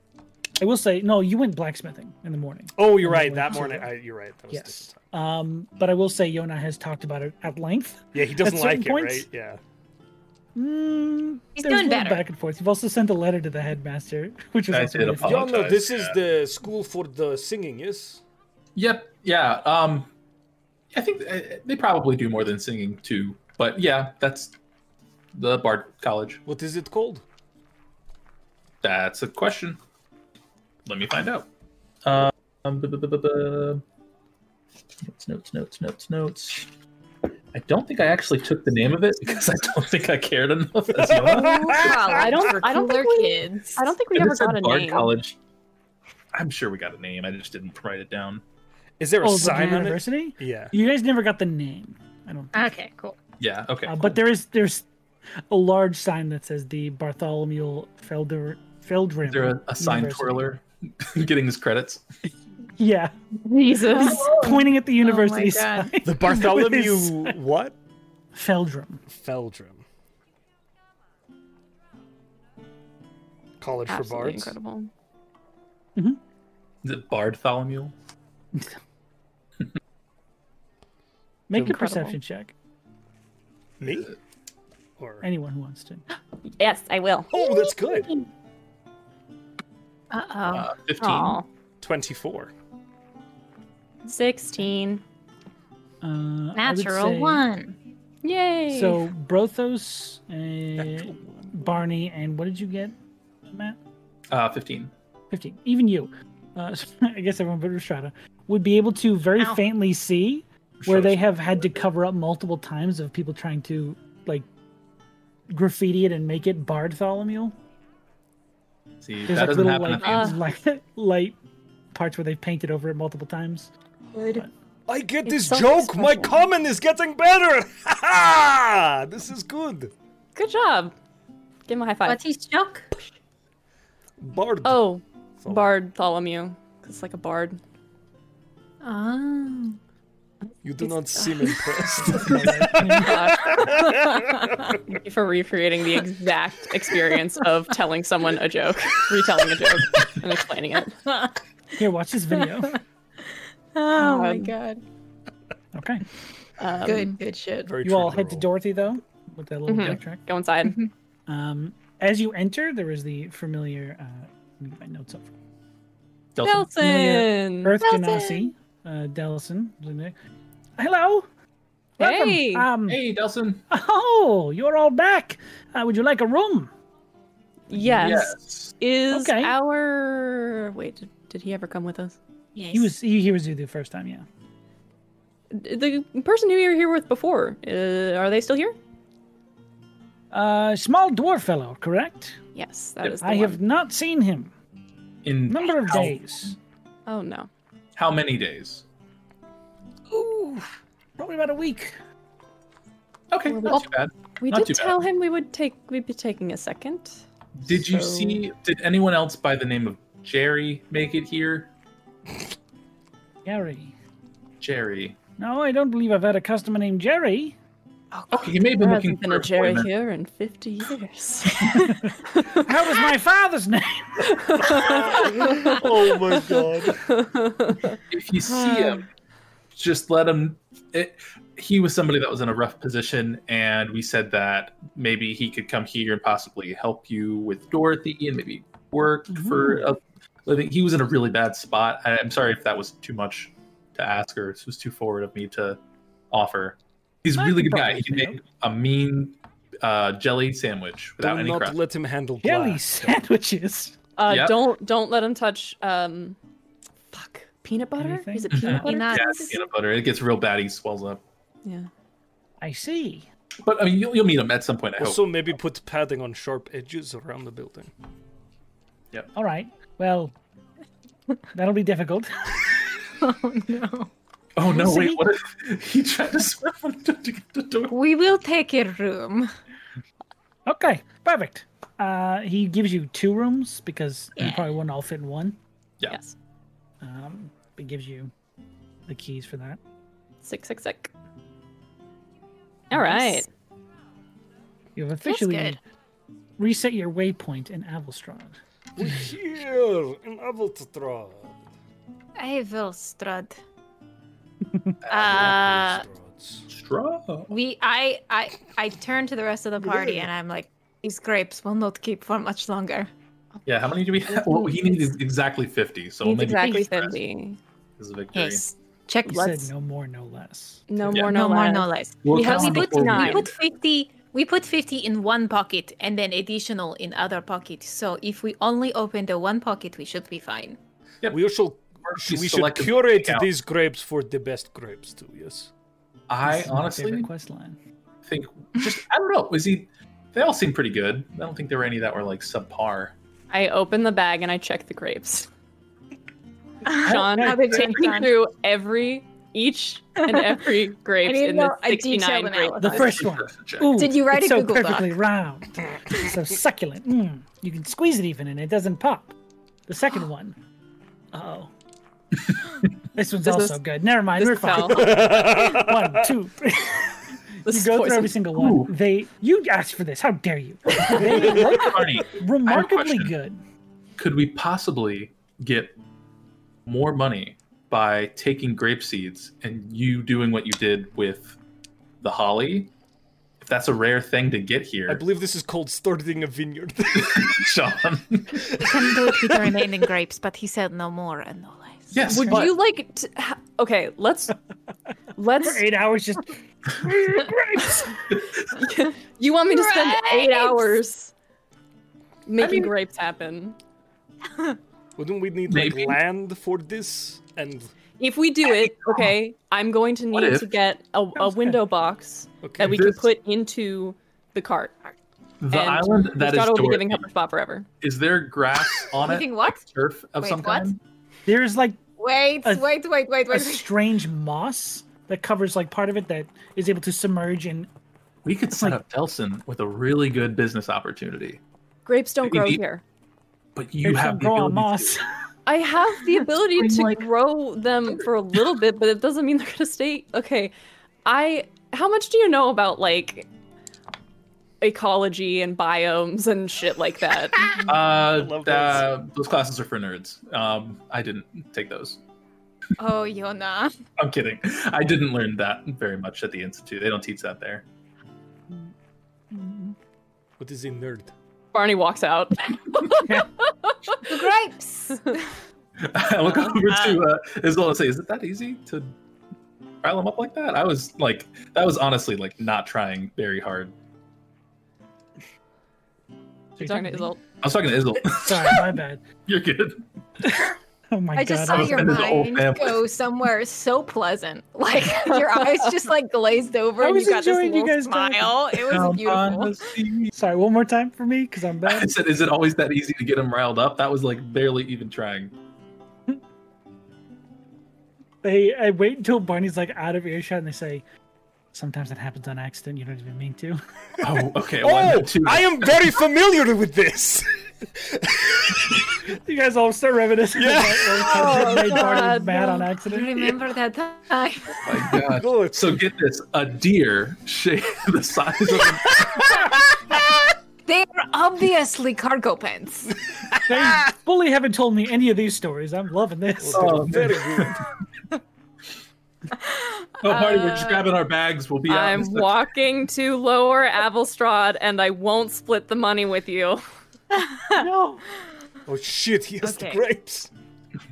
B: I will say, no, you went blacksmithing in the morning.
D: Oh, you're right.
B: went
D: That
B: to
D: morning,
B: the-
D: I, you're right. That was a
B: Yes.
D: different
B: Um, but I will say, Yona has talked about it at length.
D: time. Yeah, he doesn't
B: At
D: like
B: certain
D: it,
B: points-
D: right? Yeah.
B: Mm,
F: He's
B: there's a
F: doing
B: little
F: better.
B: Back and forth. You've also sent a letter to the headmaster, which was
A: I
B: also
A: did
B: really fun.
A: apologize.
D: Y'all know this is
A: yeah.
D: the school for the singing, yes?
A: Yep. Yeah. Um, I think uh, they probably do more than singing too. But yeah, that's the Bard College.
D: What is it called?
A: That's a question. Let me find out. Um, bu- bu- bu- bu- bu- notes, notes, notes, notes, notes. I don't think I actually took the name of it because I don't think I cared enough. As you know.
C: I don't- I don't think we-
E: kids.
C: I don't think we
A: If it
C: ever
A: said
C: got a
A: Bard
C: name.
A: College. I'm sure we got a name. I just didn't write it down.
D: Is there a
B: Oh,
D: sign
B: Virginia
D: on it?
B: University?
D: Yeah.
B: You guys never got the name. I don't.
F: Okay, cool.
A: Yeah. Okay.
B: Uh, but there is there's a large sign that says the Bartholomew Felder Feldrim.
A: Is there a, a sign
B: University.
A: twirler getting his credits?
B: Yeah,
C: Jesus.
B: pointing at the university
E: God.
B: sign.
D: The
B: With
D: Bartholomew what?
B: Feldrum.
D: Feldrum. College for
C: Absolutely
D: bards.
C: incredible.
A: Is it Bard Tholomule?
B: Make a
D: Incredible.
B: perception check.
D: Me? Or
B: Anyone who wants to.
C: Yes, I will.
D: Oh, that's good.
E: Uh
A: Uh, 15.
C: Aw.
D: 24.
C: 16.
B: Uh, I would
F: Natural
B: say-
F: one.
C: Yay.
B: So Brothos, uh,
D: Natural one.
B: Barney, and what did you get, Matt?
A: Uh, 15.
B: 15 even you uh, i guess everyone but Rashada would be able to very
F: Ow.
B: faintly see where they
A: Rashada's-
B: have had to cover up multiple times of people trying to like graffiti it and make it bartholomew
A: See,
B: there's
A: that
B: like
A: doesn't
B: little
A: happen
B: like,
C: uh,
A: at the end.
B: light, light parts where they've painted over it multiple times
D: I get
C: It's
D: this
C: so
D: joke. My
C: special.
D: comment is getting better. Ha ha! This is good.
C: good job. Give him a high five.
F: What's his joke?
D: Bard.
C: Oh,
D: Thol-
C: Bard Tholomew. It's like a bard.
E: oh. Oh.
D: You do not seem impressed.
C: Thank you for recreating the exact experience of telling someone a joke, retelling a joke, and explaining it.
B: here watch this video
E: Oh my
C: Um,
E: god.
B: okay
C: Um,
E: Good, good shit.
D: Very
B: you
D: true
B: all
D: to
B: head to
D: rule.
B: dorothy though with that little
C: Mhm.
B: backtrack
C: Go inside.
B: um, as you enter there is the familiar uh, let me get my notes up
A: Delson,
C: Nelson.
B: Earth Genasi, uh, Delson. Hello. Welcome.
C: Hey.
B: Um,
A: Hey, Delson.
B: Oh, you're all back. Uh, would you like a room?
C: Yes.
A: Yes.
C: Is
B: Okay.
C: our wait? Did, did he ever come with us?
F: Yes.
B: He was he, he was you the first time, yeah.
C: D- The person who you were here with before, uh, are they still here?
B: Uh, small dwarf fellow, correct?
C: Yes, that
A: Yep.
C: is. The
B: I
C: one.
B: have not seen him.
A: In
B: Number of
A: how,
B: days.
C: Oh no.
A: How many days?
B: Ooh, probably about a week.
A: Okay,
C: Well,
A: not too bad.
C: We
A: Not
C: did
A: too bad.
C: tell him we would take. We'd be taking a second.
A: Did you
C: So-
A: see? Did anyone else by the name of Jerry make it here?
B: Jerry.
A: Jerry.
B: No, I don't believe I've had a customer named Jerry.
A: Okay, he may have
C: There
A: been looking
C: hasn't
A: for
C: been a Jerry
A: employment.
C: here in fifty years.
B: That was my father's name.
D: oh my god.
A: If you see him, just let him. It, he was somebody that was in a rough position, and we said that maybe he could come here and possibly help you with Dorothy, and maybe work for a living. He was in a really bad spot. I, I'm sorry if that was too much to ask, or this was too forward of me to offer. He's a
B: I
A: really
B: can
A: good guy.
B: probably
A: He can
B: help.
A: make a mean uh, jelly sandwich without
D: Do
A: any
D: not
A: crust.
D: let him handle
B: Jelly
D: glass.
B: sandwiches.
C: Uh,
A: Yep.
C: Don't don't let him touch. Um, fuck. Peanut butter?
B: Anything?
C: Is it peanut butter?
E: Peanut.
A: yeah, it's peanut butter. It gets real bad. He swells up.
C: Yeah.
B: I see.
A: But I mean, you'll, you'll meet him at some point. I hope.
D: Also, maybe put padding on sharp edges around the building.
B: All right. Well, that'll be difficult.
A: Oh no!
B: See?
A: Wait, what if he tried to swim under the the door?
E: We will take your room.
B: Okay, perfect. Uh, he gives you two rooms because you probably wouldn't all fit in one.
A: Yeah.
C: Yes.
B: Um, but gives you the keys for that.
C: Sick, sick, sick. All right.
B: You've officially
E: good.
B: reset your waypoint in Avalstrad.
D: We're here in Avaltrad.
E: I will strut. uh,
A: Straw.
E: we, I, I, I turn to the rest of the party and I'm like, these grapes will not keep for much longer.
A: Yeah. How many do we have? Well, he needed exactly fifty, so
C: Needs
A: maybe
C: exactly
A: the rest
C: 50.
A: Is a victory.
E: Yes. Check.
B: You
E: Let's
B: said no more, no less.
C: No
A: Yeah.
C: more, no,
E: no more,
C: less.
E: no less.
A: We'll
E: we,
A: count
E: have, we
A: on
E: put
A: before
E: we
A: end.
E: put fifty. We put fifty in one pocket and then additional in other pocket. So if we only open the one pocket, we should be fine.
D: We shall,
A: First, you
D: we should
A: select the
D: curate
A: out.
D: these grapes for the best grapes too. Yes.
A: I
B: This is my favorite
A: honestly
B: quest line.
A: think just I don't know. Was he? They all seem pretty good. I don't think there were any that were like subpar.
C: I open the bag and I check the grapes. Sean,
E: How they doing,
C: take me
E: Sean?
C: through every, each and every grape
E: need
C: in the
E: a detailed
C: 69 grape.
B: The
E: analysis.
B: first one. Ooh,
E: Did you write
B: it's
E: a
B: so
E: Google Doc?
B: perfectly round, so succulent. Mm, you can squeeze it even, and it doesn't pop. The second one. Uh oh. This one's
C: This
B: also
C: is-
B: good. Never mind.
C: This
B: We're fine.
C: fell. This
B: One, two, three. you
C: is
B: go
C: poison.
B: through every single one.
A: Ooh.
B: They you asked for this. How dare you?
A: Arnie,
B: Remarkably
A: question.
B: good.
A: could we possibly get more money by taking grape seeds and you doing what you did with the holly? If that's a rare thing to get here,
D: I believe this is called starting a vineyard.
A: Sean.
E: We can do it with the remaining grapes, but he said no more and no less.
A: yes.
C: Would
A: but-
C: you like to, ha- okay, let's let's
B: For eight hours, just grapes.
C: You want me to spend eight
E: Grapes!
C: hours making
A: mean-
C: grapes happen?
D: Wouldn't we need like
A: Maybe.
D: land for this? And
C: If we do it, okay, I'm going to
A: What
C: need
A: if-
C: to get a, a
B: Sounds good.
C: window box
D: okay,
C: that we can
A: This-
C: put into the cart.
A: The
C: and
A: island that is
C: Scott will be
A: Dorothy,
C: giving up her spot forever.
A: is there grass on it?
E: Giving what?
A: Turf of
E: Wait,
A: some
E: what?
A: kind?
B: There's like
E: Wait,
B: A-
E: wait, wait, wait, wait.
B: a
E: wait.
B: strange moss that covers like part of it that is able to submerge and
A: We could set
B: like-
A: up Delson with a really good business opportunity.
C: Grapes don't
A: Maybe
C: grow
A: the-
C: here.
A: But you
B: grapes
A: have
B: don't
A: the
B: grow on
A: ability
B: moss.
A: to-
C: I have the ability
A: I'm
C: to
A: like-
C: grow them for a little bit, but it doesn't mean they're gonna stay. Okay, I. How much do you know about like ecology and biomes and shit like that?
A: Uh,
D: love
A: uh, those classes are for nerds. Um, I didn't take those.
E: Oh, Yona.
A: I'm kidding. I didn't learn that very much at the institute. They don't teach that there.
D: what is a nerd?
C: Barney walks out.
E: The grapes.
B: Oh
A: I look over to uh, Isabel and say, "Is it that easy to pile them up like that?" I was like, that was honestly like not trying very hard.
B: You're
C: Talking to Isolde.
A: I was talking to Isle.
B: Sorry, my bad.
A: You're good.
B: Oh my
H: I
B: god.
H: just saw
A: I
H: your
A: was in his old
H: mind
A: family.
H: go somewhere so pleasant. Like your eyes just like glazed over
B: I
H: and
B: was
H: you got this
B: enjoying
H: little
B: you guys talking.
H: smile. It was
B: Come
H: beautiful.
B: on, see. Sorry, one more time for me because I'm
A: I
B: bad.
A: said, "Is it always that easy to get him riled up?" That was like barely even trying.
B: They, I wait until Barney's like out of earshot and they say, "Sometimes that happens on accident. You don't even mean to."
A: Oh, okay. well, I know
D: Oh,
A: two.
D: I am very familiar with this.
B: you guys all start reminiscing.
D: Yeah.
B: about all the times that made Barney
H: God,
B: mad on
E: I
B: accident.
E: Oh, remember that time.
A: My God.
D: Oh, it's-
A: So get this: a deer shaped the size of a
H: They are obviously cargo pants.
B: They fully haven't told me any of these stories. I'm loving this.
A: Oh,
D: very good.
A: Oh, party! We're just grabbing our bags. We'll be out. in
C: I'm
A: a sec-
C: walking to lower Avelstrad and I won't split the money with you.
B: no.
D: Oh shit, he has the
C: Okay.
D: grapes.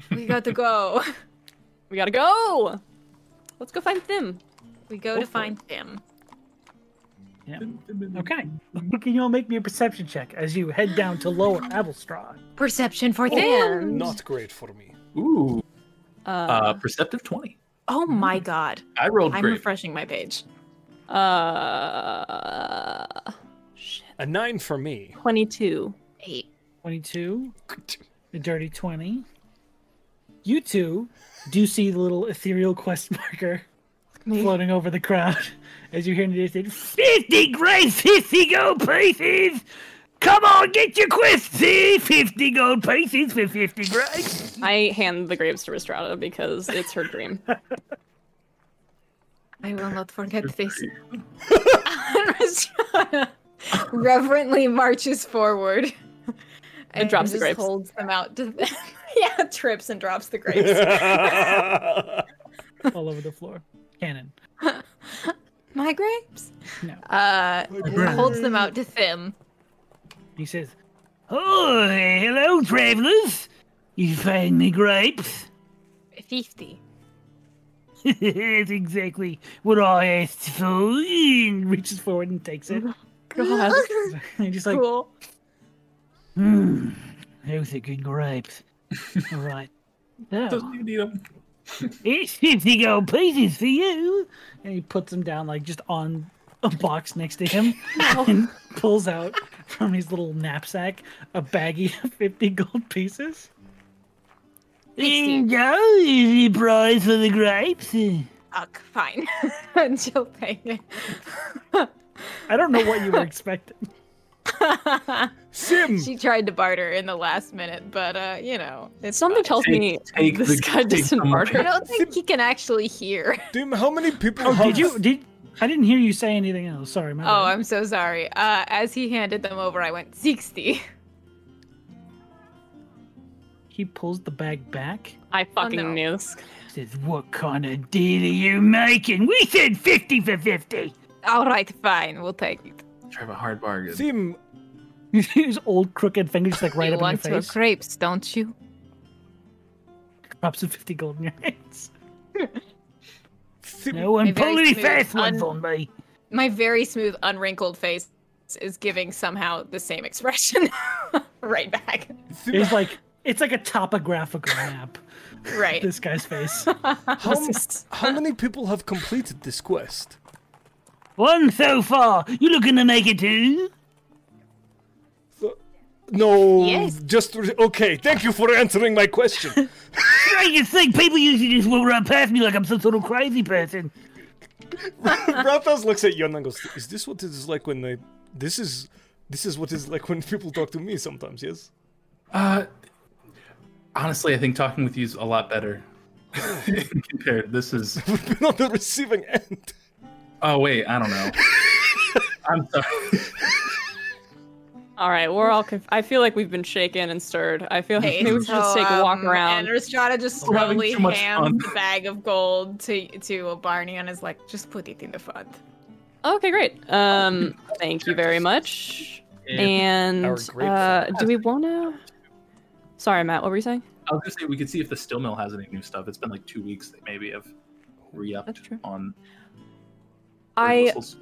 H: We got to go.
C: We gotta go! Let's go find Thim.
E: We go to find him.
B: Okay. Can you all make me a perception check as you head down to Lower Abelstrad?
E: Perception
B: Oh,
E: for
C: Damn.
E: them.
D: Not great for me.
A: Ooh, uh,
C: Uh,
A: perceptive twenty.
E: Oh my god.
A: I rolled
E: I'm
A: great.
E: refreshing my page.
C: uh,
D: A nine for me.
C: 22.
E: Eight.
B: 22, the dirty 20. You two do see the little ethereal quest marker floating over the crowd as you hear in the distance 50 grapes, 50 gold pieces! Come on, get your quest! See, 50 gold pieces for 50 grapes!
C: I hand the grapes to Ristrada because it's her dream.
E: I will not forget this.
H: Reverently marches forward. And
C: drops the
H: just
C: grapes.
H: holds them out to them. yeah, trips and drops the grapes.
B: All over the floor. Cannon.
H: My grapes?
B: No.
H: Uh, holds them out to Thim.
B: He says, Oh, hello, travelers! You find me grapes?
E: 50.
B: That's exactly what I asked for. And reaches forward and takes it.
C: God.
B: And just like,
H: Cool.
B: hmm, those are good grapes. All right.
A: Doesn't
B: So,
A: even need 'em.
B: it's 50 gold pieces for you. And he puts them down, like, just on a box next to him and pulls out from his little knapsack a baggie of 50 gold pieces. There you go. Easy prize for the grapes.
H: Ugh, Ah, fine. and she'll pay it.
B: I don't know what you were expecting.
D: Sim!
H: She tried to barter in the last minute, but uh, you know, it's
C: Something tells
A: Take-
C: me
A: take
C: this
A: the-
C: guy
A: take the
C: doesn't
A: money.
H: I
C: barter.
H: don't think he can actually hear.
D: Dim, how many people
B: Oh,
D: have...
B: did you did? I didn't hear you say anything else. Sorry, my
H: Oh,
B: bad.
H: I'm so sorry. Uh, as he handed them over, I went sixty.
B: He pulls the bag back.
C: I fucking
H: Oh, no.
C: knew this.
B: Says, "What kind of deal are you making? We said fifty for fifty.
H: All right, fine, we'll take it.
A: Drive a hard bargain.
D: Sim,
B: His old crooked fingers like right
E: you
B: up in your
E: want your
B: face.
E: grapes, don't you?
B: Drops of fifty gold in your hands.
D: Sim,
B: No
H: very
B: one pull any
H: smooth,
B: fast ones
H: un-
B: on me.
H: My very smooth, unwrinkled face is giving somehow the same expression. right back.
D: Sim,
B: It's like it's like a topographical map.
H: Right.
B: This guy's face.
D: how, m- how many people have completed this quest?
B: One so far. You looking to make it two?
D: No,
H: Yes.
D: just... re- Okay, thank you for answering my question.
B: Strangest thing. People usually just walk right past me like I'm some sort of crazy person.
D: Rathas looks at Yon and goes, is this what it is like when they... This is... This is what it's like when people talk to me sometimes, yes?
A: Uh, honestly, I think talking with you is a lot better compared. This is.
D: We've been on the receiving end.
A: Oh wait, I don't know. I'm sorry.
C: All right, we're all. Conf- I feel like we've been shaken and stirred. I feel like
H: Okay,
C: maybe we should just
H: so,
C: take a walk
H: um,
C: around.
H: And Restrada just
A: We're having
H: slowly
A: too much
H: hands
A: fun.
H: the bag of gold to to Barney and is like, just put it in the front.
C: okay, great. Um, thank you very much. And
D: Our grapefruit.
C: uh, do we want to? Sorry, Matt. What were you saying?
A: I was gonna say we could see if the still mill has any new stuff. It's been like two weeks. They maybe have
C: That's
A: re-upped
C: true.
A: on.
C: I
A: rehearsals.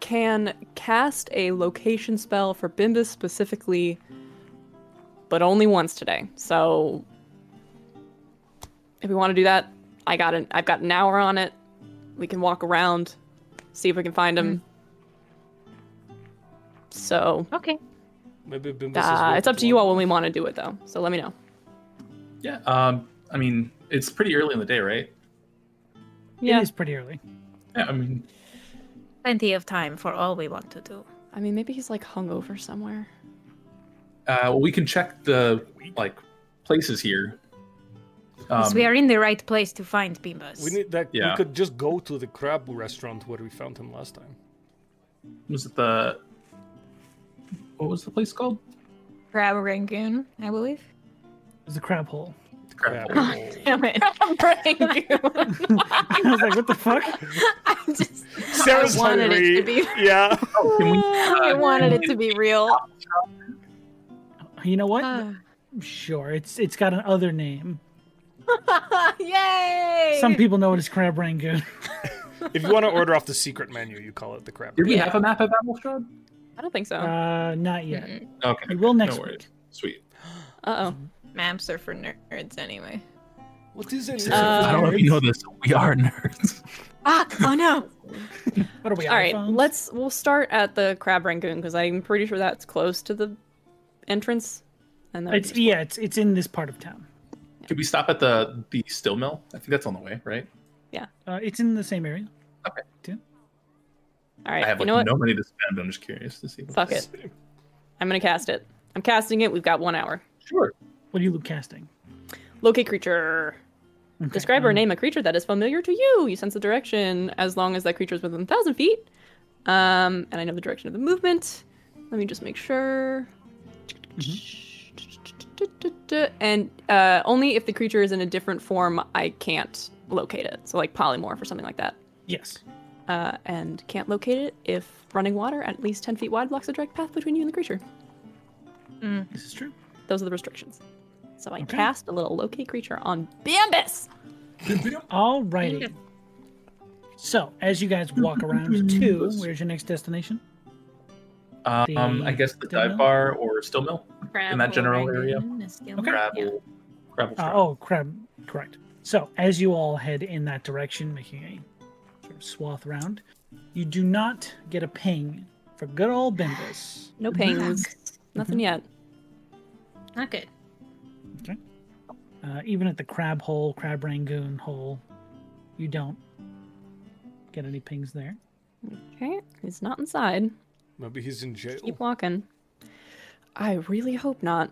C: can cast a location spell for Bimbus specifically but only once today. So if we want to do that, I got an I've got an hour on it. We can walk around, see if we can find him. Mm-hmm. So
F: Okay.
D: Maybe Bimbus is
C: uh,
D: worth
C: it's up to
D: one.
C: you all when we want to do it though. So let me know.
A: Yeah. Um, I mean, it's pretty early in the day, right?
C: Yeah.
B: It is pretty early.
A: Yeah. I mean,
E: Plenty of time for all we want to do.
C: I mean, maybe he's like hungover somewhere.
A: uh, well, we can check the like places here. Um,
E: 'Cause we are in the right place to find Bimbus.
D: We need that.
A: Yeah.
D: We could just go to the crab restaurant where we found him last time.
A: was it the what was the place called?
H: Crab Rangoon, I believe.
B: It's the crab hole.
A: Crab.
D: Crab hole.
H: Damn it. Crab Rangoon.
B: I was like, what the fuck?
H: I'm just,
D: Sarah's
H: I wanted
D: hungry.
H: it to be.
D: Yeah.
A: Oh, can we,
H: I
A: uh,
H: wanted
A: can
H: it to be real.
B: You know what?
C: Uh.
H: Ah.
B: Sure, it's it's got another name.
H: Yay!
B: Some people know it as crab rangoon.
D: If you want to order off the secret menu, you call it the crab.
A: Did we
H: Yeah.
A: have a map of Amelstrad?
C: I don't think so. Uh
B: Uh, not yet.
A: Okay.
B: We will next
A: no worries.
B: week.
A: Sweet.
C: oh.
H: Maps are for nerds anyway.
D: What is it?
C: Uh,
A: I don't know if you know this. but We are nerds.
C: Ah,
H: Fuck! Oh no!
B: What are we?
C: All right,
B: iPhones?
C: let's we'll start at the crab rangoon because I'm pretty sure that's close to the entrance. And then
B: It's yeah. It's it's in this part of town.
A: Could we stop at the the still mill? I think that's on the way, right?
B: Uh, it's in the same area.
C: all
A: I
C: right,
A: have like
C: you know what?
A: no money to spend. I'm just curious to see. what-
C: Fuck it. I'm gonna cast it. I'm casting it. We've got one hour.
A: Sure.
B: What are you casting?
C: Locate creature.
B: Okay,
C: Describe or
B: um,
C: name a creature that is familiar to you. You sense the direction as long as that creature is within a thousand feet. Um, and I know the direction of the movement. Let me just make sure.
B: Mm-hmm.
C: And uh, only if the creature is in a different form, I can't locate it. So like polymorph or something like that.
B: Yes.
C: Uh, and can't locate it if running water at least ten feet wide blocks a direct path between you and the creature.
H: Mm.
B: This is true.
C: Those are the restrictions. So I
B: Okay.
C: cast a little locate creature on Bambus.
B: Alrighty. So, as you guys walk around to, where's your next destination?
A: Um, I guess the
B: Still
A: dive
B: mill?
A: bar or still mill.
E: Crab
A: that general
E: hole
A: area?
E: Rangoon is still-
B: Okay.
E: Yeah.
A: Gravel. Gravel.
B: Uh,
A: strip.
B: oh, crab. Correct. So, as you all head in that direction, making a sort of swath around, you do not get a ping for good old Bendis.
C: No pings. Nothing yet.
E: Not good.
B: Uh, even at the crab hole, crab rangoon hole, you don't get any pings there.
C: Okay, he's not inside.
D: Maybe he's in jail.
C: Keep walking. I really hope not.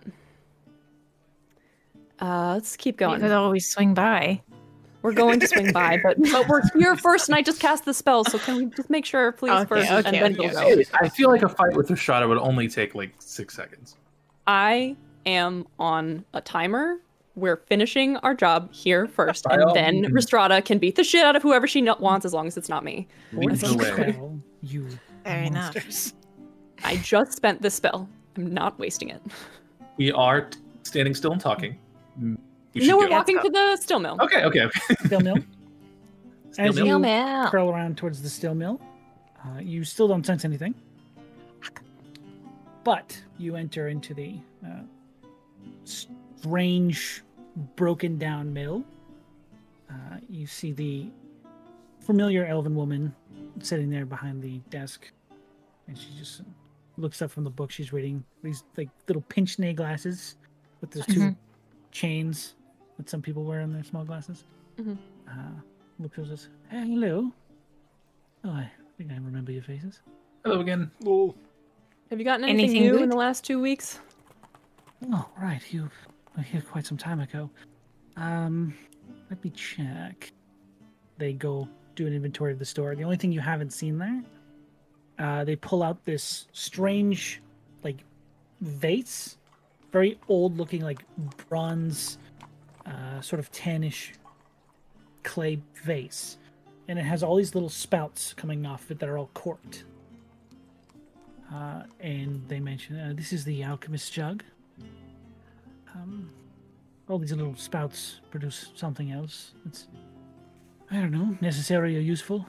C: Uh, let's keep
E: We could
C: going.
E: always swing by.
C: We're going to swing by, but but we're here first, and I just cast the spell, so can we just make sure, please,
H: Okay,
C: first,
H: okay,
C: and then
H: okay,
C: we'll
H: okay.
C: go.
A: Hey, I feel like a fight with Rashada would only take like six seconds.
C: I am on a timer. We're finishing our job here first,
A: By all
C: and then
A: means.
C: Restrada can beat the shit out of whoever she no- wants, as long as it's not me.
A: Lead the way.
B: Well, you
E: Fair enough.
B: monsters.
C: I just spent this spell. I'm not wasting it.
A: We are t- standing still and talking. Mm, We should
C: no, we're
A: go.
C: walking to the still mill.
A: Okay, okay, okay.
B: Still mill. as
A: mill?
B: you curl around towards the still mill, uh, you still don't sense anything. But you enter into the uh, strange, broken down mill. Uh, you see the familiar elven woman sitting there behind the desk, and she just looks up from the book she's reading. These like little pinch nez glasses with those 2 chains that some people wear in their small glasses.
C: Mhm.
B: Uh, looks at us. Hey, hello. Oh, I think I remember your faces.
A: Hello again.
D: Oh,
C: Have you gotten anything,
E: Anything
C: new in
E: good?
C: the last two weeks?
B: Oh, right. You were here quite some time ago. Um, let me check. They go do an inventory of the store. The only thing you haven't seen there, uh, they pull out this strange, like, vase, very old-looking, like bronze, uh, sort of tannish clay vase, and it has all these little spouts coming off it that are all corked. Uh, and they mention uh, this is the alchemist jug. Um, all these little spouts produce something else. It's, I don't know, necessary or useful.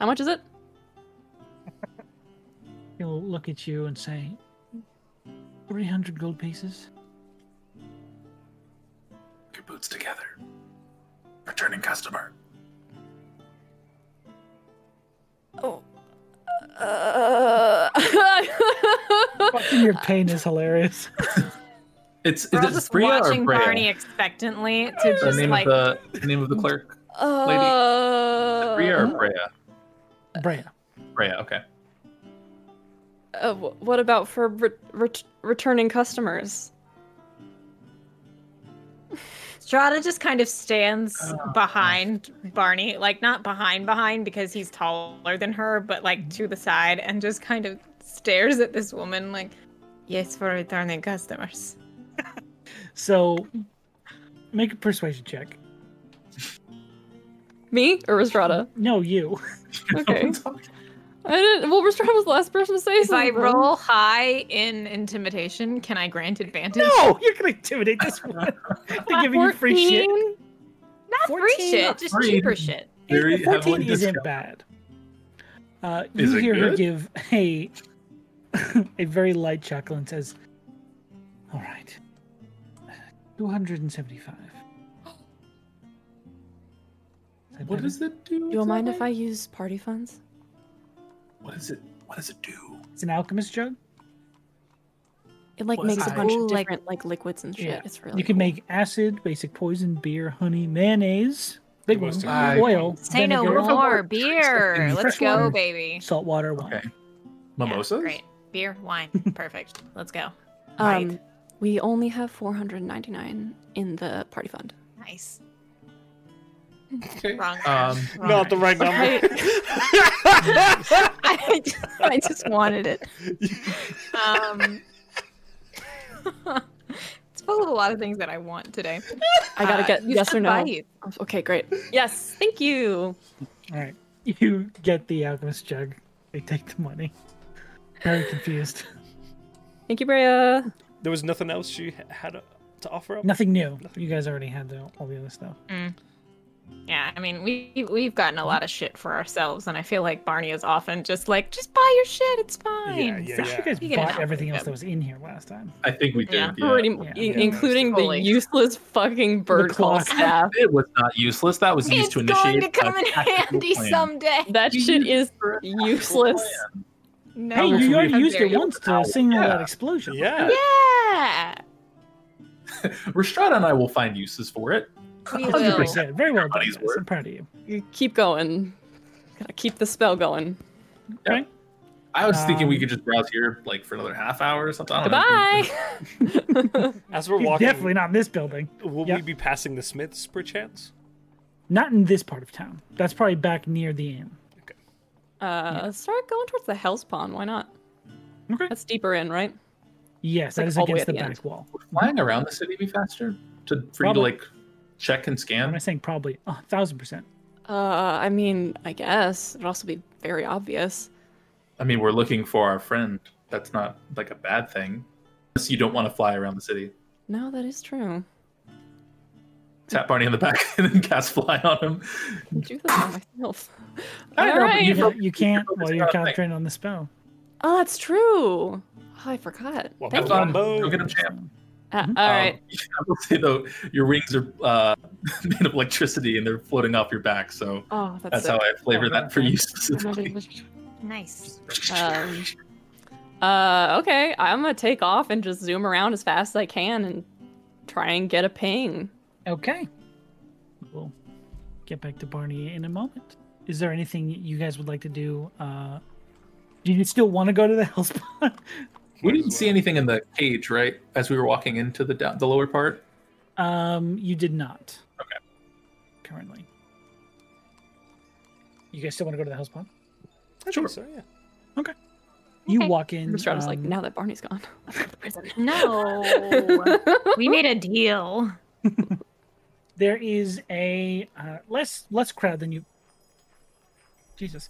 C: How much is it?
B: He'll look at you and say, 300 gold pieces.
A: Your boots together. Returning customer.
H: Uh,
B: Watching your pain is hilarious.
A: It's
H: we're all
A: is it
H: just
A: Bria or
H: watching
A: Bria?
H: Barney expectantly to
A: the
H: just
A: name
H: like.
A: of the, the name of the clerk.
H: uh,
A: Bria or Brea?
B: Brea.
A: Brea. Okay.
C: Uh, wh- what about for re- ret- returning customers?
H: Strata just kind of stands
A: Oh,
H: behind Barney, like not behind behind because he's taller than her, but
A: Mm-hmm.
H: like to the side and just kind of stares at this woman like, "Yes, for returning customers."
B: So make a persuasion check.
C: Me or Restrada?
B: No, you.
C: Okay. I didn't. Well, Restrada was the last person to say
H: If I
C: something.
H: roll high in intimidation, can I grant advantage?
B: No, you're gonna intimidate this one. They're giving you free shit.
C: 14?
H: not free
B: 14.
H: shit, just
A: Free.
H: cheaper shit.
A: Very
B: Even 14
A: heavily
B: isn't
A: discounted.
B: bad. Uh,
A: Is
B: you
A: it
B: hear her
A: good?
B: give a a very light chuckle and says, "All right, two hundred and seventy-five.
A: What does it do?
C: You'll mind if
A: exactly?
C: I use party funds?
A: What is it? What does it do?
B: It's an alchemist jug.
C: It like
A: What is
C: makes a
A: it?
C: bunch
F: Ooh,
C: of
F: like-
C: different like liquids and shit.
B: Yeah.
C: It's really.
B: you can
C: cool.
B: make acid, basic poison, beer, honey, mayonnaise, big
D: You
B: one,
D: must
G: have-
B: oil,
F: Say no
B: vinegar,
F: more. Beer. Let's
B: fresh
F: go,
B: water.
F: baby.
B: salt water, wine.
A: Okay.
F: Yeah,
A: Mimosas?
F: great. Beer, wine. Perfect. Let's go.
C: Um,
F: Right.
C: we only have 499 in the party fund.
F: Nice.
A: Okay.
F: Wrong.
A: Um,
F: Wrong
D: Not the right number.
H: I just, I just wanted it. Um, it's full of a lot of things that I want today.
C: I gotta
H: Uh,
C: get
H: use
C: yes
H: the
C: or no.
H: bite.
C: Okay, great. Yes, thank you.
B: All right, you get the alchemist jug. They take the money. Very confused.
C: Thank you, Brea.
D: There was nothing else she h- had uh, to offer up.
B: Nothing new. You guys already had the, all the other stuff.
H: Yeah, I mean, we we've gotten a lot of shit for ourselves, and I feel like Barney is often just like, just buy your shit, it's
D: Yeah,
H: fine.
D: yeah,
B: I think
D: yeah.
B: you
H: You get
B: guys
H: an
B: bought
H: outfit,
B: everything else
H: yeah.
B: that was in here last time.
A: I think we did.
H: Yeah.
A: yeah.
C: Already,
B: Yeah.
C: in-
D: Yeah.
C: including
H: Fully.
C: the useless fucking bird
B: The
C: call
B: clock.
C: staff.
A: It was not useless. That was used
H: It's
A: to
H: going
A: initiate.
H: to come
A: a
H: in
A: tactical
H: handy
A: plan.
H: someday.
C: That shit is
A: For a tactical
C: useless.
A: plan.
H: No,
B: Hey,
D: much
B: you already
D: we-
B: used
H: Very
B: it once
A: Ow,
B: to signal
A: yeah.
B: that explosion.
D: Yeah.
H: Yeah,
A: Restrada and I will find uses for it.
H: we
B: Hundred
H: will.
B: percent. Very well done.
A: Everybody's
B: guys. I'm proud of you.
C: You keep going. Gotta keep the spell going.
A: I was thinking we
B: Um,
A: could just browse here like for another half hour or something. I don't know.
C: Goodbye.
D: As we're
B: You're
D: walking,
B: definitely not in this building.
D: will
B: yeah.
D: we be passing the Smiths perchance?
B: Not in this part of town. That's probably back near the inn.
C: Uh, start going towards the hell's pond. Why not?
B: Okay.
C: That's deeper in, right?
B: Yes, that
C: like
B: is
C: all the
B: against
C: way at
B: the
C: the
B: back
C: end.
B: wall.
A: Would Flying around the city be faster to for you to
B: Probably.
A: like check and
B: Am I
A: scan.
B: saying probably? Oh, a thousand percent.
C: Uh, I mean, I guess it'd also be very obvious.
A: I mean, we're looking for our friend. That's not like a bad thing, unless you don't want to fly around the city.
C: No, that is true.
A: Tap Barney in the back and then cast fly on him.
C: I do this on myself. Um,
A: I
C: All
A: know, but
C: right.
B: You,
A: Hey.
B: don't- you can't
A: Focus
B: while
A: on
B: you're
A: the thing.
B: concentrating on the spell.
C: Oh, that's true. Oh, I forgot.
D: Well,
C: Thank
A: Have
C: you.
D: that's what-
A: fun. Go get him, champ.
C: Uh,
B: Mhm.
C: all
A: Um,
C: right.
A: I will say though, your wings are uh, made of electricity and they're floating off your back, so
C: Oh, that's,
A: that's
C: it.
A: how I flavor
B: Oh,
A: that for
B: okay.
A: you
C: I'm not
B: um,
A: specifically.
C: English.
F: Nice.
C: Um, uh, okay, I'm gonna take off and just zoom around as fast as I can and try and get a ping.
B: Okay. We'll get back to Barney in a moment. Is there anything you guys would like to do? Uh, do you still want to go to the hell spot?
A: We didn't see anything in the cage, right? As we were walking into the down, the lower part.
B: um, you did not. Okay. Currently. You guys still want to go to the hell spot?
D: I think
A: Sure.
D: So yeah.
B: You
H: Okay.
B: walk in.
C: Mr. was like,
B: um,
C: now that Barney's gone, let's go to prison.
F: No.
C: Oh.
F: we made a deal.
B: there is a uh, less less crowd than you jesus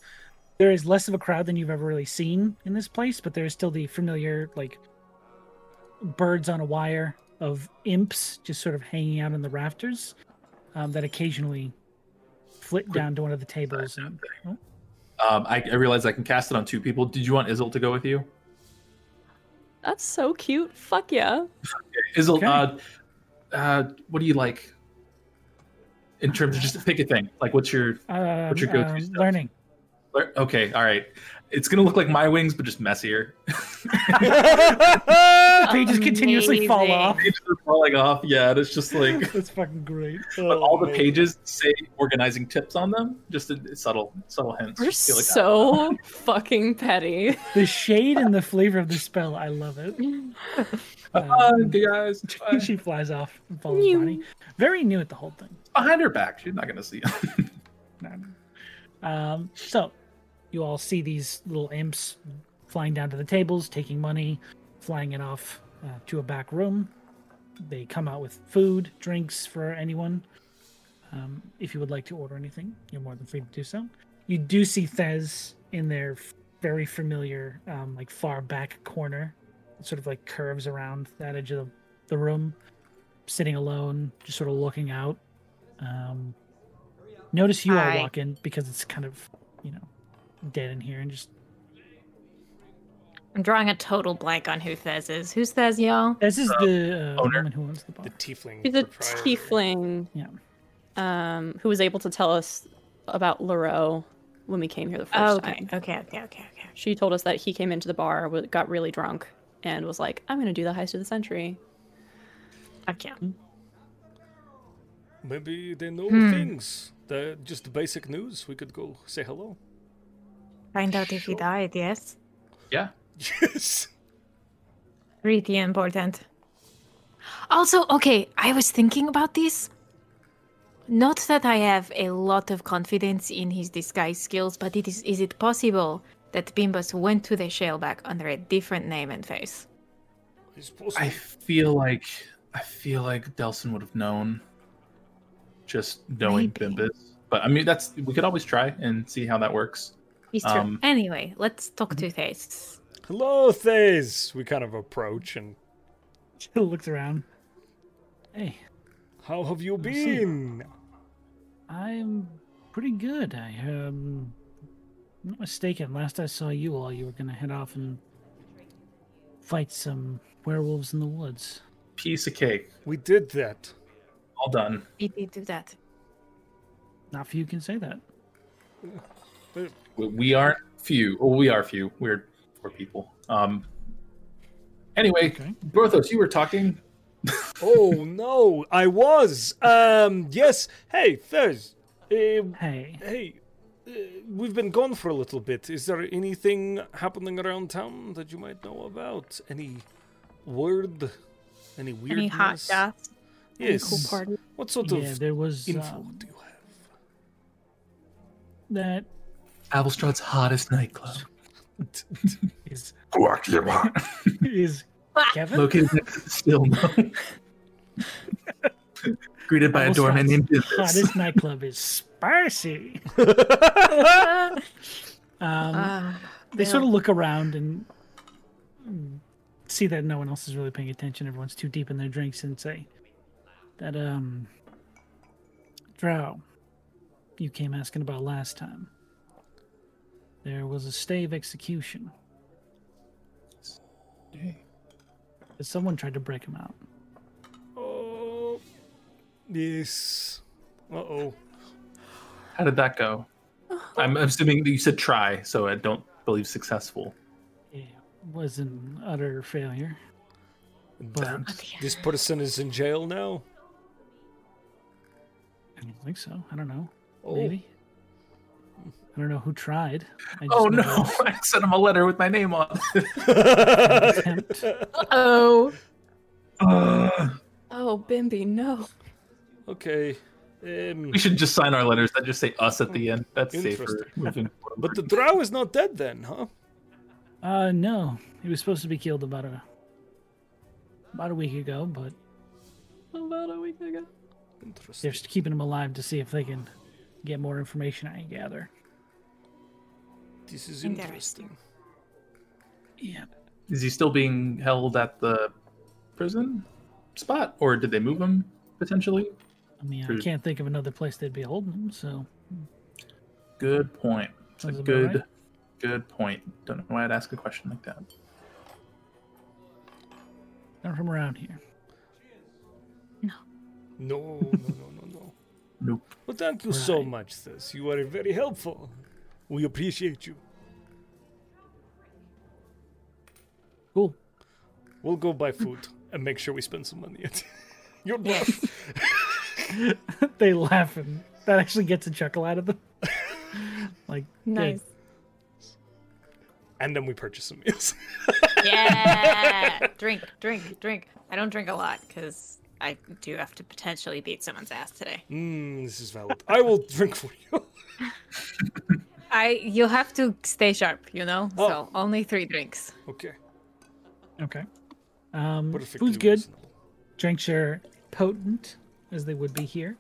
B: there is less of a crowd than you've ever really seen in this place but there is still the familiar like birds on a wire of imps just sort of hanging out in the rafters um, that occasionally flit down to one of the tables and
A: Um, I, I realize I can cast it on two people. Did you want Isil to go with you?
C: That's so cute. Fuck yeah.
A: Is
B: Okay.
A: uh, uh, what do you like in terms of just pick a thing? Like, what's your
B: Um,
A: What's your go-to
B: um,
A: stuff?
B: learning.
A: okay? All right, it's gonna look like my wings, but just messier.
B: The pages continuously fall off.
A: Pages are falling off. Yeah, and it's just like
B: That's fucking great.
A: but all the pages say organizing tips on them. Just a, subtle, subtle hints.
C: We're
A: Just feel like,
C: so fucking petty.
B: The shade and the flavor of the spell, I love it.
A: "Ah,
B: Um,
A: you guys, bye."
B: she flies off and follows Bonnie. Very new at the whole thing.
A: behind her back. She's not gonna see.
B: Um, so you all see these little imps flying down to the tables, taking money, flying it off uh, to a back room. They come out with food, drinks for anyone. Um, if you would like to order anything, you're more than free to do so. You do see Thez in their f- very familiar, um, like far back corner, It sort of like curves around that edge of the, the room, sitting alone, just sort of looking out. Um, notice you all
E: Hi.
B: walk in because it's kind of, you know, dead in here and just
E: I'm drawing a total blank on who Thez is. Who's Thez, y'all?
B: This is the uh,
A: owner?
B: woman who owns the bar.
D: The tiefling.
C: He's a
D: proprietor.
C: tiefling
B: Yeah.
C: um, who was able to tell us about Laro when we came here the first
E: Oh,
C: time.
E: okay. Okay, okay, okay, okay.
C: She told us that he came into the bar, wa- got really drunk, and was like, I'm going to do the heist of the century.
E: Fuck yeah.
D: Maybe they know
E: Hmm.
D: things. The just the basic news. We could go say hello.
E: Find out if he died, yes?
A: yeah,
D: Yes.
E: Really important. Also, okay, I was thinking about this. Not that I have a lot of confidence in his disguise skills, but it is is it possible that Bimbus went to the shaleback under a different name and face?
D: It's possible.
A: I feel like I feel like Delson would have known, just knowing
E: Maybe.
A: Bimbus. But I mean, that's we could always try and see how that works.
E: He's true.
A: Um,
E: anyway, let's talk to Thace.
D: hello, Thays. We kind of approach and
B: She looks around. Hey,
D: how have you
B: see.
D: been?
B: I'm pretty good. I um, I'm not mistaken. Last I saw you all, you were gonna head off and fight some werewolves in the woods.
A: Piece of cake,
D: We did that.
A: all done.
E: He did do that.
B: Not few can say that.
D: Uh,
A: We- We aren't few. Well, we are few. We're four people. Um. Anyway,
B: Okay.
A: Brothos, you were talking.
D: Oh no, I was. Um, yes. Hey, Thays. Uh,
B: Hey,
D: hey, uh, we've been gone for a little bit. Is there anything happening around town that you might know about? Any word? Any weirdness?
E: Any hot dust?
D: Yes.
C: Cool party.
D: What sort
B: yeah,
D: of
B: there was
D: info
B: um,
D: do you have?
B: that
A: Avalstrod's hottest nightclub.
B: is
A: Located
B: is Kevin.
A: next to the still no. Greeted by a
B: Avalstrod's
A: doorman named Bimbus.
B: Hottest nightclub is spicy. um,
E: Ah,
B: they sort of look around and hmm, see that no one else is really paying attention. Everyone's too deep in their drinks and say that um Drow you came asking about last time. There was a stay of execution. But Someone tried to break him out.
D: Oh, yes. Uh oh.
A: How did that go? I'm assuming that you said try, so I don't believe successful.
B: It was an utter failure. But
D: This person is in jail now.
B: I don't think so. I don't know.
D: Oh,
B: Maybe. I don't know who tried. I just
A: Oh
B: know
A: no!
B: that it
A: I sent him a letter with my name on. it.
B: was an attempt.
C: Oh.
A: Uh,
C: Oh, Bimbi, no.
D: okay. Um,
A: we should just sign our letters that just say us at the end. That's safer.
D: Interesting.
A: Moving forward.
D: but the drow is not dead then, huh?
B: Uh, no. He was supposed to be killed about a about a week ago, but
C: About a week ago.
B: they're
D: Interesting.
B: just keeping him alive to see if they can get more information. I gather.
D: This is
E: Interesting.
D: interesting.
B: Yeah.
A: Is he still being held at the prison spot, or did they move him potentially?
B: I mean, I
A: Good.
B: can't think of another place they'd be holding him. So
A: Good point. It's a
B: Sounds about
A: good,
B: right.
A: good point. Don't know why I'd ask a question like that.
B: They're from around here.
D: No, no, no, no, no.
A: Nope.
D: Well, thank you so much, sis. You are very helpful. We appreciate you.
B: Cool.
D: We'll go buy food and make sure we spend some money. At your bluff.
B: they laugh, and that actually gets a chuckle out of them. like, good.
H: Nice.
D: and then we purchase some meals.
E: Yeah. drink, drink, drink. I don't drink a lot because I do have to potentially beat someone's ass today.
D: Mmm, this is valid. I will drink for you.
E: I you'll have to stay sharp, you know.
D: Oh.
E: So only three drinks.
D: Okay.
B: Okay. Um,
D: Perfectly
B: food's good.
D: reasonable.
B: Drinks are potent, as they would be here,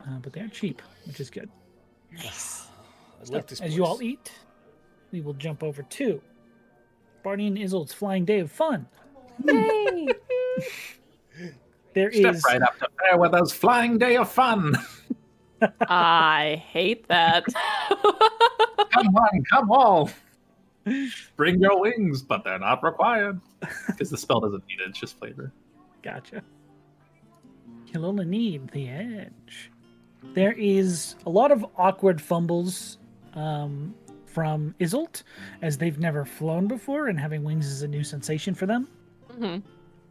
B: uh, but they are cheap, which is good.
D: I like this
B: as you all
D: place.
B: eat, we will jump over to Barney and Isolde's Flying Day of Fun. There is
A: Step right up to there with us flying day of fun.
C: I hate that.
A: Come on, come all. Bring your wings, but they're not required. Because the spell doesn't need it, it's just flavor.
B: Gotcha. You'll only need the edge. There is a lot of awkward fumbles um, from Isolt, as they've never flown before, and having wings is a new sensation for them.
C: Mhm.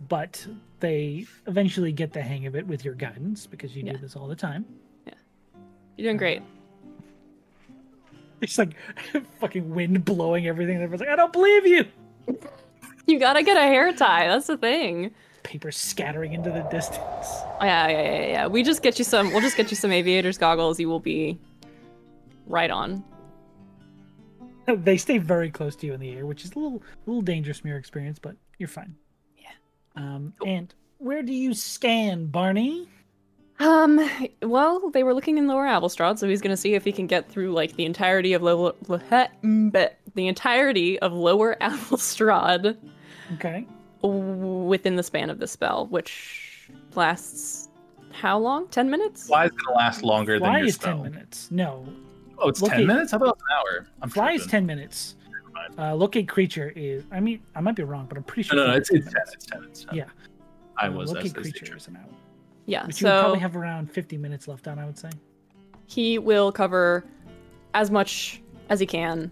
B: But they eventually get the hang of it with your guidance, because you
C: Yeah.
B: do this all the time.
C: You're doing great.
B: It's like fucking wind blowing everything. and Everyone's like, I don't believe you.
C: You gotta get a hair tie. That's the thing. Oh,
B: Paper scattering into the distance.
C: Yeah, yeah, yeah, yeah. We just get you some. We'll just get you some aviators goggles. You will be right on.
B: they stay very close to you in the air, which is a little little dangerous from your experience, but you're fine. Yeah. Um, and where do you stand, Barney?
C: Um. Well, they were looking in Lower Abelstrod, so he's gonna see if he can get through like the entirety of level mm, the entirety of Lower Abelstrod
B: Okay.
C: within the span of the spell, which lasts how long? Ten minutes?
A: Fly is gonna last longer than
B: Fly
A: your
B: is
A: spell.
B: ten minutes. No,
A: Oh, it's
B: Look
A: ten
B: at-
A: minutes? How about an hour? I'm
B: fly is
A: tripping.
B: ten minutes. Uh, locate creature is. I mean, I might be wrong, but I'm pretty sure.
A: No, no,
B: fly
A: it's,
B: is
A: it's ten. It's ten. It's ten.
B: Yeah.
A: I
B: Uh,
A: was
B: locate
A: absolutely
B: creature
A: sure.
B: is an hour,
C: Yeah.
B: but you would
C: so
B: probably have around fifty minutes left on. I would say.
C: he will cover as much as he can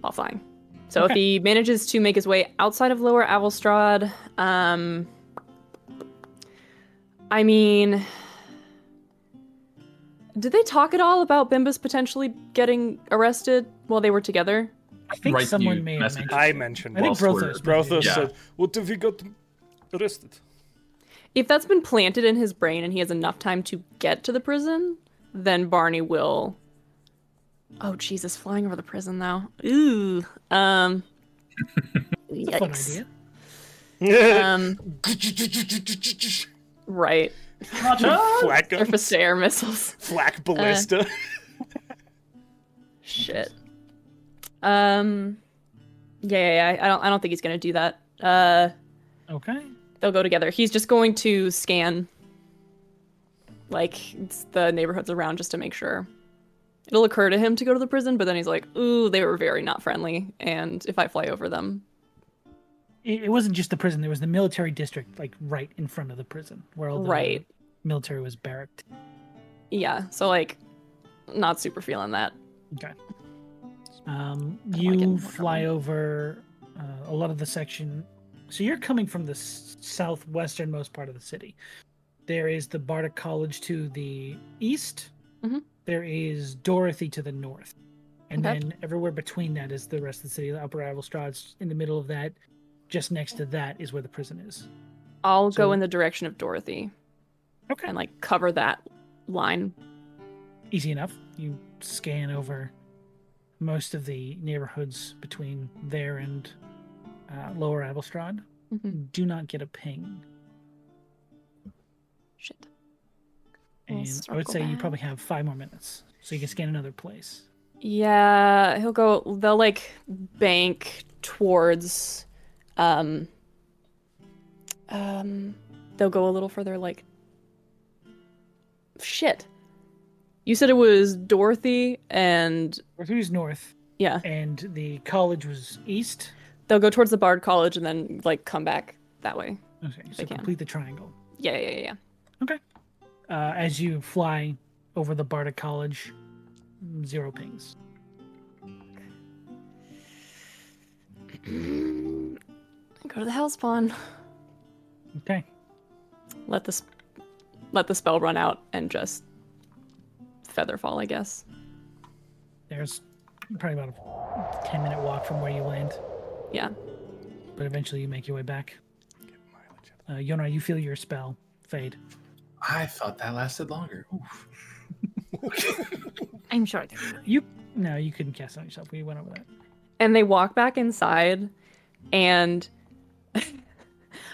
C: while flying. So if
B: Okay.
C: he manages to make his way outside of Lower Avelstrad, um, I mean, did they talk at all about Bimbus potentially getting arrested while they were together?
B: I think
A: Write
B: someone
A: you
B: may have
A: messages.
B: mentioned.
D: I mentioned
B: I think
A: Whilst we're-
B: Brothos.
D: Brothos
A: Yeah.
D: said, What if we got arrested?
C: If that's been planted in his brain and he has enough time to get to the prison, then Barney will. Oh Jesus, flying over the prison though. Ooh. Um.
B: That's a fun
C: yikes.
B: idea.
D: Uh,
C: Um. Right.
D: Flak,
C: They're Fastair missiles.
D: flak ballista.
C: Shit. Um. Yeah, yeah, yeah. I don't. I don't think he's gonna do that. Uh.
B: Okay.
C: They'll go together. He's just going to scan. Like it's the neighborhoods around just to make sure. It'll occur to him to go to the prison, but then he's like, "Ooh, they were very not friendly, and if I fly over them,
B: It, it wasn't just the prison. There was the military district, like right in front of the prison, where all the
C: Right.
B: military was barracked.
C: yeah." So like, not super feeling that.
B: Okay. Um,
C: wanna get
B: you
C: more
B: fly
C: going.
B: over uh, a lot of the section. So you're coming from the s- southwesternmost part of the city. There is the Bardic College to the east.
C: Mhm.
B: There is Dorothy to the north. And
C: Okay.
B: then everywhere between that is the rest of the city. The Upper Avostrad's in the middle of that. Just next to that is where the prison is.
C: I'll
B: So-
C: go in the direction of Dorothy
B: Okay.
C: and like cover that line.
B: easy enough. You scan over most of the neighborhoods between there and uh, Lower Abelstrad.
C: Mhm.
B: Do not get a ping,
C: Shit. We'll
B: and I would
C: circle
B: say you
C: back.
B: probably have five more minutes, so you can scan another place.
C: Yeah, he'll go. They'll like bank towards. Um. Um. They'll go a little further. Like. Shit. You said it was Dorothy and
B: Who's north,
C: yeah.
B: and the college was east.
C: They'll go towards the Bard College and then like come back that way.
B: Okay, so
C: can.
B: complete the triangle.
C: Yeah, yeah, yeah, yeah.
B: Uh, as you fly over the Barta College, zero pings.
C: Go to the hell spawn.
B: Okay.
C: Let this let the spell run out and just feather fall, I guess.
B: There's probably about a 10 minute walk from where you land,
C: Yeah.
B: but eventually you make your way back.
D: Get mileage out
B: Uh, Yonar, you feel your spell fade.
A: I thought that lasted longer. Oof.
F: I'm sure. they're fine.
B: You no, you couldn't cast it on yourself. We went over that.
C: and they walk back inside and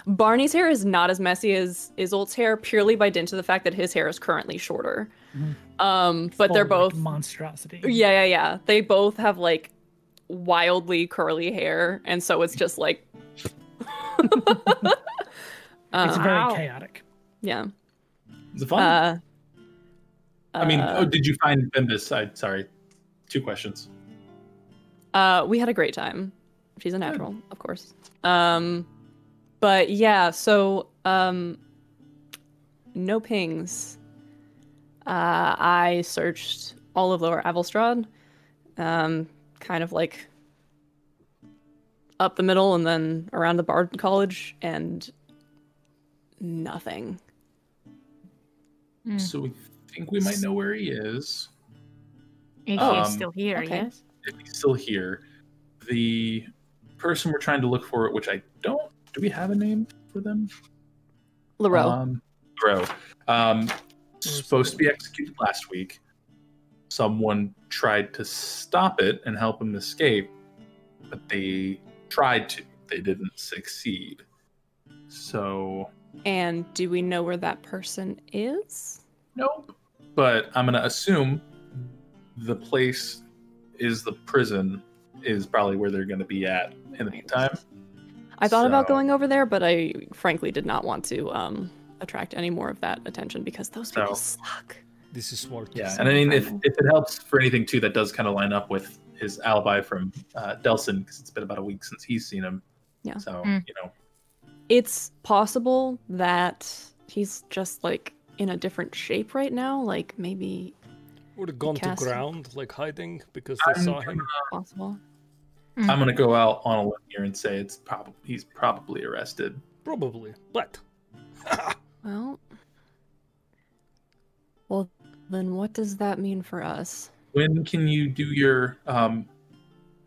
C: Barney's hair is not as messy as Isolt's hair purely by dint of the fact that his hair is currently shorter. Um, but they're
B: Full, like,
C: both
B: monstrosity.
C: yeah, yeah, yeah. They both have like wildly curly hair and so it's just like
B: it's
C: Uh,
B: very
F: Wow.
B: chaotic.
C: yeah.
A: Is it fun?
C: Uh,
A: I mean,
C: uh,
A: oh, did you find Bimbus? I sorry, two questions.
C: Uh, we had a great time. She's a natural, of course. Um, but yeah, so um, no pings. Uh, I searched all of Lower Avalstrad, um, kind of like up the middle and then around the Bard College, and nothing.
B: hmm.
A: So we think we might know where he is.
F: If
A: Um,
F: you're still here,
C: okay.
F: yes.
A: If he's still here, the person we're trying to look for, which I don't, do we have a name for them?
C: Laro,
A: Um, Row. Um, supposed to be executed last week. Someone tried to stop it and help him escape, but they tried to. They didn't succeed. So,
C: and do we know where that person is?
A: nope. But I'm going to assume the place is the prison, is probably where they're going to be at in the meantime.
C: I thought about
A: So-
C: going over there, but I frankly did not want to um, attract any more of that attention because those
A: So-
C: people suck.
D: This is smart.
A: Yeah, and I mean, if, if it helps for anything too, that does kind of line up with his alibi from uh, Delson because it's been about a week since he's seen him.
C: Yeah.
A: So
E: Mm.
A: you know,
C: It's possible that he's just like in a different shape right now. Like maybe
D: Would have gone to
C: Cast-
D: ground, like hiding, because they
A: I'm
D: saw him.
C: possible.
A: I'm gonna go out on a limb here and say it's probably he's probably arrested.
D: Probably. But
C: Well, well, then what does that mean for us?
A: When can you do your um,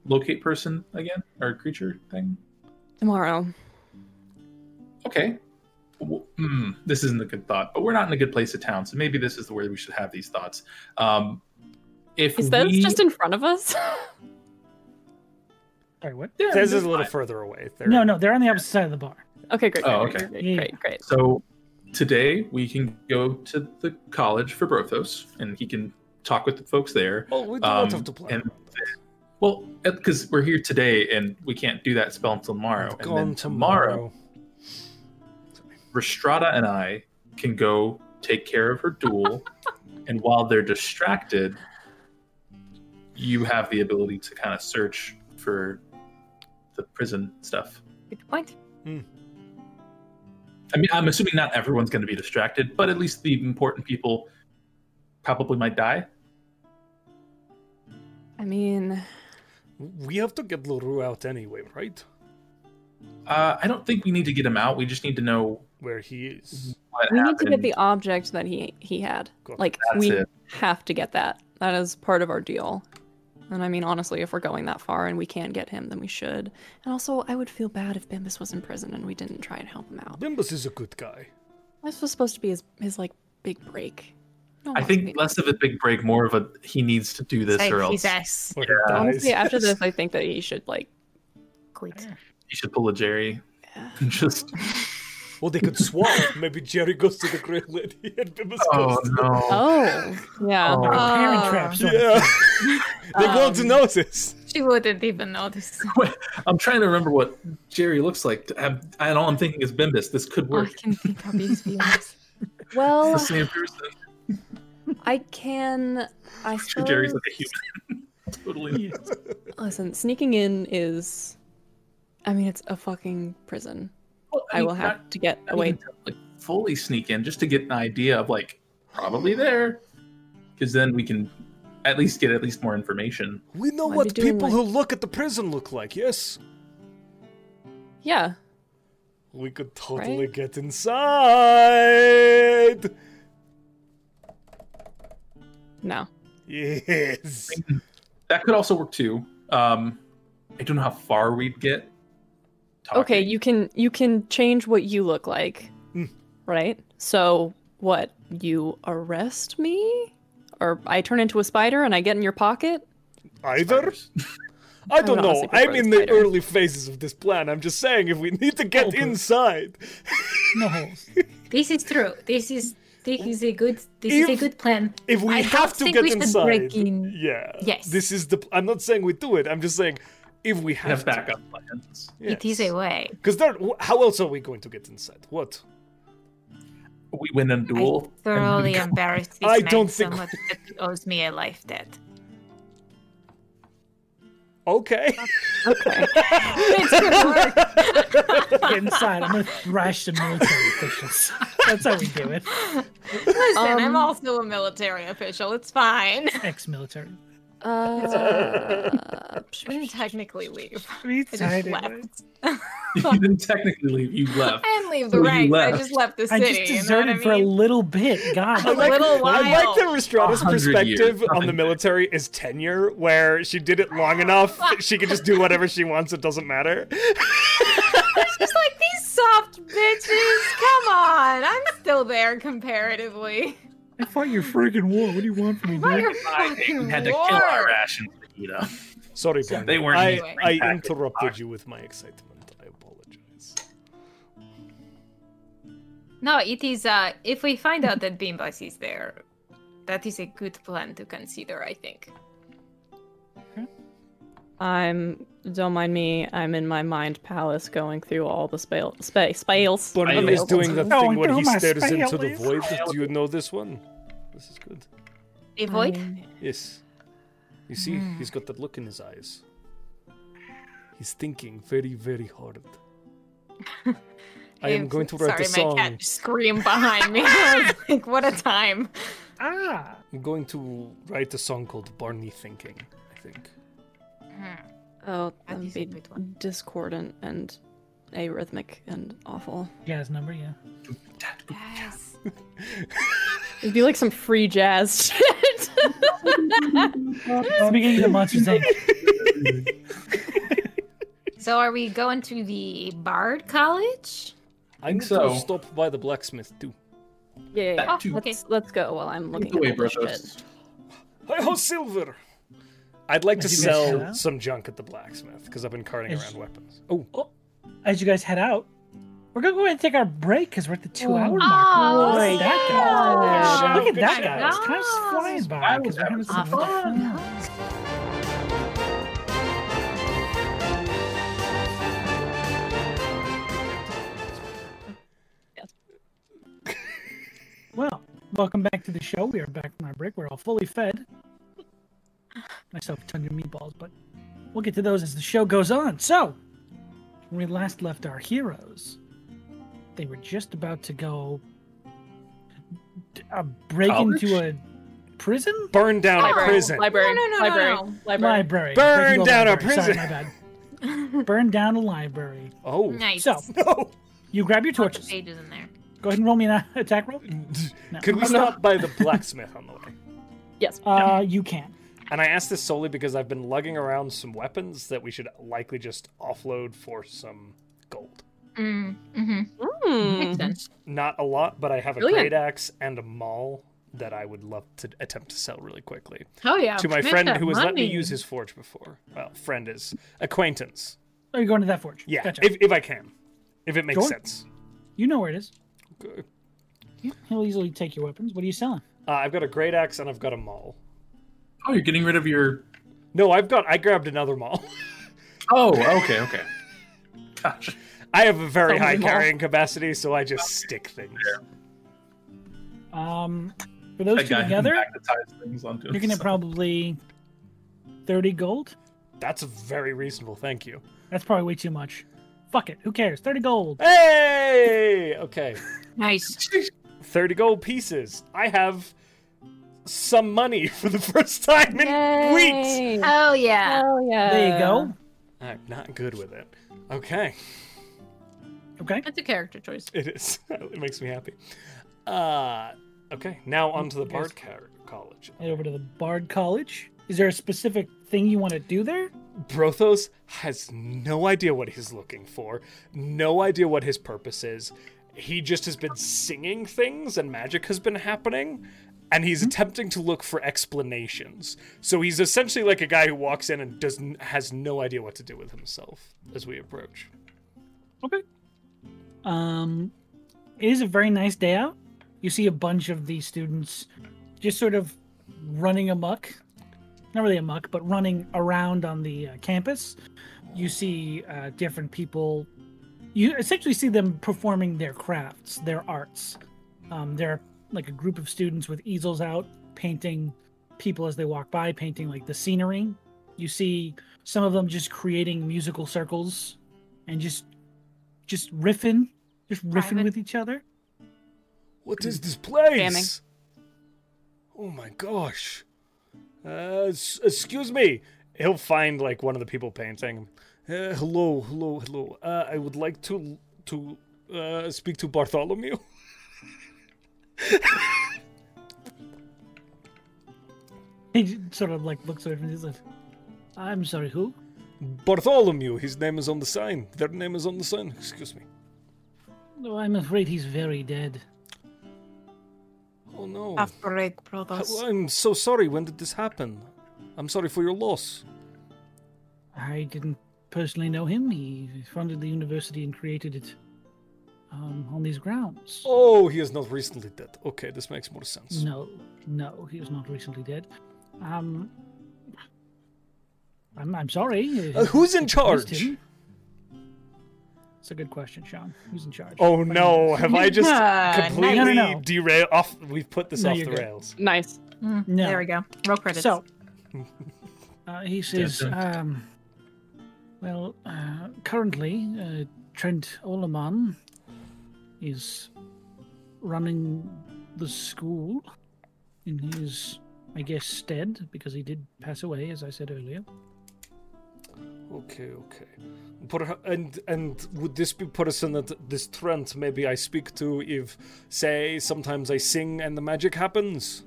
A: locate person again or creature thing?
C: Tomorrow.
A: Okay. Well, hmm, this isn't a good thought, but we're not in a good place of town, so maybe this is the way we should have these thoughts. Um, if
C: Is that
A: we-
C: just in front of us?
B: Sorry, what?
A: Yeah,
D: this is
A: that's
D: a little
A: fine.
D: further away. There.
B: No, no, they're on the opposite side of the bar.
C: okay, great, great,
A: Oh,
C: great,
A: okay.
C: great,
B: Yeah.
C: great, great.
A: So today we can go to the college for Brothos, and he can talk with the folks there.
D: Well, we do
A: Um,
D: not have to plan.
A: and-
D: around that.
A: Well, because we're here today, and we can't do that spell until tomorrow.
D: We've
A: and
D: gone
A: then
D: tomorrow.
A: Restrada and I can go take care of her duel, and while they're distracted, you have the ability to kind of search for the prison stuff.
F: Good point.
A: I mean, I'm assuming not everyone's going to be distracted, but at least the important people probably might die.
C: I mean,
D: We have to get Leroux out anyway, right?
A: Uh, I don't think we need to get him out. We just need to know
D: Where he is.
A: what
C: we need
A: happened.
C: to get the object that he he had.
D: Got-
C: Like
A: That's
C: we
A: it.
C: have to get that. That is part of our deal. And I mean, honestly, if we're going that far and we can get him, then we should. And also, I would feel bad if Bimbus was in prison and we didn't try and help him out.
D: Bimbus is a good guy.
C: This was supposed to be his, his like big break. No one
A: I
C: wants to
A: think
C: be-
A: less of a big break, more of a he needs to do this or
E: Save
A: else
E: his ass.
D: Or he
C: honestly
D: dies.
C: after this, I think that he should like
F: Quit.
A: he should pull a Jerry and just.
D: Well, they could swap. Maybe Jerry goes to the Great Lady and Bimbus
A: Oh
D: goes to
A: no!
C: oh yeah.
A: Oh.
B: Parent
E: Oh.
B: traps.
D: the... Yeah. They're going to
E: Um,
D: notice.
E: She wouldn't even notice.
A: I'm trying to remember what Jerry looks like, I'm, and all I'm thinking is Bimbus. This could
F: I
A: work.
F: can think of his feelings.
A: It's the
C: Well,
A: same person.
C: I can. I
A: Sure, Jerry's like a human. totally.
C: Listen, sneaking in is. I mean, it's a fucking prison. I will have to get away.
A: like fully sneak in just to get an idea of like probably there, because then we can at least get at least more information.
D: We know
C: I'd be
D: what
C: doing
D: people
C: like-
D: who look at the prison look like, yes?
C: Yeah.
D: We could totally get inside!
C: No.
D: Yes!
A: That could also work too. Um, I don't know how far we'd get. talking.
C: Okay, you can you can change what you look like.
D: Mm.
C: Right? So what, you arrest me? Or I turn into a spider and I get in your pocket?
D: Either? I don't
C: not
D: know.
C: honestly prefer
D: I'm
C: the
D: in the
C: spider.
D: early phases of this plan. I'm just saying, if we need to
F: Oh,
D: get inside,
B: No holes.
F: This is true. This is this is a good this is a
D: If-
F: good plan.
D: if we
F: I don't
D: have to
F: think
D: get
F: we should
D: inside,
F: break in.
D: yeah.
F: Yes.
D: This is the. I'm not saying we do it. I'm just saying, if we
A: We have
D: have,
A: backup plans.
F: It is a way.
D: Because there, wh- how else are we going to get inside? What?
A: We win a duel.
F: I thoroughly
A: and we-
F: embarrassed this
D: I
F: man
D: don't
F: so
D: think-
F: much that he owes me a life debt.
D: Okay.
C: Okay.
B: Get inside. I'm gonna thrash the military officials. That's how we do it.
H: Listen, I'm
C: Um,
H: also a military official. It's fine.
B: Ex-military.
C: uh,
H: I didn't technically leave. I just
B: Exciting, right?
H: left.
A: you didn't technically leave. You left.
H: I didn't leave the
A: Well, you
H: ranks. I
A: left.
H: just left the
B: I
H: city.
B: just
H: you know what
B: deserted
H: I
B: for a
H: mean?
B: little bit.
H: A
B: God,
D: like-
H: little while.
D: I like that Restrada's
A: 100 years,
D: perspective on the
A: nothing.
D: military is tenure, where she did it long enough, she can just do whatever she wants, it doesn't matter.
H: It's just like these soft bitches. Come on, I'm still there comparatively.
B: I fought your friggin' war. What do you want from me?
H: What
B: man?
H: your fucking
A: We had to kill our
H: war.
A: rations to eat up.
D: Sorry,
A: So
D: Brandon.
A: they weren't
D: I,
A: even
D: I
A: repackaged.
D: interrupted you with my excitement. I apologize.
H: No, it is. Uh, if we find out that Bimbas is there, that is a good plan to consider. I think.
C: I'm don't mind me. I'm in my mind palace going through all the spell space spales.
D: Brandon
A: I-
D: is doing the
B: Going
D: thing where he
B: through my
D: stares into the
B: spells.
D: void. Do you know this one? This is good.
H: A void.
D: Yes. You see,
H: Hmm.
D: he's got that look in his eyes. He's thinking very, very hard. I am
H: I'm
D: going to write
H: sorry,
D: a song.
H: my cat screamed behind me. I was like, what a time.
B: Ah,
D: I'm going to write a song called Barney Thinking, I think.
C: Oh, that
H: That
C: would
H: is a
C: be
H: good one.
C: discordant and arrhythmic and awful.
B: jazz number, yeah.
H: Yes.
C: It'd be like some free jazz shit.
B: It's the beginning of the monsters. Inc.
H: So are we going to the Bard College?
D: I need
A: so.
D: to stop by the blacksmith too.
C: yeah, yeah, yeah.
A: Back
H: Oh,
A: to-
C: Let's, let's go while I'm looking
A: away,
C: at all this
A: brothos.
C: shit.
D: Hi ho, silver! I'd like to
B: Did you guys hear
D: sell
B: that?
D: some junk at the blacksmith because I've been carting
B: Is-
D: around weapons. Oh,
B: As you guys head out, we're gonna go ahead and take our break because we're at the two-hour mark.
H: Oh,
B: Look at that guy!
D: yeah.
B: Look at that
D: Yeah.
B: guy! It's Time's flying by
A: I was
B: because we're having some
H: having
B: fun. Well, welcome back to the show. We are back from our break. We're all fully fed. Myself a ton of meatballs, but we'll get to those as the show goes on. So, when we last left our heroes, they were just about to go d- uh, break
A: College?
B: into a prison
D: burn down a
C: Library,
D: prison.
C: library,
H: Oh, No, no, no,
C: library,
H: no, no.
C: library.
B: library.
D: Burn
B: Break into
D: down a
B: library. Sorry,
D: prison.
B: my bad. Burn down a library.
D: Oh,
H: Nice.
B: So
D: no.
B: you grab your
F: Lots of
B: torches.
F: pages in there.
B: Go ahead and roll me an uh, attack roll. No.
D: Could we stop by the blacksmith on the way?
C: Yes.
B: Uh, you can.
D: And I ask this solely because I've been lugging around some weapons that we should likely just offload for some gold.
F: Mm,
E: Mm-hmm.
F: hmm
C: Hmm.
F: Makes sense.
D: Not a lot, but I have a
C: Brilliant.
D: great axe and a maul that I would love to attempt to sell really quickly
F: Oh yeah.
D: to my
F: make
D: friend
F: that
D: who has let me
F: money.
D: use his forge before. Well, friend is acquaintance.
B: Oh, you're going to that forge.
D: Yeah,
B: Gotcha.
D: if, if I can, if it makes
B: Sure.
D: sense.
B: you know where it is.
D: Uh,
B: Yeah, he'll easily take your weapons. What are you selling?
D: I've got a great axe and I've got a maul.
A: Oh, you're getting rid of your.
D: No, I've got. I grabbed another maul.
A: Oh, okay, okay. Gosh.
D: I have a very high
C: Someone's maul.
D: carrying capacity, so I just stick things.
B: Um, for those
A: That
B: two
A: guy
B: together,
A: magnetized things onto
B: you're gonna
A: himself.
B: probably thirty gold.
D: That's very reasonable. Thank you.
B: That's probably way too much. Fuck it. Who cares? 30 gold.
D: Hey! Okay.
E: Nice.
D: 30 gold pieces. I have some money for the first time in weeks.
C: Yay.
E: Oh yeah.
C: Hell yeah.
B: There you go.
D: I'm not good with it. Okay.
B: Okay.
H: That's a character choice.
D: It is. It makes me happy. Uh, okay. Now on to the Bard Car- College.
B: Head over to the Bard College. Is there a specific thing you want to do there?
D: Brothos has no idea what he's looking for, no idea what his purpose is. He just has been singing things and magic has been happening, and he's attempting to look for explanations. So he's essentially like a guy who walks in and doesn't has no idea what to do with himself as we approach.
B: Okay. Um, it is a very nice day out. You see a bunch of these students just sort of running amok. Not really amok, but running around on the uh, campus. You see uh, different people. You essentially see them performing their crafts, their arts. Um, they're like a group of students with easels out, painting people as they walk by, painting like the scenery. You see some of them just creating musical circles and just just riffing, just riffing
E: Private.
B: with each other.
D: What is this place?
C: Jamming.
D: Oh my gosh. Uh, s- excuse me. He'll find like one of the people painting. Uh, hello, hello, hello. Uh, I would like to to uh, speak to Bartholomew.
B: He j- sort of like looks over and he's like, "I'm sorry, who?"
D: Bartholomew. His name is on the sign. Their name is on the sign. Excuse me.
B: No, "Oh, I'm afraid he's very dead.
D: Oh no.
E: Half break,
D: I-
E: brothers.
D: I'm so sorry. When did this happen? I'm sorry for your loss.
B: I didn't personally know him. He founded the university and created it um, on these grounds.
D: Oh, he is not recently dead. Okay, this makes more sense.
B: No, no, he was not recently dead. Um, I'm, I'm sorry.
D: Uh, who's in
B: If you missed
D: charge?
B: him- It's a good question, Sean. Who's in charge?
D: Oh no, have I just completely
B: Ah, No, no, no.
D: derailed off we've put this
B: No,
D: off
B: you're
D: the
B: good.
D: rails.
C: Nice.
B: no.
E: Mm, There we go. Roll credits.
B: So, uh, he says,
A: dun, dun.
B: um, well, uh, currently, uh, Trent Oleman is running the school in his, I guess, stead, because he did pass away, as I said earlier.
D: Okay, okay. Perha- and and would this be person that this trend maybe I speak to if say sometimes I sing and the magic happens?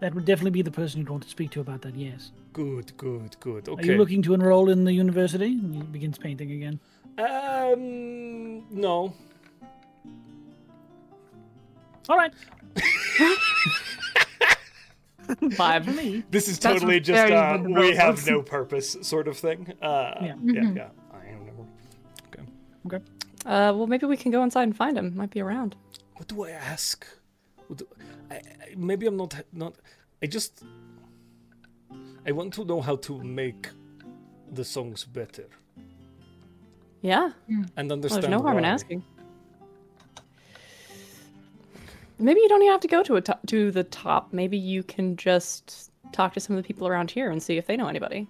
B: That would definitely be the person you'd want to speak to about that, yes.
D: Good, good, good.
B: Are
D: Okay.
B: you looking to enroll in the university? And He begins painting again.
D: um no.
B: All right.
C: Vibe.
B: Me.
D: This is
E: That's
D: totally
E: what-
D: just
E: there you
D: uh,
E: go, the
D: we
E: roses.
D: have no purpose sort of thing. Uh yeah,
B: Yeah. Mm-hmm.
D: yeah. I am no Okay.
B: Okay.
C: Uh, well, maybe we can go inside and find him. Might be around.
D: What do I ask? What do, I, I, maybe I'm not not. I just I want to know how to make the songs better
C: Yeah.
D: and
C: Well,
D: understand.
C: there's no harm in
D: why.
C: asking. Maybe you don't even have to go to a to to the top. Maybe you can just talk to some of the people around here and see if they know anybody.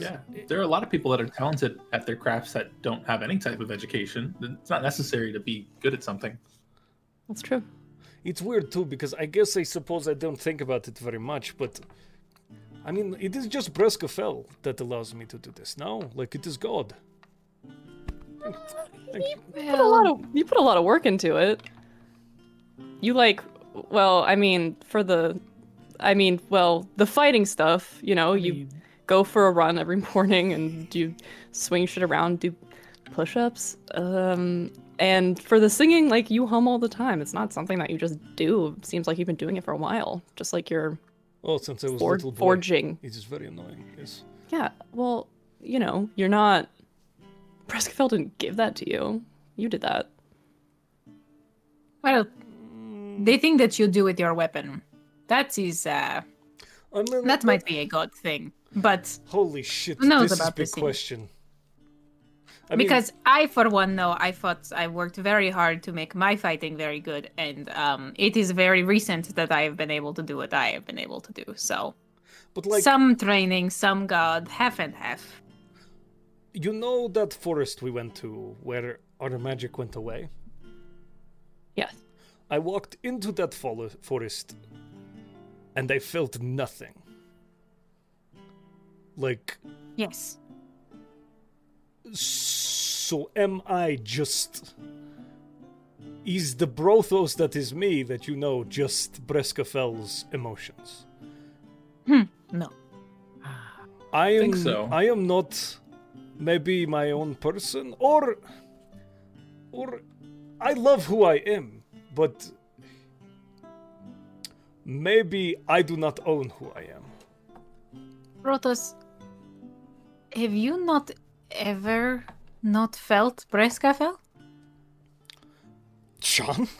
A: Yeah, there are a lot of people that are talented at their crafts that don't have any type of education. It's not necessary to be good at something.
C: That's true.
D: It's weird too because I guess I suppose I don't think about it very much, but I mean it is just Breskafell that allows me to do this. No, like it is God.
C: put a lot of you put a lot of work into it. You like, well, I mean, for the, I mean, well, the fighting stuff. You know, you go for a run every morning and you swing shit around, do push-ups. Um, and for the singing, like you hum all the time. It's not something that you just do. It seems like you've been doing it for a while, just like you're
D: Oh, since I was a
C: for-
D: little boy,
C: forging.
D: it is very annoying. Yes.
C: Yeah. Well, you know, you're not. Prescott didn't give that to you. You did that.
E: well, they think that you do with your weapon. That is uh,
D: I mean,
E: that might be a good thing, but
D: Holy shit!
E: Who knows
D: this is a
E: about
D: big
E: this thing?
D: question. I mean,
E: because I, for one, know I fought. I worked very hard to make my fighting very good, and um, it is very recent that I have been able to do what I have been able to do. So
D: but like,
E: some training, some god, half and half.
D: You know that forest we went to where our magic went away?
C: Yes.
D: I walked into that fol- forest and I felt nothing. Like,
E: Yes.
D: so am I just. Is the Brothos that is me that you know just Brescafel's emotions?
E: No.
D: I am.
A: think so.
D: I am not. Maybe my own person, or, or, I love who I am, but maybe I do not own who I am.
E: Rotos, have you not ever not felt Brescafel?
D: Sean.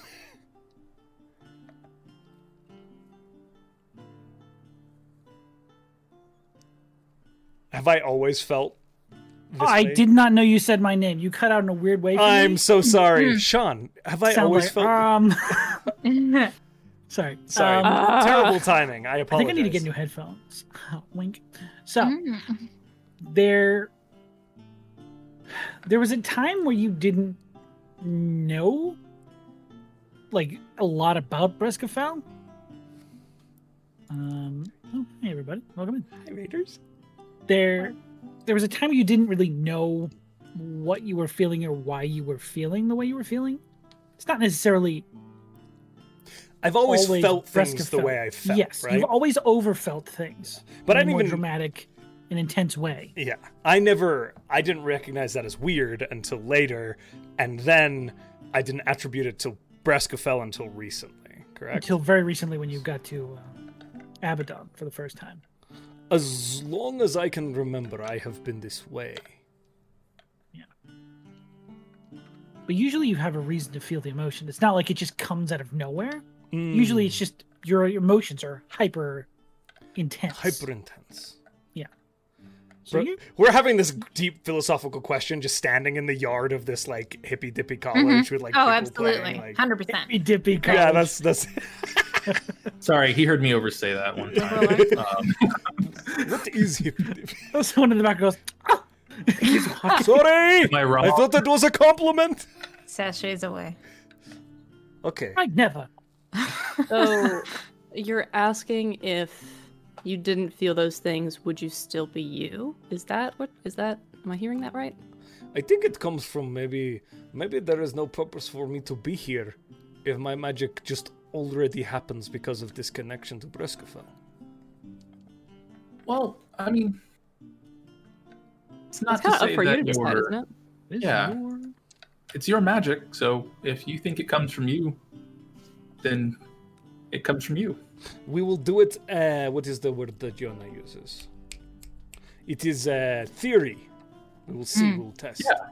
D: Have I always felt? This
B: Oh, I
D: way?
B: did not know you said my name. You cut out in a weird way. for
D: I'm
B: me.
D: so sorry, Sean. Have I
B: Hmm. Sound
D: always
B: like,
D: felt?
B: um. sorry.
D: Sorry,
B: Um,
D: terrible timing. I
B: I
D: apologize.
B: think I need to get new headphones. Wink. So
C: Mm.
E: Oh,
B: there, there was a time where you didn't know like a lot about Brescafel. Um. oh, hey everybody, welcome in.
D: Hi, Raiders.
B: There, there was a time where you didn't really know what you were feeling or why you were feeling the way you were feeling. It's not necessarily
D: I've always,
B: always
D: felt things
B: Bresca
D: the
B: felt.
D: way I felt.
B: yes,
D: right?
B: you've always overfelt things,
D: But
B: in
D: I
B: a
D: didn't
B: more
D: even-
B: dramatic and intense way.
D: Yeah, I never, I didn't recognize that as weird until later, and then I didn't attribute it to Brescafell until recently. Correct.
B: until very recently when you got to uh, Abaddon for the first time.
D: As long as I can remember, I have been this way.
B: But usually you have a reason to feel the emotion. It's not like it just comes out of nowhere.
D: Mm,
B: Usually it's just your emotions are hyper intense.
D: hyper intense.
B: So
D: Bro-
B: you-
D: We're having this deep philosophical question, just standing in the yard of this like hippy dippy college
B: Mm-hmm.
D: with like
E: Oh,
D: people
E: absolutely.
D: playing, like-
E: 100%.
B: Hippy dippy
D: yeah,
B: college.
D: that's that's
A: Sorry, he heard me oversay that one time. um,
D: what is hippy dippy.
B: Someone in the back goes, "Ah!" He's walking.
D: Sorry,
A: Am I wrong?
D: I thought that was a compliment.
E: Sachets away.
D: Okay.
B: I never.
C: So you're asking if you didn't feel those things, would you still be you? Is that what is that am I hearing that right?
D: I think it comes from maybe maybe there is no purpose for me to be here if my magic just already happens because of this connection to Brescafell.
A: well, I mean, it's not
C: It's
A: to
C: kind of up
A: say
C: for
A: that
C: you to decide,
A: you're-
C: isn't it?
A: Yeah. it's your magic, so if you think it comes from you, then it comes from you.
D: We will do it uh, what is the word that Jonah uses? It is uh, theory. We will see, we'll test.
A: Yeah.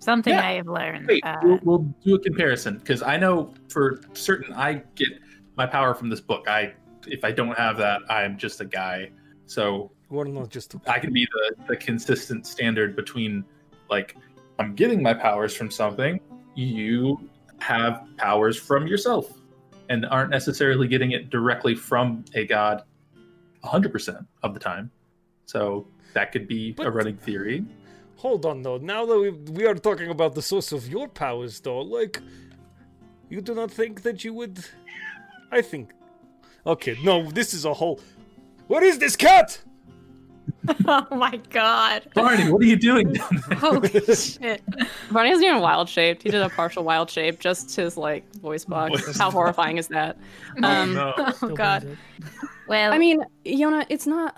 E: Something
A: Yeah.
E: I have learned.
A: Wait,
E: uh,
A: we'll, we'll do a comparison because I know for certain I get my power from this book. I if I don't have that, I'm just a guy. So
D: We're not just
A: I can be the, the consistent standard between like I'm getting my powers from something, you have powers from yourself and aren't necessarily getting it directly from a god 100% of the time. So that could be a
D: But-
A: running theory.
D: Hold on though. Now that we we are talking about the source of your powers though, like you do not think that you would I think Okay, no, this is a whole Where is this cat?
E: oh my god.
A: Barney, what are you doing? down there?
E: Holy shit.
C: Barney isn't even wild shaped. He did a partial wild shape, just his like voice box.
A: Voice
C: How
A: box.
C: horrifying is that? Um,
A: no.
E: Oh
B: Still
E: god.
B: brings it.
E: Well,
C: I mean, Yona, it's not.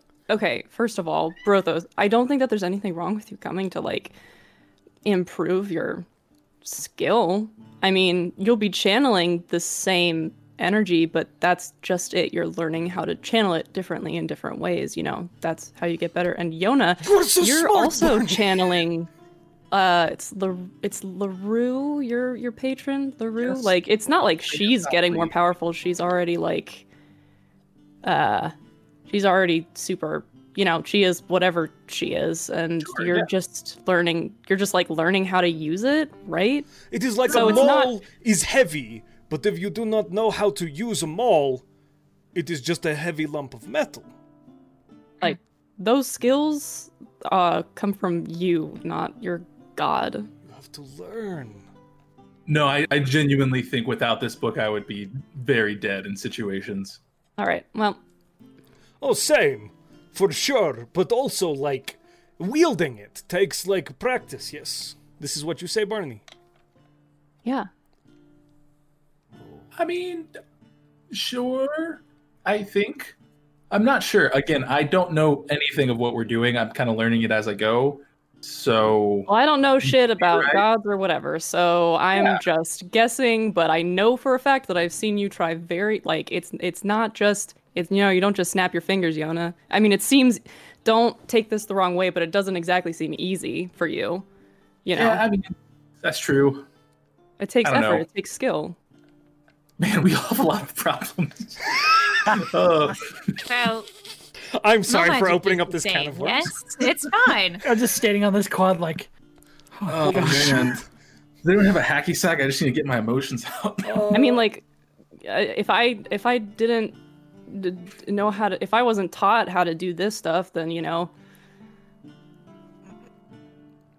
C: okay, first of all, Brothos, I don't think that there's anything wrong with you coming to like improve your skill. I mean, you'll be channeling the same energy, but that's just it. You're learning how to channel it differently in different ways. You know, that's how you get better. And Yona,
D: You're so
C: you're
D: smart,
C: also channeling uh it's La- it's larue your your patron larue
A: Yes.
C: like it's not like she's getting more
A: exactly.
C: powerful she's already like uh she's already super you know she is whatever she is and
A: Sure,
C: you're
A: yeah.
C: just learning you're just like learning how to use it right
D: It is like
C: So
D: a
C: it's not-
D: mole is heavy, but if you do not know how to use a mole, it is just a heavy lump of metal.
C: those skills uh, come from you, not your god.
D: You have to learn.
A: No, I, I genuinely think without this book, I would be very dead in situations.
C: All right. Well,
D: Oh, same, for sure. But also, like, wielding it takes like practice. Yes, this is what you say, Barney.
C: yeah.
A: I mean, sure. I think. I'm not sure. Again, I don't know anything of what we're doing. I'm kind of learning it as I go. So
C: Well, I don't know shit about
A: right.
C: gods or whatever, so I'm
A: Yeah.
C: just guessing. But I know for a fact that I've seen you try very like it's it's not just it's you know you don't just snap your fingers, Yona. I mean, it seems don't take this the wrong way, but it doesn't exactly seem easy for you. You know,
A: yeah, I mean, that's true.
C: it takes
A: I don't
C: effort,
A: know.
C: it takes skill.
A: Man, we all have a lot of problems. Uh,
E: Well,
D: I'm sorry
E: not
D: for
E: magic
D: opening
E: is
D: up
E: the
D: this
E: same,
D: can of worms.
E: Yes, it's fine.
B: I'm just standing on this quad like,
A: oh man, they don't have a hacky sack. I just need to get my emotions out.
C: I mean, like I- if I if I didn't d- d- know how to if I wasn't taught how to do this stuff, then you know.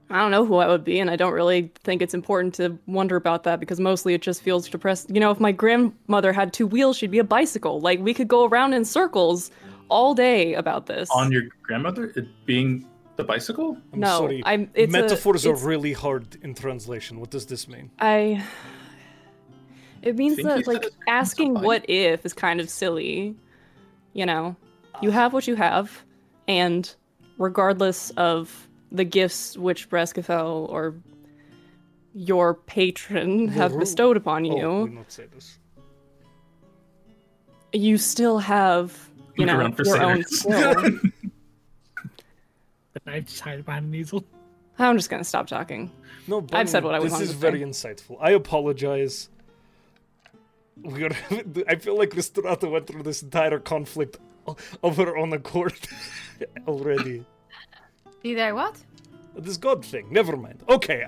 C: I don't know who I would be, and I don't really think it's important to wonder about that because mostly it just feels depressed. You know, if my grandmother had two wheels, she'd be a bicycle. Like we could go around in circles all day about this.
A: On your grandmother it being the bicycle?
D: I'm
C: no,
D: sorry.
C: I'm- it's a-
D: Metaphors are
C: it's-
D: really hard in translation. What does this mean?
C: I. It means
A: Think you
C: that
A: said
C: like
A: it sounds
C: asking
A: fine.
C: what if is kind of silly. You know, you have what you have, and regardless of the gifts which Breskafel or your patron have
D: Ru-
C: bestowed upon
D: Oh, we
C: you,
D: not say this.
C: you still have you
A: Look
C: know
A: around for
C: your own
A: sinners.
C: skill.
B: I just hide behind an easel.
C: I'm just gonna stop talking.
D: No, Barney,
C: said what I
D: This
C: wanted
D: is
C: to say.
D: very insightful. I apologize. We are, I feel like Ristrata went through this entire conflict o- of her own accord already.
E: Did I what?
D: This god thing. Never mind. Okay,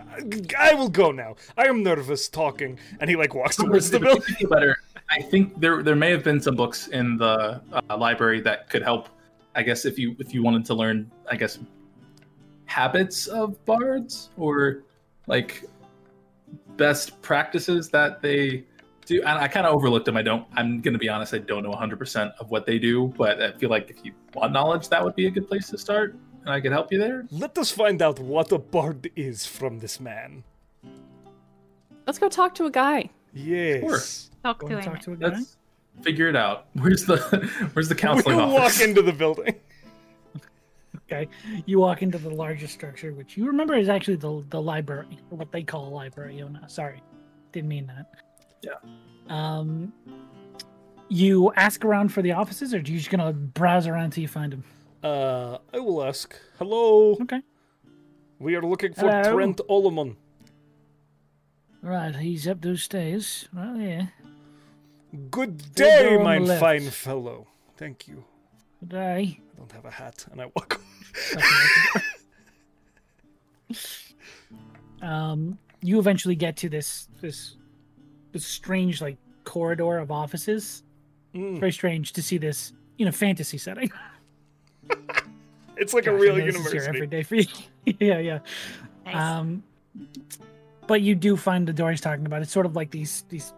D: I, I will go now. I am nervous talking, and he like walks towards the building.
A: Think about her. I think there there may have been some books in the uh, library that could help. I guess if you if you wanted to learn, I guess habits of bards or like best practices that they do. And I kind of overlooked them. I don't. I'm going to be honest. I don't know 100 percent of what they do, but I feel like if you want knowledge, that would be a good place to start, and I could help you there.
D: Let us find out what a bard is from this man.
C: Let's go talk to a guy.
D: Yes.
E: Talk
B: Go
E: to
B: and
E: him.
B: talk to a guy.
A: Let's figure it out. Where's the Where's the
D: We
A: counseling
D: walk
A: office?
D: into the building.
B: Okay. You walk into the larger structure, which you remember is actually the the library, or what they call a library, Yona. Sorry. Didn't mean that.
A: Yeah.
B: Um you ask around for the offices or do you just gonna browse around till you find them?
D: Uh, I will ask. Hello.
B: Okay.
D: We are looking for
B: Hello.
D: Trent Olomon.
B: Right, he's up those stairs. Right there.
D: Good
B: Further
D: day,
B: on
D: my
B: the left.
D: fine fellow. Thank you.
B: Good day.
D: I don't have a hat, and I walk.
B: um, you eventually get to this this this strange like corridor of offices. It's
D: Mm,
B: very strange to see this in a fantasy setting.
D: it's like
B: Gosh,
D: a
B: I
D: real
B: know this is
D: university.
B: your everyday for you. yeah, yeah.
E: Nice.
B: Um, but you do find the door he's talking about. It's sort of like these these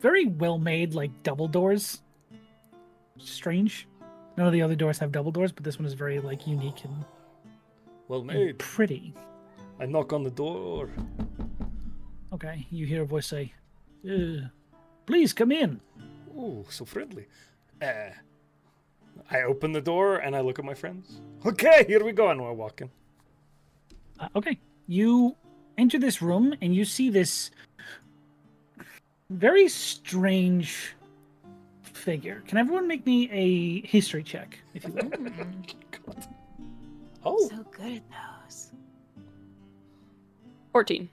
B: very well made like double doors. Strange. None of the other doors have double doors, but this one is very like unique and,
D: Well
B: and
D: made.
B: pretty.
D: I knock on the door.
B: Okay, you hear a voice say, uh, "Please come in."
D: Ooh, so friendly. Uh, I open the door and I look at my friends. Okay, here we go, and we're walking.
B: Uh, okay, you enter this room and you see this very strange figure. Can everyone make me a history check, if you will?
D: God. Oh,
E: so good at those.
C: Fourteen.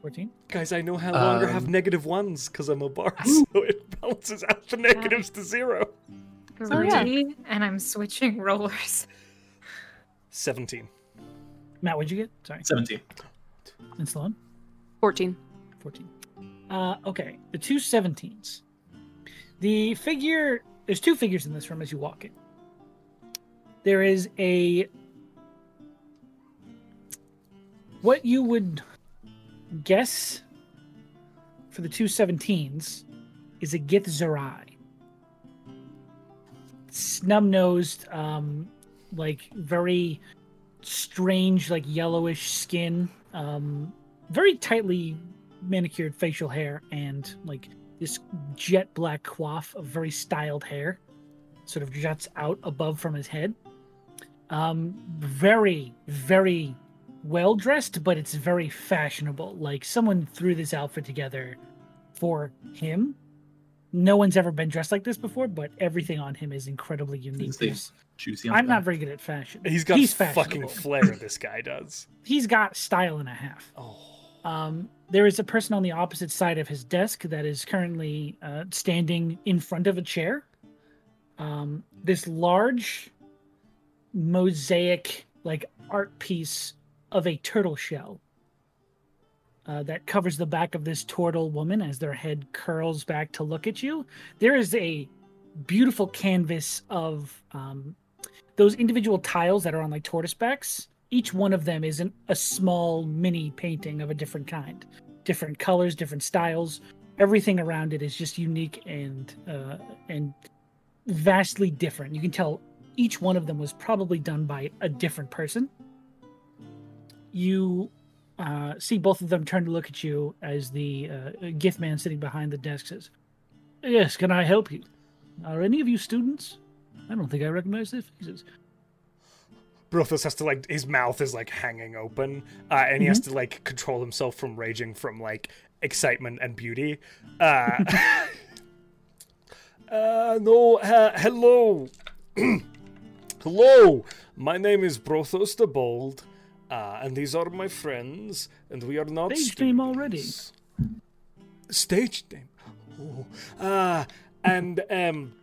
B: Fourteen.
D: guys, I know how longer have
A: Um,
D: negative ones because I'm a bard, so it balances out the negatives to zero.
C: Oh, yeah.
E: Three, And I'm switching rollers.
D: Seventeen.
B: Matt, what'd you get? Sorry,
A: Seventeen.
B: and Sloan.
C: Fourteen.
B: 14. Uh, okay, the two 17s. The figure, there's two figures in this room as you walk in. there is a what you would guess for the two 17s is a Githzerai. Snub nosed, um, like very strange, like yellowish skin, um, very tightly manicured facial hair, and like this jet black coif of very styled hair sort of juts out above from his head. Um, very, very well dressed, but it's very fashionable. Like someone threw this outfit together for him. No one's ever been dressed like this before, but everything on him is incredibly unique.
A: These juicy. on
B: I'm
A: the
B: not
A: back.
B: very good at fashion.
D: He's got
B: He's
D: fucking
B: fashionable.
D: flair. This guy does.
B: He's got style and a half.
D: Oh,
B: Um, there is a person on the opposite side of his desk that is currently uh, standing in front of a chair. Um, this large mosaic, like art piece of a turtle shell uh, that covers the back of this turtle woman as their head curls back to look at you. There is a beautiful canvas of um, those individual tiles that are on like tortoise backs each one of them is an, a small mini painting of a different kind different colors different styles everything around it is just unique and uh, and vastly different you can tell each one of them was probably done by a different person you uh, see both of them turn to look at you as the uh, gift man sitting behind the desk says yes can i help you are any of you students i don't think i recognize their faces
D: Brothos has to like his mouth is like hanging open, uh, and he has
B: Mm-hmm.
D: to like control himself from raging from like excitement and beauty. Uh, uh no, uh, hello, hello. My name is Brothos the Bold, uh, and these are my friends, and we are not
B: Stage name already.
D: students. Stage name. Oh. Uh, and um,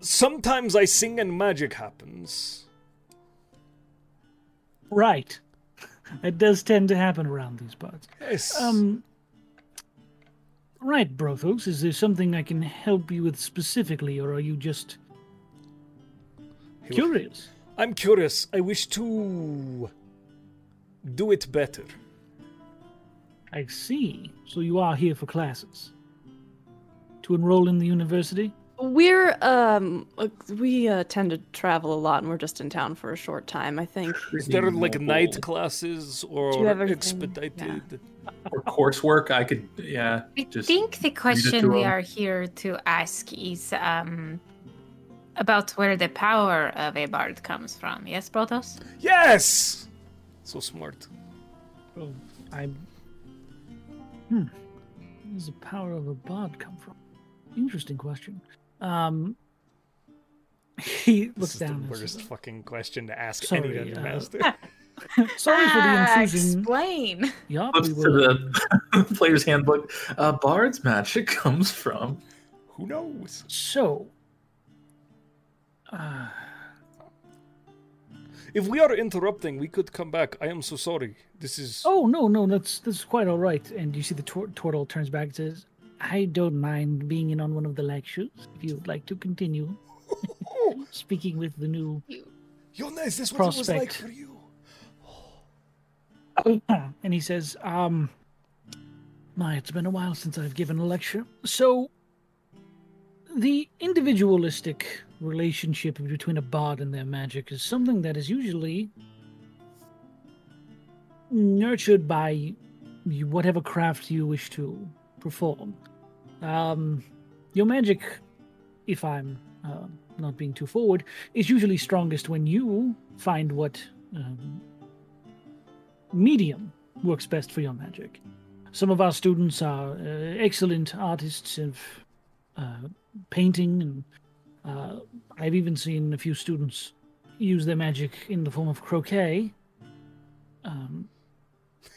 D: sometimes I sing and magic happens.
B: Right. It does tend to happen around these parts.
D: Yes.
B: Um. Right, Brothos, is there something I can help you with specifically, or are you just
D: He will-
B: curious?
D: I'm curious. I wish to do it better.
B: I see. So you are here for classes. To enroll in the university?
C: We're um uh, we uh, tend to travel a lot, and we're just in town for a short time. I think.
D: Is there like
A: Normal.
D: night classes or
C: have everything?
D: expedited?
A: Or coursework? I could. Yeah.
E: I
A: Just
E: think the
A: to
E: question we
A: him.
E: are here to ask is um, about where the power of a bard comes from. Yes, Protos?
D: Yes. So smart.
B: Oh, I. Hmm. Where does the power of a bard come from? Interesting question. Um. He
D: This
B: looks
D: is
B: down.
D: the
B: and says,
D: worst fucking question to ask any
B: Sorry,
D: dungeon
B: uh,
D: master.
B: Sorry for
E: Ah,
B: the infusion.
H: Ah, Explain.
B: Yeah,
A: Flips
B: we
A: to
B: were
A: the player's handbook. Uh, Bard's magic comes from.
D: Who knows?
B: So, uh,
D: If we are interrupting, we could come back. I am so sorry. This is
B: oh no, no, that's that's quite all right. And you see the tor- turtle turns back and says, "I don't mind being in on one of the lectures if you'd like to continue speaking with the new."
D: Oh, Jonas. This what it was like
B: Prospect.
D: for you.
B: and he says, "Um, my, it's been a while since I've given a lecture. So, the individualistic relationship between a bard and their magic is something that is usually nurtured by you- whatever craft you wish to perform. Um, your magic, if I'm uh, not being too forward, is usually strongest when you find what um, medium works best for your magic. Some of our students are uh, excellent artists of uh, painting, and uh, I've even seen a few students use their magic in the form of croquet. Um,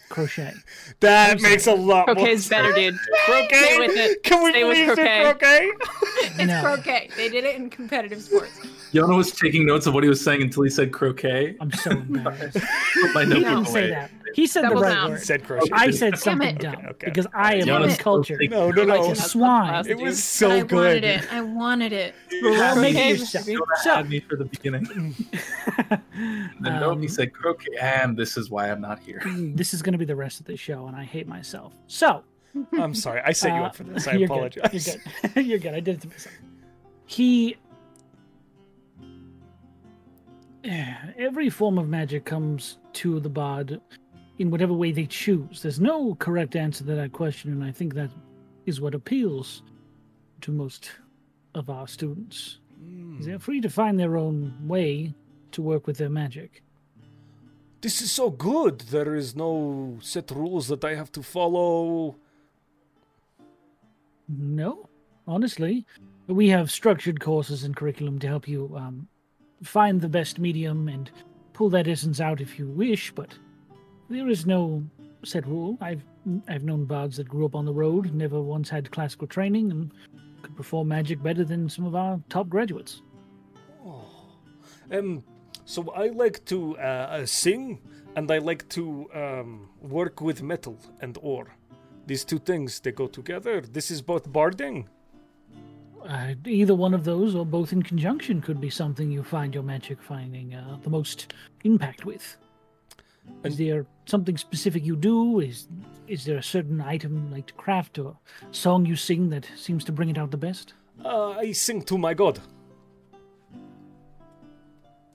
B: crochet.
D: That makes a lot
C: Croquet's
D: more.
C: better, dude.
D: Croquet.
C: Stay with it.
D: Can we
C: Stay with
D: please do
C: croquet.
D: croquet?
H: It's
B: No.
H: croquet. They did it in competitive sports.
A: Yona was taking notes of what he was saying until he said croquet.
B: I'm so embarrassed.
A: Put my
B: You
A: notebook
B: didn't
A: away.
B: say that. He said
H: Double
B: the right
H: down.
B: word.
D: Said crochet.
B: I said something
E: it.
B: dumb
D: Okay, okay.
B: because I am
A: Giannis was
B: uncultured.
A: thinking-
D: no, no,
B: Like
D: no.
B: a swine.
D: It was
E: But I
D: so
E: wanted
D: good.
E: it. I wanted it.
B: Well, make
A: Hey,
B: it yourself.
A: You would've
B: So,
A: had me for the beginning. And then
B: Um,
A: Naomi said, "Croquet," and this is why I'm not here.
B: this is going to be the rest of the show, and I hate myself. So,
D: I'm sorry. I set you
B: Uh,
D: up for this. I
B: you're good.
D: apologize.
B: You're good. You're good. I did it to myself. He. Every form of magic comes to the bard in whatever way they choose. There's no correct answer to that question, and I think that is what appeals to most of our students.
D: Mm.
B: They're free to find their own way to work with their magic.
D: This is so good. There is no set rules that I have to follow.
B: No, honestly, we have structured courses and curriculum to help you um, find the best medium and pull that essence out if you wish. But there is no set rule. I've I've known bards that grew up on the road, never once had classical training, and could perform magic better than some of our top graduates.
D: Oh. Um, so I like to uh, uh, sing, and I like to um, work with metal and ore. These two things they go together. This is both barding.
B: Uh, either one of those, or both in conjunction, could be something you find your magic finding uh, the most impact with. Is
D: And-
B: there something specific you do? Is is there a certain item you like to craft or song you sing that seems to bring it out the best?
D: Uh, I sing to my god.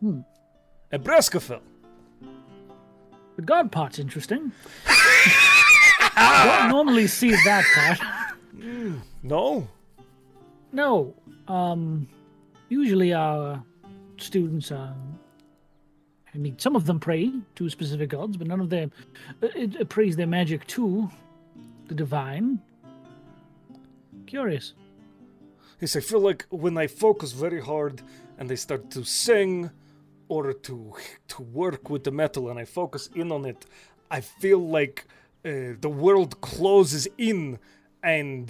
B: Hmm.
D: A Braskafell.
B: The god part's interesting. Don't normally see that part.
D: No.
B: No. Um, usually our students are. I mean, some of them pray to specific gods, but none of them uh, uh, praise their magic to the divine. Curious.
D: Yes, I feel like when I focus very hard and I start to sing or to to work with the metal and I focus in on it, I feel like uh, the world closes in and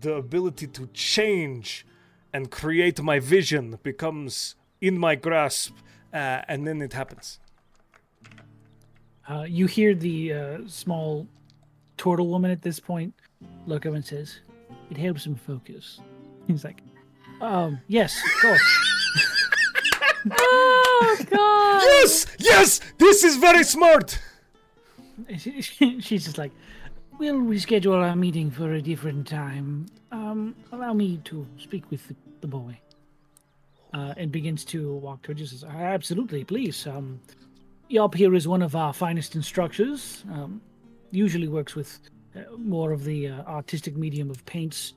D: the ability to change and create my vision becomes in my grasp uh, and then it happens.
B: Uh, you hear the uh, small turtle woman at this point look up and says, "It helps him focus." He's like, "Um, yes, of course."
C: Oh god.
D: Yes! Yes! This is very smart!
B: She- she- She's just like, "We'll reschedule our meeting for a different time. Um, allow me to speak with the, the boy." Uh, and begins to walk towards you. Says, "Ah, "Absolutely, please. Um, Yop here is one of our finest instructors. Um, usually works with uh, more of the uh, artistic medium of paints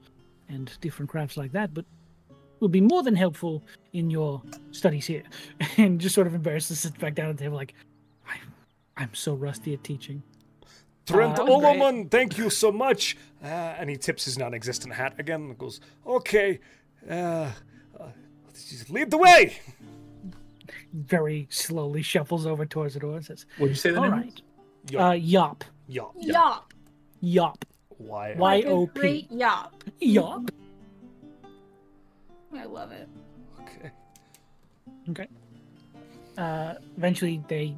B: and different crafts like that, but." Will be more than helpful in your studies here, and just sort of embarrassed to sit back down at the table, like, I, I'm so rusty at teaching.
D: Trent
B: Uh,
D: Oloman, thank you so much. Uh, and he tips his non existent hat again and goes, Okay, uh, uh, just lead the way.
B: very slowly shuffles over towards the door and says,
A: Would you say the
B: "All
A: name?
B: right,
D: Yop.
B: uh, yop,
D: Yop.
H: Yop.
B: yop,
D: Why?
B: y o p,
H: Great yop.
B: yop."
H: I love it.
D: Okay.
B: Okay. Uh, eventually, they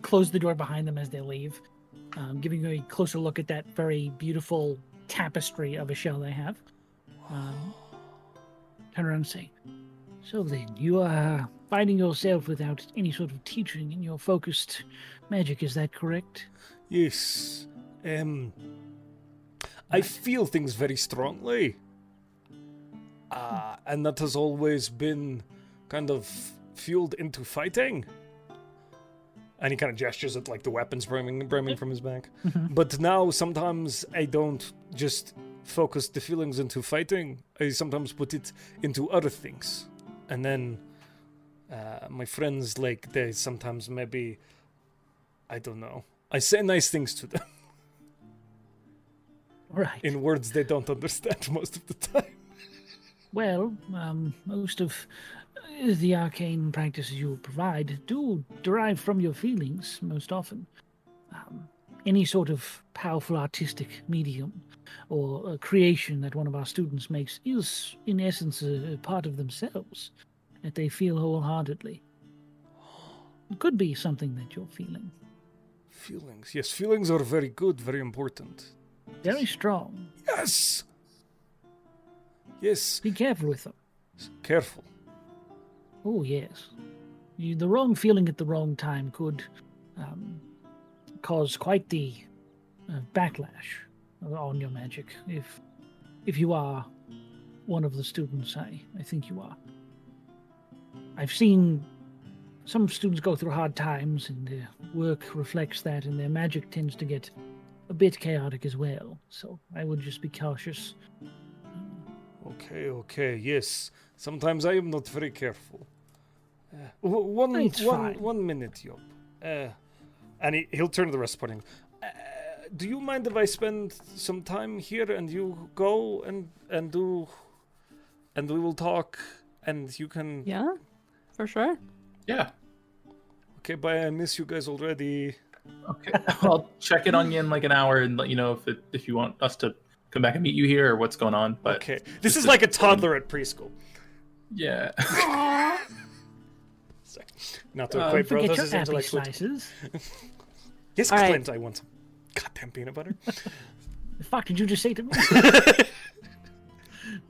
B: close the door behind them as they leave, um, giving you a closer look at that very beautiful tapestry of a shell they have. Um, turn around and say, "So then, you are finding yourself without any sort of teaching, and you're focused magic. Is that correct?"
D: Yes. Um, I feel things very strongly. Uh, and that has always been kind of fueled into fighting. And he kind of gestures at like the weapons brimming, brimming from his back. But now sometimes I don't just focus the feelings into fighting. I sometimes put it into other things. And then uh, my friends, like, they sometimes maybe, I don't know. I say nice things to them
B: All right.
D: in words they don't understand most of the time.
B: Well, um, most of uh, the arcane practices you provide do derive from your feelings most often. Um, any sort of powerful artistic medium or a creation that one of our students makes is, in essence, a, a part of themselves that they feel wholeheartedly. It could be something that you're feeling.
D: Feelings. Yes, feelings are very good, very important.
B: Very strong.
D: Yes! Yes,
B: Be careful with them.
D: careful.
B: Oh yes, you, the wrong feeling at the wrong time could um, cause quite the uh, backlash on your magic. If if you are one of the students, I I think you are. I've seen some students go through hard times, and their work reflects that, and their magic tends to get a bit chaotic as well. So I would just be cautious.
D: Okay, okay, yes. Sometimes I am not very careful. Uh, w- one,
B: It's
D: one-
B: fine.
D: one minute, Job. Uh, and he, he'll turn to the rest of the party. Uh, do you mind if I spend some time here and you go and and do, and we will talk and you can.
C: Yeah, for sure.
A: Yeah.
D: Okay, bye. I miss you guys already.
A: Okay. I'll check in on you in like an hour and let you know if it, if you want us to come back and meet you here or what's going on. But
D: Okay, this
A: just
D: is
A: a-
D: like a toddler at preschool.
A: yeah.
D: Sorry. Not to
A: Uh,
D: equate
B: Forget
D: brothers
B: your
D: as
B: happy
D: intellectual.
B: slices.
D: Yes,
C: All right.
D: Clint, I want some goddamn peanut butter.
B: The fuck did you just say to me?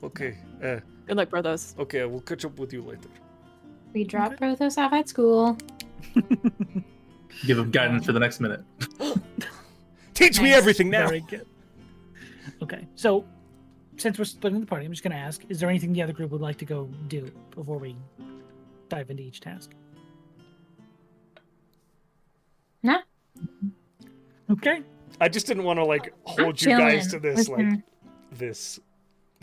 D: okay, uh,
C: Good luck, brothers.
D: okay, I will catch up with you later.
F: We drop Prothos off at school.
A: Give him guidance for the next minute.
D: Teach me everything now.
B: Very good. Okay, so since we're splitting the party, I'm just going to ask: Is there anything the other group would like to go do before we dive into each task?
F: No.
B: Okay.
D: I just didn't want to like
F: I'm
D: hold you guys to
F: chilling.
D: this
F: Listen,
D: like this.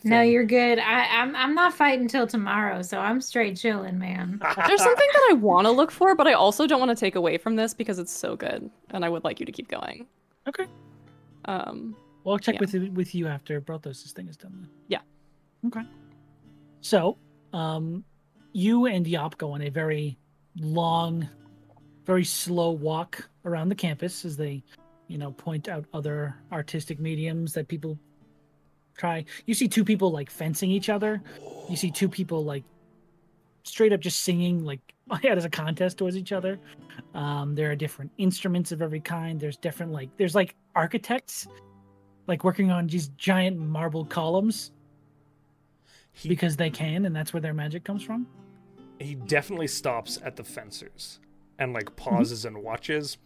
F: No,
D: thing.
F: you're good. I, I'm I'm not fighting till tomorrow, so I'm straight chilling, man.
C: There's something that I want to look for, but I also don't want to take away from this because it's so good, and I would like you to keep going.
B: Okay.
C: Um,
B: Well, I'll check
C: Yeah.
B: with with with you after Brothos' thing is done. Then.
C: Yeah.
B: Okay. So, um, you and Yop go on a very long, very slow walk around the campus as they, you know, point out other artistic mediums that people try. You see two people like fencing each other. You see two people like straight up just singing like as a contest towards each other. Um, there are different instruments of every kind. There's different like there's like architects like working on these giant marble columns
D: he,
B: because they can and that's where their magic comes from
D: he definitely stops at the fencers and like pauses and watches.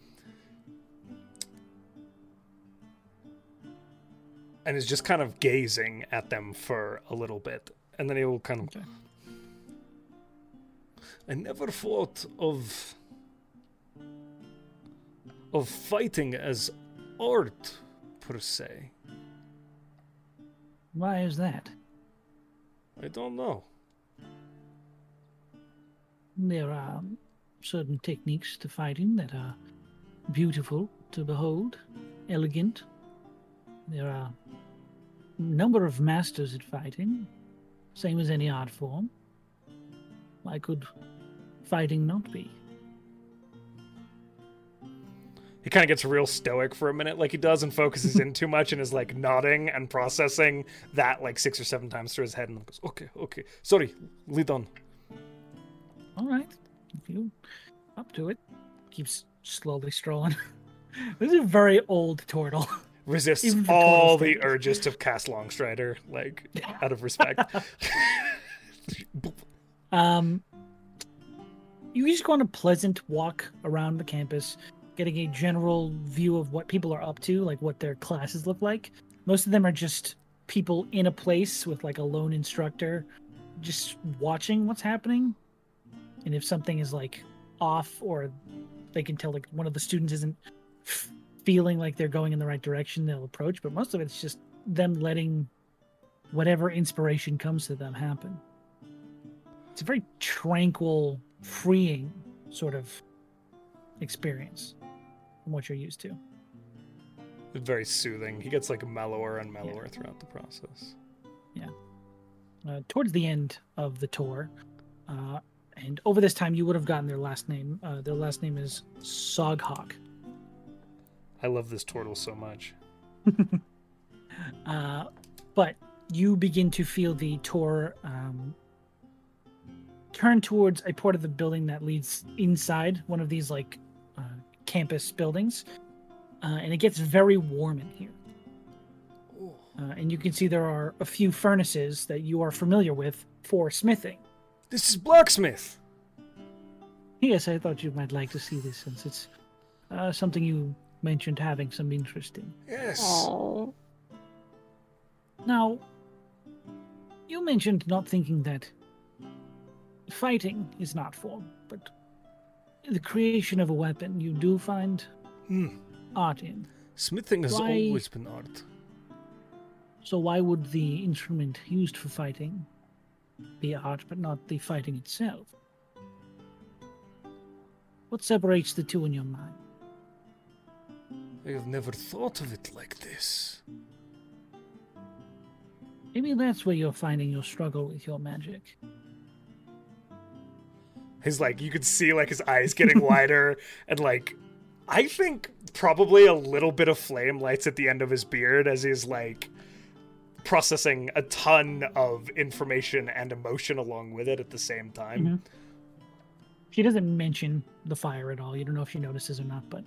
D: And is just kind of gazing at them for a little bit. And then he will kind of
B: Okay.
D: I never thought of of fighting as art per se.
B: why is that
D: I don't know.
B: there are certain techniques to fighting that are beautiful to behold elegant there are a number of masters at fighting same as any art form why could fighting not be
D: He kind of gets real stoic for a minute, like he does, and focuses in too much, and is like nodding and processing that like six or seven times through his head, and goes, "Okay, okay, sorry, lead on."
B: All right, if you up to it, keeps slowly strolling. this is a very old turtle.
D: Resists
B: Even if the
D: all
B: turtle's
D: the
B: dead.
D: urges to cast Longstrider, like out of respect.
B: Um, you just go on a pleasant walk around the campus, getting a general view of what people are up to, like what their classes look like. Most of them are just people in a place with like a lone instructor, just watching what's happening. And if something is like off, or they can tell like one of the students isn't f- feeling like they're going in the right direction, they'll approach. But most of it's just them letting whatever inspiration comes to them happen it's a very tranquil, freeing sort of experience from what you're used to.
D: Very soothing. He gets like mellower and mellower throughout the process.
B: Uh, towards the end of the tour, uh, and over this time, you would have gotten their last name. Uh, their last name is Soghawk.
D: I love this turtle so much.
B: Uh, but you begin to feel the tour um, turn towards a part of the building that leads inside one of these like uh, campus buildings uh, and it gets very warm in here. Uh, and you can see there are a few furnaces that you are familiar with for smithing.
D: This is blacksmith.
B: Yes, I thought you might like to see this since it's uh, something you mentioned having some interest in.
D: Yes.
C: Oh,
B: Now, you mentioned not thinking that fighting is an art form, but the creation of a weapon you do find
D: Hmm.
B: art in.
D: Smithing has
B: Why-
D: always been art.
B: So why would the instrument used for fighting be art, but not the fighting itself? What separates the two in your mind?
D: I have never thought of it like this.
B: Maybe that's where you're finding your struggle with your magic.
D: His like you could see like his eyes getting wider and like I think probably a little bit of flame lights at the end of his beard as he's like processing a ton of information and emotion along with it at the same time.
B: Mhm. She doesn't mention the fire at all. You don't know if she notices or not, but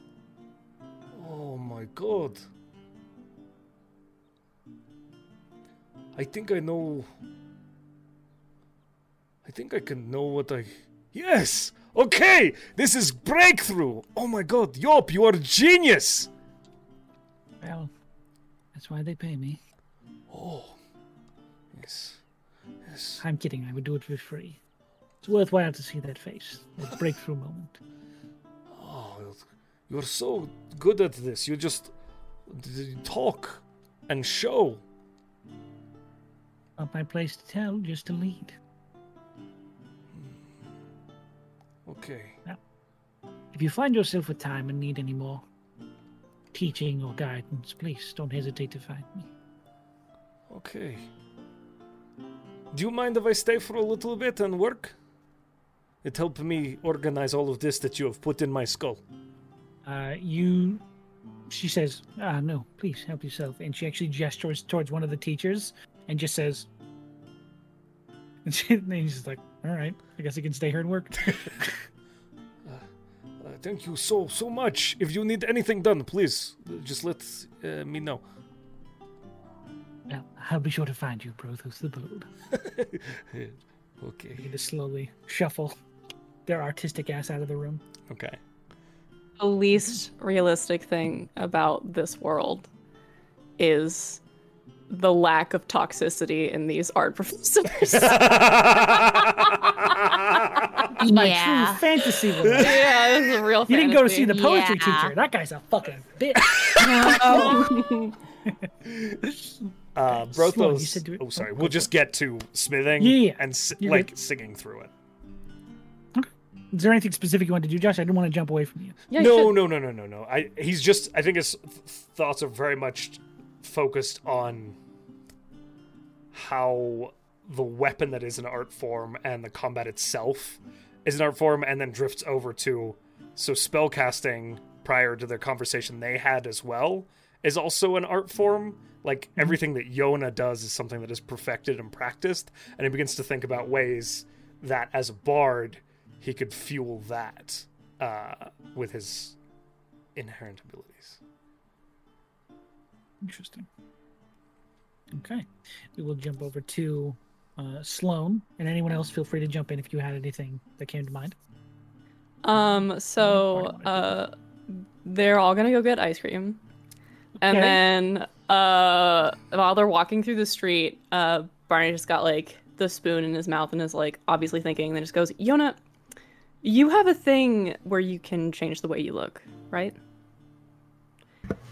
D: Oh my god. I think I know. I think I can know what I. Yes! Okay! This is breakthrough! Oh my god, Yop, you are a genius!
B: well, that's why they pay me.
D: Oh. Yes. Yes.
B: I'm kidding. I would do it for free. It's worthwhile to see that face, that breakthrough moment.
D: Oh, you're so good at this. You just d- d- talk and show.
B: Not my place to tell, just to lead.
D: Okay.
B: If you find yourself with time and need any more teaching or guidance, please don't hesitate to find me.
D: Okay. Do you mind if I stay for a little bit and work? It helped me organize all of this that you have put in my skull.
B: Uh, you, she says, ah, no, please help yourself. And she actually gestures towards one of the teachers and just says, and, she, and she's like, all right, I guess I can stay here and work.
D: Uh, thank you so, so much. If you need anything done, please, uh, just let uh, me know.
B: well, I'll be sure to find you, Brothos the Bold. They
D: okay.
B: just slowly shuffle their artistic ass out of the room.
D: Okay.
C: the least realistic thing about this world is the lack of toxicity in these art professors.
B: My
E: Yeah.
B: true fantasy world.
C: yeah, this is a real.
B: You didn't go to see the
C: fantasy.
B: poetry
E: Yeah.
B: teacher. That guy's a fucking bitch.
D: Uh,
B: Slow,
D: Brothos.
B: you said do it-
D: Oh,
B: oh,
D: sorry.
B: go
D: We'll just get to smithing
B: Yeah, yeah, yeah.
D: and si-
B: You're
D: like
B: good.
D: singing through it.
B: Is there anything specific you want to do, Josh? I didn't want to jump away from you.
C: Yeah, you
D: no,
C: should-
D: no, no, no, no, no. I he's just. I think his th- thoughts are very much focused on how the weapon that is an art form and the combat itself is an art form, and then drifts over to so spell casting prior to their conversation they had as well is also an art form. Like
C: Mm-hmm.
D: everything that Yona does is something that is perfected and practiced, and he begins to think about ways that as a bard he could fuel that uh, with his inherent abilities.
B: Interesting. Okay. We will jump over to uh, Sloan. And anyone else, feel free to jump in if you had anything that came to mind.
C: Um, so
B: Party wanna
C: uh, they're all gonna go get ice cream, and
B: Okay.
C: then uh, while they're walking through the street, uh, Barney just got like the spoon in his mouth and is like obviously thinking. And then just goes, "Yona, you have a thing where you can change the way you look, right?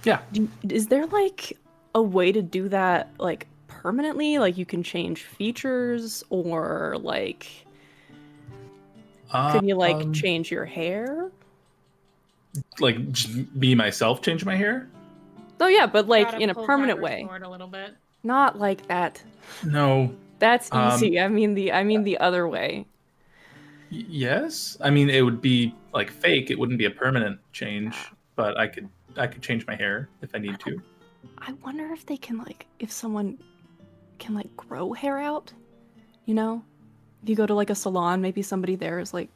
A: Yeah.
C: Do- Is there like a way to do that like permanently? Like you can change features or like." Can you like
A: Um,
C: change your hair?
A: like j- be myself, change my hair?
C: Oh yeah, but like
H: Gotta
C: in a
H: pull
C: permanent
H: backwards
C: way.
H: forward A little bit.
C: Not like that.
A: No.
C: That's
A: Um,
C: easy. I mean the I mean the other way.
A: Y- yes. I mean, it would be like fake. It wouldn't be a permanent change, but I could I could change my hair if I need to.
C: I wonder if they can like if someone can like grow hair out. You know, if you go to like a salon, maybe somebody there is like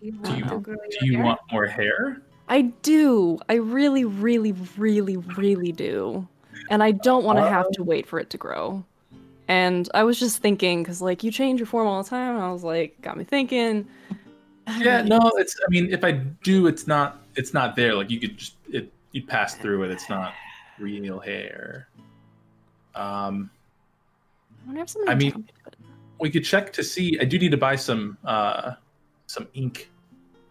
A: Do you
C: Wow.
A: do you want more hair?
C: I do. I really, really, really, really do. And I don't want to have to wait for it to grow. And I was just thinking, because like you change your form all the time, and I was like, got me thinking.
A: Yeah, no, it's. I mean, if I do, it's not. It's not there. Like you could just it. You pass through it. It's not real hair. Um,
C: I wonder if somebody
A: I mean-
C: counted it.
A: we could check to see. I do need to buy some uh some ink.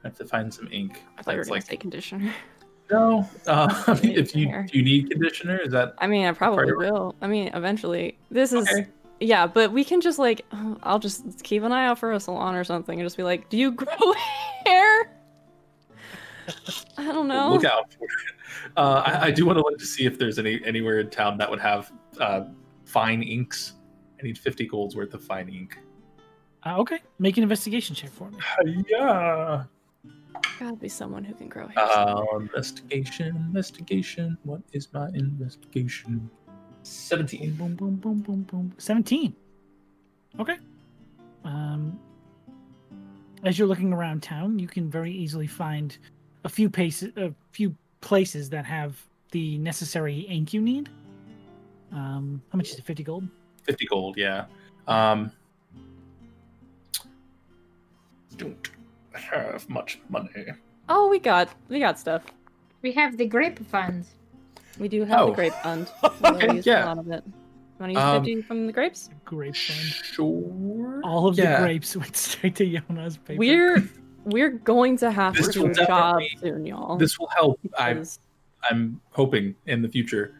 A: I have to find some ink.
C: I thought you were
A: It's
C: gonna say conditioner.
A: no. Uh, I mean, if you
C: Fair.
A: do you need conditioner, is that
C: I mean, I probably
A: Part of-
C: will. I mean, eventually. This is
A: Okay.
C: yeah, but we can just like I'll just keep an eye out for a salon or something and just be like, "Do you grow hair?" I don't know.
A: look out for it? Uh, I, I do want to look to see if there's any anywhere in town that would have uh, fine inks. I need fifty golds worth of fine ink.
B: Uh, okay, make an investigation check for me.
A: Yeah.
C: Gotta be someone who can grow hair.
A: Uh, investigation, investigation. What is my investigation? Seventeen.
B: Boom, boom, boom, boom, boom. 17. Okay. Um, as you're looking around town, you can very easily find a few paces, a few places that have the necessary ink you need. Um, how much is it? 50 gold?
A: 50 gold, yeah. Um, don't have much money.
C: oh, we got we got stuff.
F: We have the grape fund.
C: We do have
A: Oh.
C: the grape fund. We'll
A: Okay,
C: use
A: yeah.
C: a lot of it. Want to use
A: Um,
C: fifty from the grapes?
B: Grape fund.
A: Sure.
B: All of
A: Yeah.
B: the grapes went straight to Yona's paper.
C: We're we're going to have
A: This
C: to do
A: will
C: a job
A: definitely-
C: soon, y'all.
A: This will help, I'm,
C: because
A: I'm hoping, in the future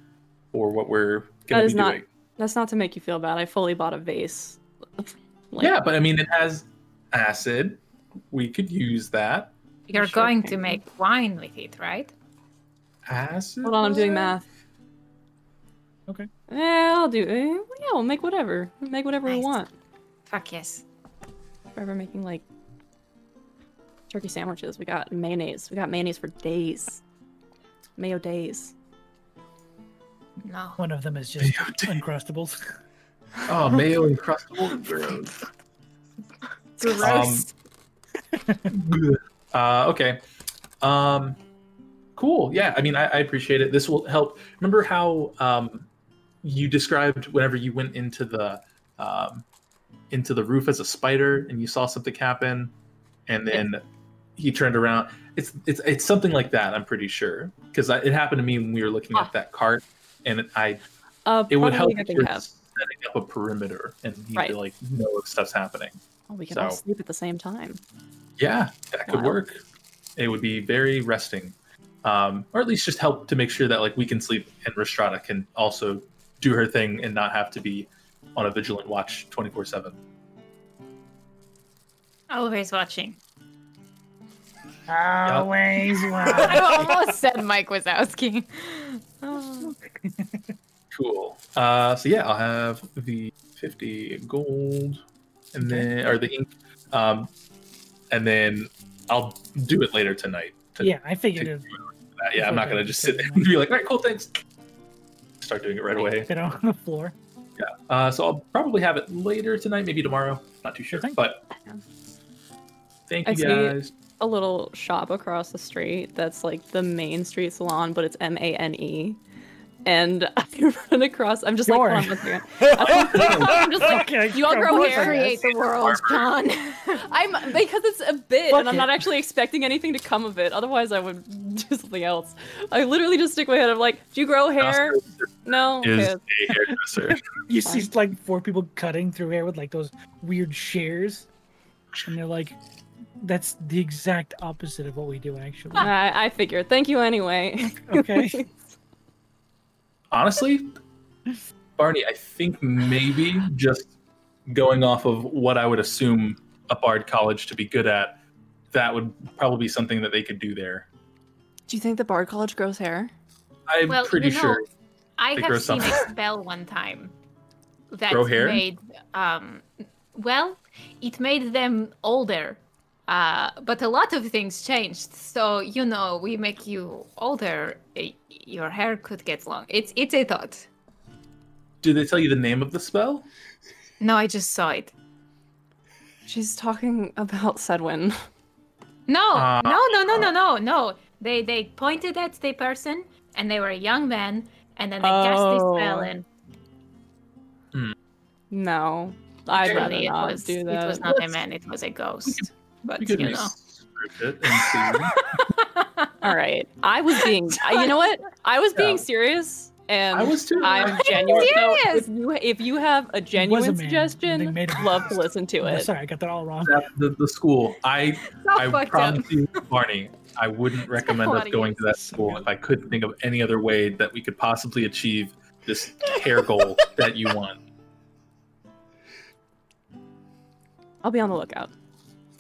A: for what we're
C: That
A: going to
C: is
A: be
C: not-
A: doing.
C: that's not to make you feel bad. I fully bought a vase. Like,
A: yeah, but I mean, it has acid. We could use that.
E: You're
C: sure
E: going to
C: can.
E: make wine with it, right?
A: Acid?
C: Hold on, I'm doing math.
B: Okay.
C: Eh, I'll do. Eh, yeah, we'll make whatever. We'll Make whatever we
E: Nice.
C: want.
E: Fuck yes.
C: Forever making like turkey sandwiches. We got mayonnaise. We got mayonnaise for days. Mayo days.
E: No.
B: One of them is just Uncrustables.
A: Oh, mayo and crustable. Gross. Um,
E: Gross.
A: Ugh. uh, okay. Um, cool. Yeah. I mean, I, I appreciate it. This will help. Remember how um, you described whenever you went into the um, into the roof as a spider and you saw something happen, and then he turned around. It's it's it's something like that. I'm pretty sure because it happened to me when we were looking
C: Ah.
A: at that cart, and I
C: Uh,
A: it would help
C: probably good
A: if
C: thing
A: we're
C: to have.
A: setting up a perimeter and you need
C: Right.
A: to like know if stuff's happening.
C: Oh, we can all
A: so-
C: sleep at the same time.
A: Yeah, that could
C: Wow.
A: work. It would be very resting, um, or at least just help to make sure that like we can sleep and Restrada can also do her thing and not have to be on a vigilant watch twenty four seven.
E: Always watching.
B: Always
H: I
B: one.
H: almost said Mike Wazowski. Oh.
A: Cool. Uh, so yeah, I'll have the fifty gold, and then or the ink, um, and then I'll do it later tonight. To
B: Yeah, I figured it.
A: yeah, I'm not gonna just sit there and be like, all right, cool, thanks. Start doing it right away.
B: Fit on the floor.
A: Uh, so I'll probably have it later tonight, maybe tomorrow. Not too sure,
B: Okay.
A: but thank you
C: I see.
A: guys.
C: A little shop across the street that's like the main street salon, but it's M A N E. And I run across. I'm just
B: Sure.
C: like, hold on one second. I'm, I'm just like,
B: Okay,
C: you all
B: of
C: grow
B: course
C: hair.
B: I did.
H: Create the world, John.
C: I'm because it's a bit,
B: Fuck
C: and I'm
B: it.
C: not actually expecting anything to come of it. Otherwise, I would do something else. I literally just stick my head. I'm like, do you grow hair? No.
A: is
C: Okay.
A: a hairdresser.
B: You see like four people cutting through hair with like those weird shears, and they're like, "That's the exact opposite of what we do, actually."
C: I, I figure. Thank you anyway.
B: Okay.
A: Honestly, Barney, I think maybe just going off of what I would assume a Bard College to be good at, that would probably be something that they could do there.
C: do you think the Bard College grows hair?
A: I'm
E: Well, you
A: pretty
E: know,
A: sure.
E: I
A: They grow
E: have seen a
A: something.
E: spell one time that
A: Grow hair?
E: made um well, it made them older. Uh, but a lot of things changed. So, you know, we make you older, y- your hair could get long. It's it's a thought.
A: Do they tell you the name of the spell?
E: No, I just saw it.
C: She's talking about Sedwin.
E: No,
A: Uh,
E: no, no, no, no, no, no. They they pointed at the person, and they were a young man, and then they
C: Oh.
E: cast this spell, and
C: No, I'd rather
E: it
C: not
E: was
C: do
E: it
C: that.
E: was not a man, it was a ghost.
A: You
E: But you,
A: could make
E: know,
A: script it and see.
C: All right, I was being. I, you know what? I was being serious, and
A: I was too.
C: I'm genuine. So
E: serious.
C: if you if you have a
B: a
C: genuine
B: man. They
C: suggestion,
B: made it a
C: love to
B: ghost.
C: listen to
B: Oh,
C: it.
B: sorry, I got that all wrong.
A: that, the, the school. I
E: so
A: I
E: fucked up.
A: promise you, Barney, I wouldn't recommend us
C: funny.
A: going to that school if I couldn't think of any other way that we could possibly achieve this hair goal that you want.
C: I'll be on the lookout.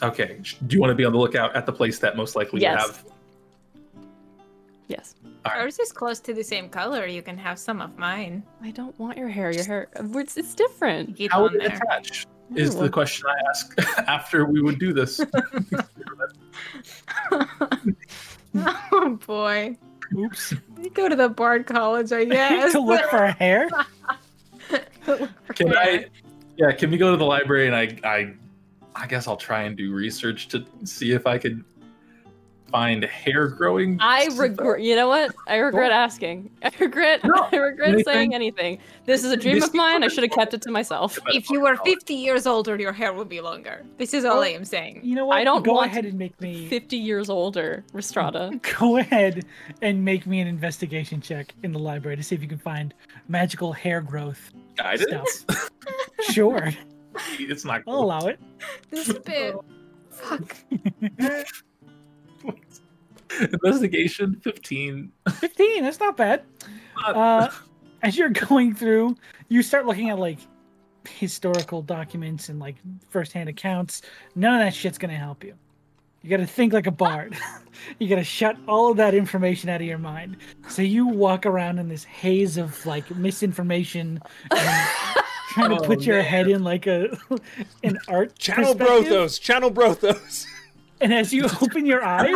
A: Okay. sh- Do you want to be on the lookout at the place that most likely
C: Yes.
A: will have?
C: Yes.
E: Ours is close to the same color. You can have some of mine.
C: I don't want your hair. Your hair. It's, it's different.
E: Get
A: How
E: on
A: would it
E: there.
A: attach? Is the question I ask after we would do this?
E: Oh boy.
B: Oops.
E: You go to the Bard College, I guess.
B: to look for a hair?
A: Can I? Yeah. Can we go to the library and I I I guess I'll try and do research to see if I could find hair growing.
C: I
A: stuff?
C: regret. You know what? I regret asking. I regret.
A: No,
C: I regret saying anything. This is a dream
A: This-
C: of mine. I should have kept it to myself.
E: if you were 50 years older, your hair would be longer. This is all I am saying.
B: You know what?
C: I don't
B: go
C: want
B: ahead
C: to-
B: and make me
C: Fifty years older, Restrada.
B: go ahead and make me an investigation check in the library to see if you can find magical hair growth
A: guidance,
B: stuff. sure,
A: it's not.
B: I'll allow it.
E: This bit. Fuck.
A: Investigation 15.
B: Fifteen. That's not bad. Uh, as you're going through, you start looking at like historical documents and like firsthand accounts. None of that shit's gonna help you. You gotta think like a bard. you gotta shut all of that information out of your mind. So you walk around in this haze of like misinformation and trying to
A: Oh,
B: put your
A: man.
B: head in like a an art
D: Channel
B: perspective.
D: Brothos. Channel Brothos.
B: And as you open your eyes,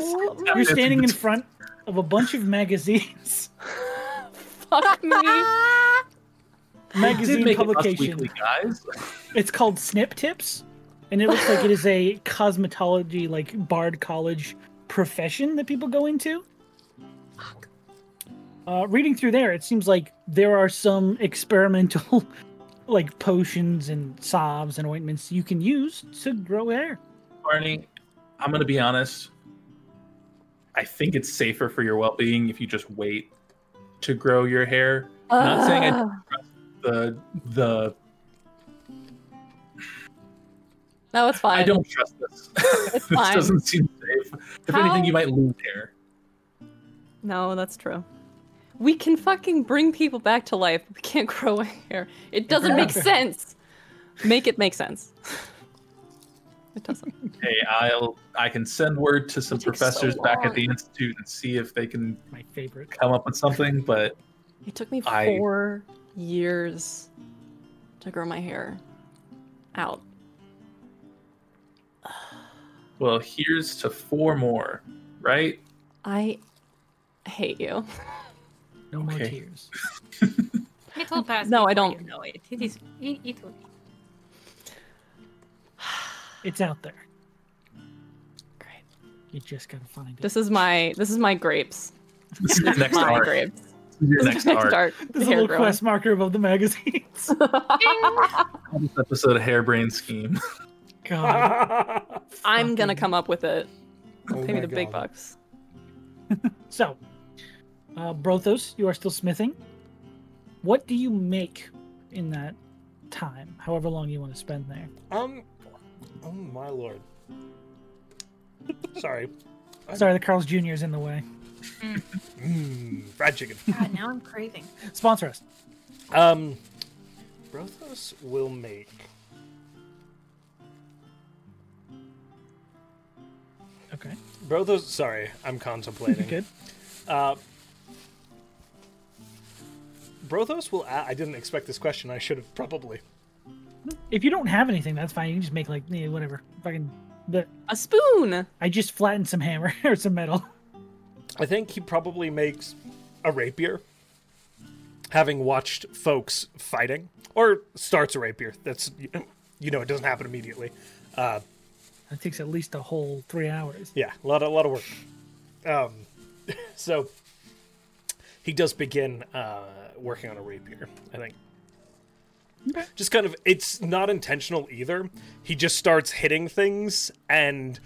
B: you're standing in front of a bunch of magazines,
C: Fuck me.
A: Did
B: magazine
A: make it Us
B: publications.
A: Weekly, guys.
B: It's called Snip Tips, and it looks like it is a cosmetology, like Bard College profession that people go into. Uh, reading through there, it seems like there are some experimental, like potions and salves and ointments you can use to grow hair.
A: Barney, I'm going to be honest. I think it's safer for your well being if you just wait to grow your hair. Not saying I don't trust the, the,
C: No, it's fine.
A: I don't trust this. this
C: fine.
A: doesn't seem safe. If anything,
C: How-
A: you might lose hair.
C: No, that's true. We can fucking bring people back to life. but We can't grow hair. It doesn't make sense. Make it make sense. It doesn't.
A: Hey, I'll, I can send word to some
C: It takes so
A: professors back at
C: long.
A: the institute and see if they can
B: My favorite.
A: come up with something, but
C: It took me
A: I-
C: four years to grow my hair out.
A: well, here's to four more, right?
C: I hate you.
B: No more
A: Okay.
B: tears.
E: It will pass.
C: No, I
E: before
C: don't.
E: You know it. It is. It, it will.
B: It's out there.
C: Great.
B: You just gotta find it.
C: This is my this is my grapes.
A: This is your next
C: my
A: art.
C: grapes.
A: This is your
C: This is
A: next
C: my
A: art.
B: There's a
C: hair
B: little
C: growing.
B: quest marker above the magazines.
A: This episode of Hairbrain Scheme.
B: God,
D: oh
C: I'm gonna
B: fucking-
C: come up with it. Pay me
D: my
C: the big
D: God.
C: bucks.
B: So, uh, Brothos, you are still smithing. What do you make in that time, however long you want to spend there?
D: Um. Oh my lord. Sorry.
B: Sorry, the Carl's Jr. is in the way.
D: Mmm. Fried chicken.
E: God, now I'm craving.
B: Sponsor us.
D: Um, Brothos will make.
B: Okay,
D: Brothos, sorry, I'm contemplating.
B: good.
D: Uh, Brothos will. a I didn't expect this question. I should have probably.
B: If you don't have anything, that's fine. You can just make like yeah, whatever. Fucking. But
C: A spoon.
B: I just flattened some hammer or some metal.
D: I think he probably makes a rapier. Having watched folks fighting, or starts a rapier. That's you know it doesn't happen immediately.
B: That takes at least a whole three hours.
D: Yeah, a lot, a lot of work. Um, so he does begin uh, working on a rapier. I think. Just kind of, it's not intentional either. He just starts hitting things, and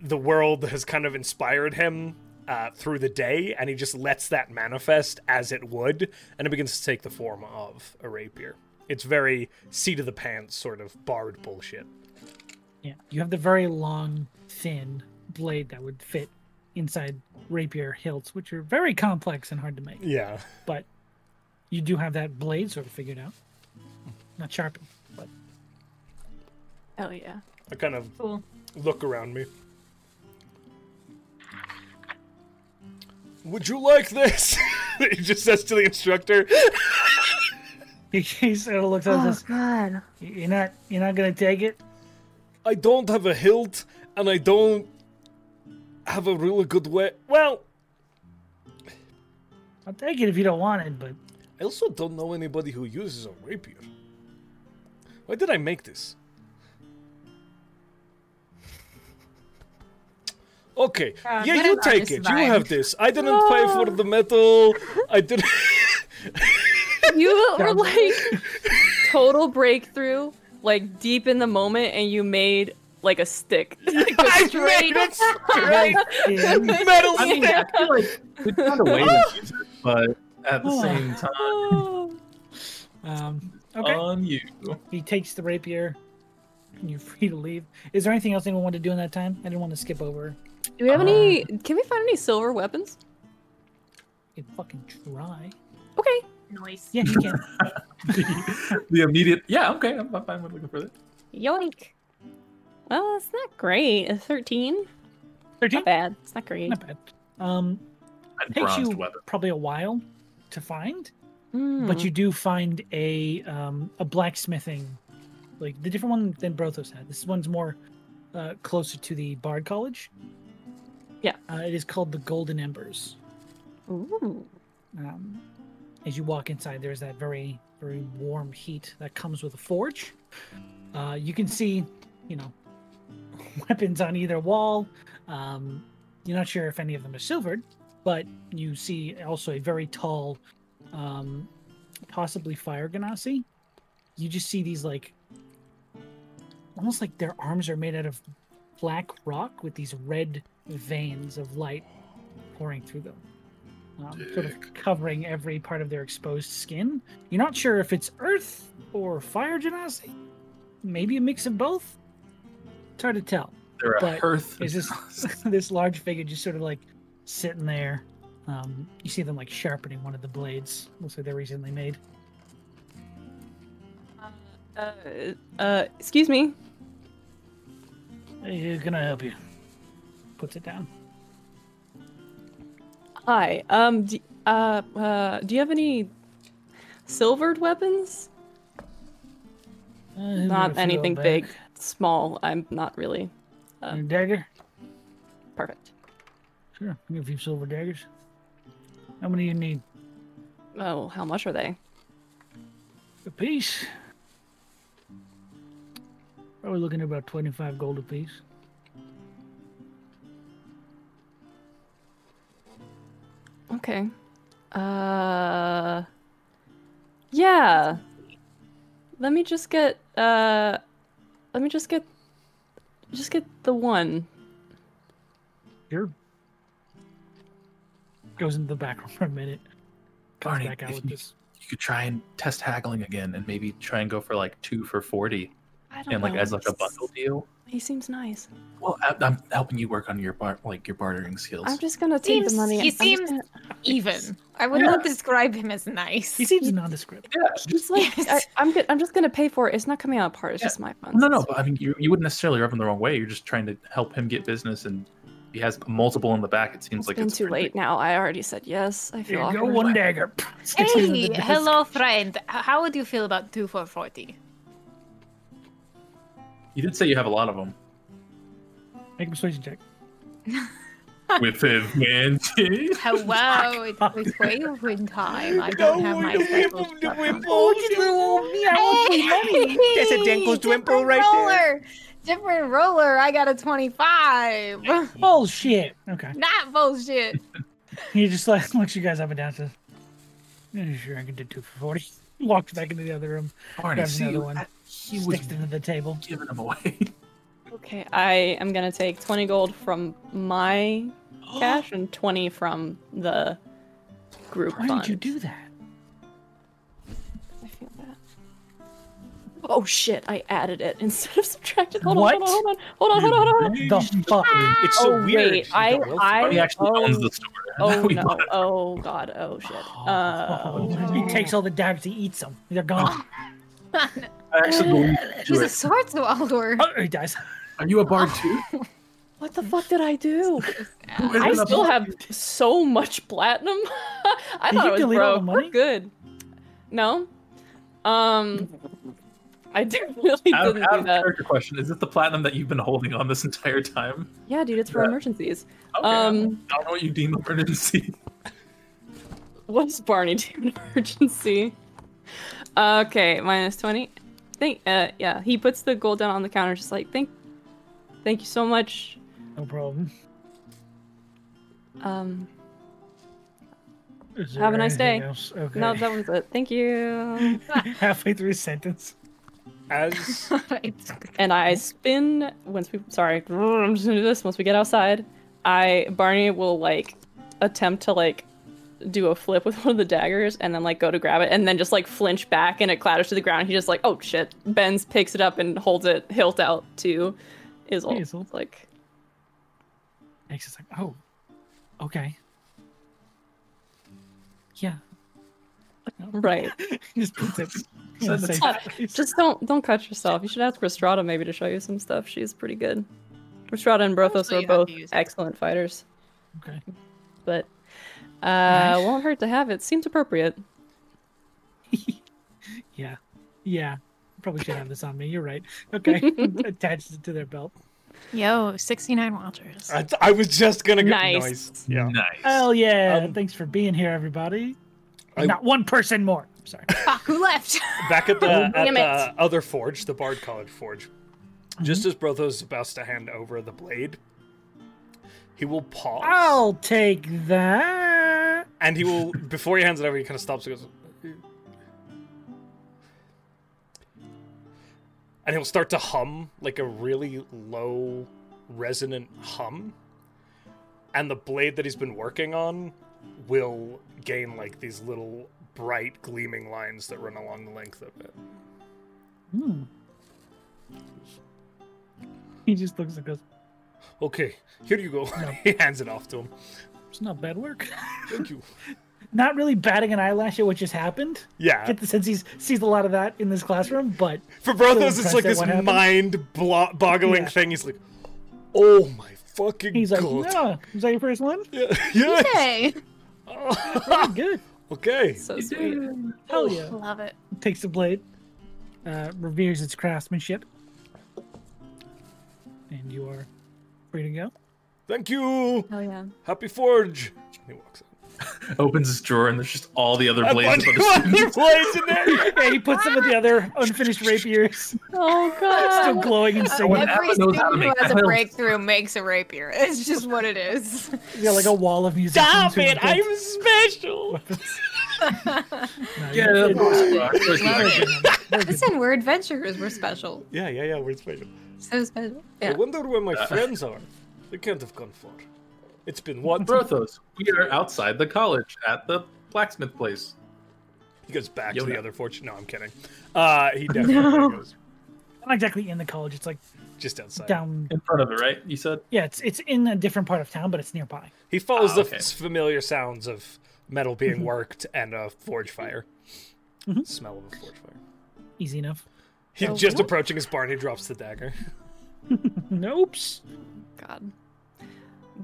D: the world has kind of inspired him uh, through the day, and he just lets that manifest as it would, and it begins to take the form of a rapier. It's very seat of the pants sort of barred bullshit.
B: Yeah, you have the very long, thin blade that would fit inside rapier hilts, which are very complex and hard to make.
D: Yeah.
B: But you do have that blade sort of figured out. Not sharpened, but
C: Oh yeah.
D: I kind of
F: Cool.
D: look around me. Would you like this? he just says to the instructor.
B: he, sort of looks at us. and says,
E: God.
B: You're not, you're not gonna take it.
D: I don't have a hilt, and I don't have a really good way. Well,
B: I'll take it if you don't want it, but
D: I also don't know anybody who uses a rapier. Why did I make this? Okay,
E: Uh,
D: yeah,
E: what
D: you
E: an
D: take
E: artist
D: it. You
E: vibe.
D: have this. I didn't pay for the metal. I didn't.
C: You were like total breakthrough, like deep in the moment, and you made like a stick. Like a
D: I
C: straight-
D: made a straight
B: Yeah,
D: metal
A: I mean,
D: stick.
A: I feel like we found a way to use it, but at the same time,
B: um, okay.
A: on you.
B: he takes the rapier, and you're free to leave. Is there anything else anyone wanted to do in that time? I didn't want to skip over.
C: Do we have any? Can we find any silver weapons?
B: You can fucking try.
C: Okay.
E: Noise.
B: Yeah, you can.
A: the, the immediate, yeah, okay, I'm, I'm fine with looking for that.
C: Yoink. Well, it's not great. A Thirteen.
B: Thirteen.
C: Not bad. It's not great.
B: Not bad. Um,
A: And
B: takes
A: bronzed
B: you
A: weapon.
B: probably a while to find,
C: Hmm.
B: but you do find a um, a blacksmithing, like the different one than Brothos had. This one's more uh, closer to the Bard College.
C: Yeah.
B: uh, it is called the Golden Embers.
C: Ooh.
B: Um, as you walk inside, there's that very, very warm heat that comes with a forge. Uh, you can see, you know, weapons on either wall. Um, you're not sure if any of them are silvered, but you see also a very tall, um, possibly fire ganassi. You just see these like, almost like their arms are made out of black rock with these red veins of light pouring through them um, sort of covering every part of their exposed skin. You're not sure if it's earth or fire genasi, maybe a mix of both. It's hard to tell.
A: They're a
B: but
A: hearth.
B: Is this this large figure just sort of like sitting there? Um, you see them like sharpening one of the blades. Looks like they're recently made.
C: Uh, uh, excuse me.
B: Hey, can I help you? Puts it down.
C: Hi. Um. Do, uh. Uh. Do you have any silvered weapons?
B: Uh, who knows
C: Not
B: if you
C: anything
B: go
C: big.
B: back?
C: Small. I'm not really
B: Your dagger?
C: perfect.
B: Sure. I'll give you silver daggers. How many you need?
C: Oh, how much are they?
B: a piece. Probably looking at about 25 gold a piece.
C: Okay. Uh Yeah. Let me just get uh let me just get just get the one.
B: Sure. Goes into the back room for a minute. Comes
A: Barney,
B: back out
A: if
B: with
A: you-
B: this.
A: You could try and test haggling again and maybe try and go for like two for 40
C: I
B: Oh,
C: don't
A: and like
C: know.
A: as like a bundle deal.
C: He seems nice.
A: Well, I, I'm helping you work on your bar, like your bartering skills.
C: I'm just gonna take
E: Seems-
C: the money.
E: he
C: I'm just
E: seems-
C: gonna-
E: Even. I would not describe him as nice.
B: He seems nondescript.
A: yeah,
C: just like
E: Yes.
C: I, am good. I'm just gonna pay for it. It's not coming out of part. It's
A: Yeah.
C: just my funds.
A: No, no, but I mean, you, you wouldn't necessarily rub him the wrong way. You're just trying to help him get business, and he has multiple in the back. It seems
C: It's
A: like
C: been
A: it's
C: too
A: pretty-
C: late now. I already said yes. I
B: Here
C: feel
B: you go,
C: awkward.
B: one dagger. Sticks it into the
E: Hey,
B: desk.
E: hello, friend. H- How would you feel about two for 40?
A: You did say you have a lot of them.
B: Make a persuasion check.
A: With advantage.
E: Hello, it was way in time. I don't have my special stuff on.
D: That's a Dimples Dimple right there.
E: roller. Different roller. I got a 25.
B: Bullshit. Okay.
E: Not bullshit.
B: He just like looks you guys up and down. Says, "Yeah, "Sure, I can do two for 40. Walks back into the other room,
A: Barney,
B: grabs
A: see,
B: another one,
A: he was
B: sticks it into the table.
A: giving him away.
C: Okay, I am gonna take twenty gold from my cash and twenty from the group
B: Why
C: fund.
B: did you do that?
C: I feel bad. Oh shit! I added it instead of subtracted. Hold
B: What?
C: on, hold on, hold on, hold on, hold on, hold on.
B: The fuck?
D: It's so
C: oh
D: weird.
C: wait,
D: You
C: I,
D: got Wilfred.
C: I,
A: Barney actually
C: oh,
A: owns the store.
C: oh
A: We
C: no,
A: bought it.
C: oh god, oh shit. Uh,
B: He takes all the daggers, he eats them. They're gone.
A: I actually believe you
E: He's
A: do
E: a
A: it.
E: sword sword.
B: oh, he dies.
A: Are you a bard too?
C: what the fuck did I do?
A: Who
C: I
A: isn't a
C: still
A: bard?
C: have so much platinum. I
B: Did
C: thought
B: you
C: it was
B: delete all the
C: broke.
B: money?
C: We're good. No. Um, I did really
A: Out of,
C: didn't
A: out
C: do
A: of
C: that.
A: character question, is it the platinum that you've been holding on this entire time?
C: Yeah, dude, it's for
A: Yeah.
C: emergencies.
A: Okay. I
C: Um,
A: don't know what you deem emergency.
C: what's Barney do in an emergency? Okay, minus twenty. Thank. Uh, yeah, he puts the gold down on the counter, just like thank, thank you so much.
B: No problem.
C: Um,
B: Is
C: Have a
B: there
C: nice
B: anything
C: day.
B: else? Okay.
C: no, that was it. Thank you.
B: Halfway through his sentence.
D: As
C: and I spin once we sorry, I'm just gonna do this once we get outside. I Barney will like attempt to like do a flip with one of the daggers and then like go to grab it and then just like flinch back and it clatters to the ground. He just like, oh shit. Benz picks it up and holds it hilt out to Izzle.
B: Izzle.
C: It's Like
B: He's just like, oh, okay. Yeah.
C: right.
B: He just puts it in
A: So
B: a
A: that's-
B: safe
C: Uh,
B: place.
C: just don't don't cut yourself. You should ask Restrada maybe to show you some stuff. She's pretty good. Restrada and Brothos
H: Honestly,
C: are
H: you have
C: both
H: to use it.
C: excellent fighters,
B: Okay.
C: but uh
B: Nice.
C: won't hurt to have it. Seems appropriate.
B: Yeah. Yeah. Probably should have this on me. You're right. Okay. Attaches it to their belt.
E: Yo, 69 watchers.
D: I, I was just gonna go
C: Nice.
D: nice. Yeah.
A: Nice.
B: Hell yeah.
D: Um,
B: Thanks for being here, everybody.
D: I-
B: Not one person more. Sorry.
E: Fuck, who left?
D: Back at the at
C: Damn it. Mm-hmm.
D: the other forge, the Bard College forge, just as Brothos is about to hand over the blade, he will pause.
C: Oh,
B: I'll take that.
D: And he will, before he hands it over, he kind of stops and goes. "Eh." And he'll start to hum like a really low, resonant hum. And the blade that he's been working on will gain like these little bright, gleaming lines that run along the length of it.
B: Hmm. He just looks and goes,
D: Okay, here you go. he hands it off to him.
B: it's not bad work.
D: Thank you.
B: Not really batting an eyelash at what just happened.
D: Yeah.
B: Get the sense he's sees a lot of that in this classroom, but
D: For Brothos,
B: So
D: it's
B: impressed at
D: like this
B: what happened.
D: mind blo- boggling
B: Yeah.
D: thing. He's like, oh my fucking
B: he's like,
D: god.
B: no, is that your first one?
D: Yeah. yes.
E: Hey.
D: Oh,
B: Good.
D: okay.
C: So sweet.
B: Hell yeah.
E: Love it.
B: Takes the blade, uh, reveres its craftsmanship, and you are free to go.
D: Thank you.
C: Hell yeah.
D: Happy forge. He walks out.
A: Opens his drawer and there's just all the other
D: A
A: blades. of
D: bunch of
A: other
D: other blades in there.
B: And he puts them with the other unfinished rapiers,
C: Oh god.
B: still glowing and singing.
E: Every
A: Everyone knows how to
E: student who
A: make
E: has a
A: tiles.
E: breakthrough makes a rapier. It's just what it is.
B: Yeah, like a wall of music.
D: Stop
B: into
D: it.
B: the-
D: I'm special.
B: No,
A: Yeah,
B: you-
A: of course you are. Of course you are.
H: Listen, we're adventurers. We're special.
D: Yeah, yeah, yeah. We're special.
H: So special.
D: I
H: Yeah.
D: wonder where
A: Uh.
D: my friends are. They can't have gone far. It's been what?
A: Brothos, we are outside the college at the blacksmith place.
D: He goes back to
A: Yona.
D: the other fortune. No, I'm kidding. Uh, he definitely goes
B: Not exactly in the college. It's like
D: just outside.
B: down.
A: In front of it, right? You said?
B: Yeah, it's it's in a different part of town, but it's nearby.
D: He follows
A: Ah,
D: the
A: okay.
D: f- familiar sounds of metal being worked and a forge fire. Smell of a forge fire.
B: Easy enough.
D: He
C: Oh,
D: just
C: what?
D: approaching his barn. He drops the dagger.
B: Nope.
C: God.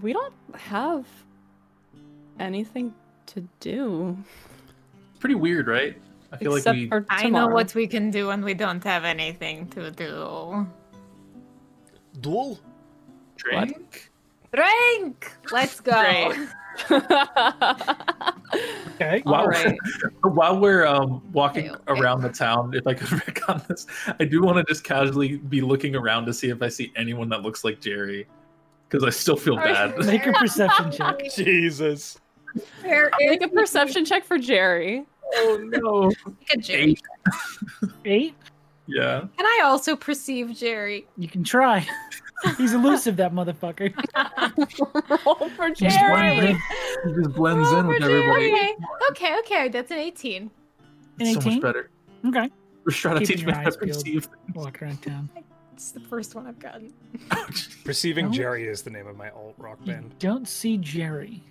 C: We don't have anything to do.
A: Pretty weird, right? I feel
C: except
A: like we
C: for
E: I know
C: tomorrow.
E: what we can do when we don't have anything to do.
D: Duel.
A: drank.
E: Drink! Let's go.
C: Great.
B: Okay.
A: Wow.
C: Alright.
A: While we're um, walking
E: Okay, okay.
A: around the town, if I could pick on this, I do want to just casually be looking around to see if I see anyone that looks like Jerry, because I still feel
E: Are you-
A: bad.
B: Make a perception check.
D: Jesus.
F: There is
C: Make a perception check for Jerry.
A: Oh no.
F: a Jerry.
B: Eight?
A: Yeah.
H: Can I also perceive Jerry?
B: You can try. He's elusive, that motherfucker.
C: Roll for
G: He just blends
C: Jerry.
G: in- He just blends in
H: Roll
G: with
H: for Oh, Jerry.
G: everybody.
H: Okay, okay, okay. That's an 18.
B: An
A: It's so
B: 18?
A: much better.
B: Okay.
A: We're trying to
B: Keeping
A: teach me
B: your
A: how to
B: eyes peeled.
A: perceive
B: Walk around town.
H: It's the first one I've gotten.
A: things.
D: Perceiving
C: Oh.
B: No.
D: Jerry is the name of my alt rock
B: You
D: band.
B: don't see Jerry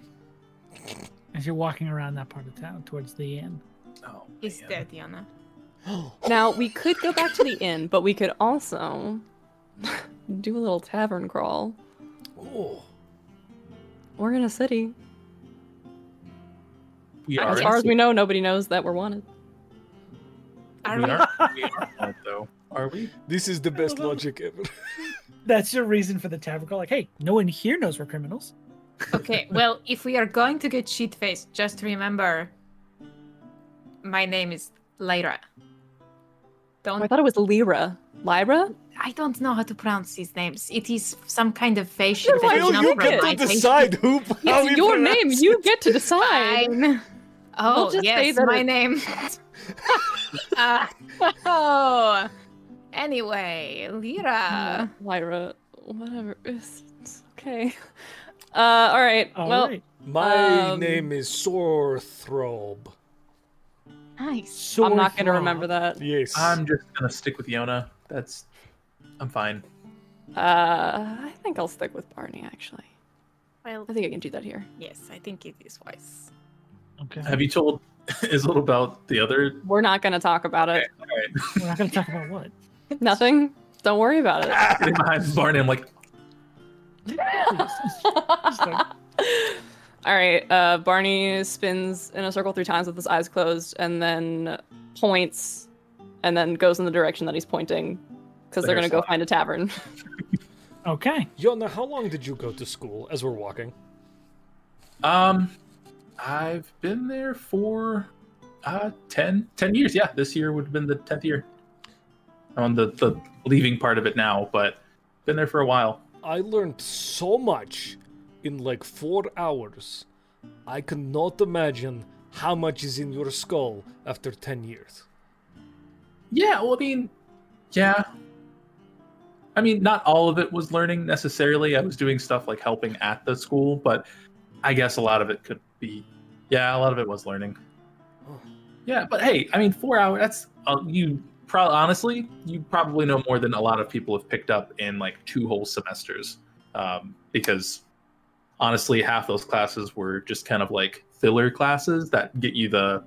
B: as you're walking around that part of town towards the inn.
A: Oh,
H: He's
A: man.
H: dead, Yana.
C: Now we could go back to the inn, but we could also do a little tavern crawl. Oh.
D: Ooh.
C: We're in a city.
A: We are.
C: As far as we know, nobody knows that we're wanted.
A: we are. We are not, though. Are we?
D: This is the best logic ever.
B: That's your reason for the tavern call. Like, hey, no one here knows we're criminals.
E: Okay, well, if we are going to get shit faced, just remember my name is Lyra.
C: Oh,
E: Don't
C: I thought it was Lyra. Oh, Lyra?
E: I don't know how to pronounce these names. It is some kind of facial that
C: Well,
E: is not
C: you
E: from
C: get to
E: my face.
D: who. how we
C: It's your
D: pronounce
C: name.
D: it.
C: You get to decide.
E: Fine. Oh
C: We'll just say
E: yes,
C: that
E: my
C: it-
E: name. Uh, oh. Anyway, Lyra.
C: Lyra. Whatever. It's, it's okay. Uh, all right.
B: All
C: well,
B: right.
D: My
C: Um,
D: name is Sorthrob.
E: Nice.
C: I'm not going to remember that.
D: Yes.
A: I'm just gonna stick with Yona. That's. I'm fine.
C: Uh, I think I'll stick with Barney, actually.
H: Well,
C: I think I can do that here.
H: yes, I think it is wise.
B: Okay.
A: Have you told Isel about the other?
C: We're not going to talk about it.
B: We're not going to talk about what.
C: Nothing. Don't worry about it.
A: Sitting behind Barney, I'm like,
C: All right. Uh, Barney spins in a circle three times with his eyes closed, and then points, and then goes in the direction that he's pointing, because they're gonna go
A: There's-
C: find a tavern.
B: Okay.
D: Yona, how long did you go to school as we're walking?
A: um, I've been there for uh 10, 10 years. Yeah, this year would have been the tenth year. I'm on the the leaving part of it now, but been there for a while.
D: I learned so much in like four hours. I cannot imagine how much is in your skull after 10 years.
A: Yeah, well, I mean, yeah. I mean, not all of it was learning necessarily. I was doing stuff like helping at the school, but I guess a lot of it could be, yeah, a lot of it was learning.
D: Oh.
A: Yeah, but hey, I mean, four hours, that's, uh, you probably, honestly, you probably know more than a lot of people have picked up in like two whole semesters. Um, because honestly, half those classes were just kind of like filler classes that get you the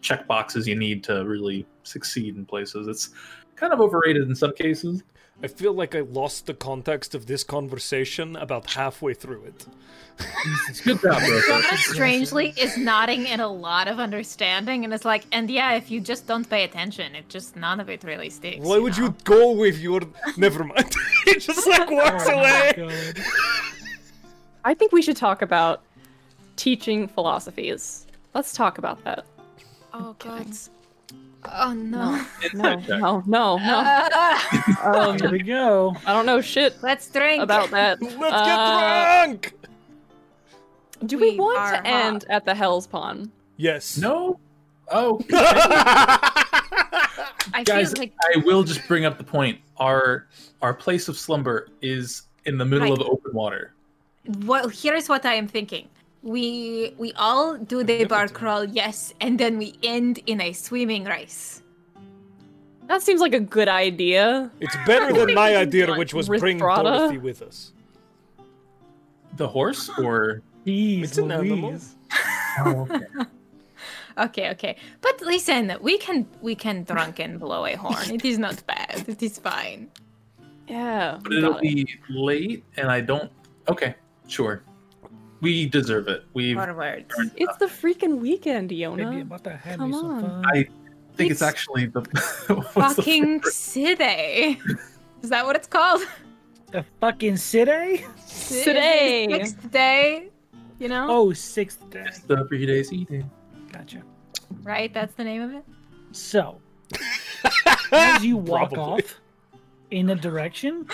A: check boxes you need to really succeed in places. It's kind of overrated in some cases.
D: I feel like I lost the context of this conversation about halfway through it.
A: It's good job, bro.
H: Donna strangely is nodding in a lot of understanding and is like, and yeah, if you just don't pay attention, it just none of it really sticks.
D: Why would you go with your. Never mind. it just like walks
B: Oh my
D: away.
B: God.
C: I think we should talk about teaching philosophies. Let's talk about that.
H: Oh god. Oh no.
C: No, no, no, no.
H: Ah,
C: Um,
B: Oh, Here we go.
C: I don't know shit
H: let's drink.
C: about that.
D: Let's get
C: Uh,
D: drunk!
C: do we
H: We
C: want
H: are
C: to end at the Hell's Pond?
D: Yes.
A: No. Oh,
H: I
A: guys,
H: feel like
A: I will just bring up the point. Our our place of slumber is in the middle
H: Right.
A: of open water.
H: well here's what I am thinking. We we all do the bar crawl, yes, and then we end in a swimming race.
C: That seems like a good idea.
D: It's better than my idea,
C: like
D: which was bring
C: Risbrata.
D: Dorothy with us.
A: The horse, or
B: Jeez,
D: It's an animal.
B: Louise.
H: Okay, okay. But listen, we can we can drunken blow a horn. It is not bad. It is fine.
C: Yeah.
A: but it'll
C: got it.
A: be late, and I don't. Okay, sure. We deserve it. We've. I
H: Forward.
C: It's the freaking weekend,
B: Baby,
C: Yona.
B: about to have
C: Come
B: me some
C: on.
B: fun.
A: I- think it's,
C: it's
A: actually the what's the-
H: Fucking city. Is that what it's called?
B: The fucking city?
C: Today.
H: Next day. You know?
B: Oh, sixth day.
A: it's the three days eating.
B: Gotcha.
H: Right? That's the name of it?
B: So, as you walk
D: Probably.
B: off in a direction,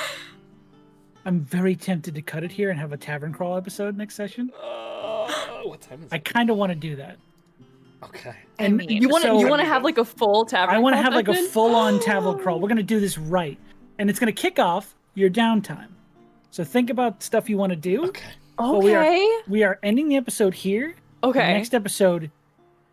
B: I'm very tempted to cut it here and have a tavern crawl episode next session.
D: Uh, Oh, what time is
B: I
D: it?
B: kind of want to do that.
D: Okay.
E: I
B: And
E: mean,
C: You want to
B: So-
C: you want to have like a full tavern. Oh.
B: I want to have like
C: concept
B: a
C: then?
B: full on tavern crawl. We're going to do this right. And it's going to kick off your downtime. So think about stuff you want to
C: Hmm?
B: do.
D: Okay.
B: But we are-
C: Okay.
B: We are ending the episode here. The
C: Okay.
B: next episode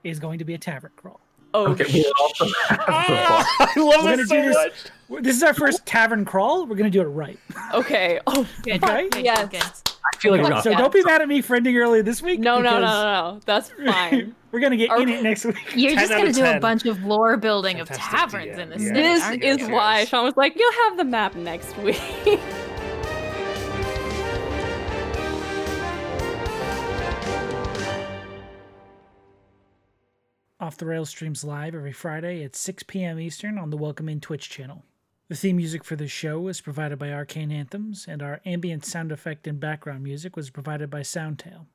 B: is going to be a tavern crawl.
C: oh,
A: Okay, we'll also have the boss.
D: Ah, I love
B: We're
D: it
B: gonna
D: so
B: do this-
D: much.
B: We're- This is our first tavern crawl. We're going to do it right.
C: okay. Oh
E: good,
B: Okay.
E: good,
C: Yes.
E: good.
A: I feel like we're
B: So
A: gonna.
B: don't be mad at me for ending early this week.
C: no, no, no,
B: because
C: no, no. That's fine.
B: We're going to get in
C: Okay.
B: it next week.
E: You're
D: 10
E: just
D: out
E: gonna
D: of
E: do
D: 10.
E: a bunch of lore building of
D: Fantastic
E: taverns
D: DM,
E: in this.
D: yeah.
E: city,
C: this
E: aren't
C: is
E: you?
C: why Sean was like, "You'll have the map next week."
B: Off the Rails streams live every Friday at 6 p.m. Eastern on the Welcome In Twitch channel. The theme music for this show is provided by Arcane Anthems, and our ambient sound effect and background music was provided by Soundtail.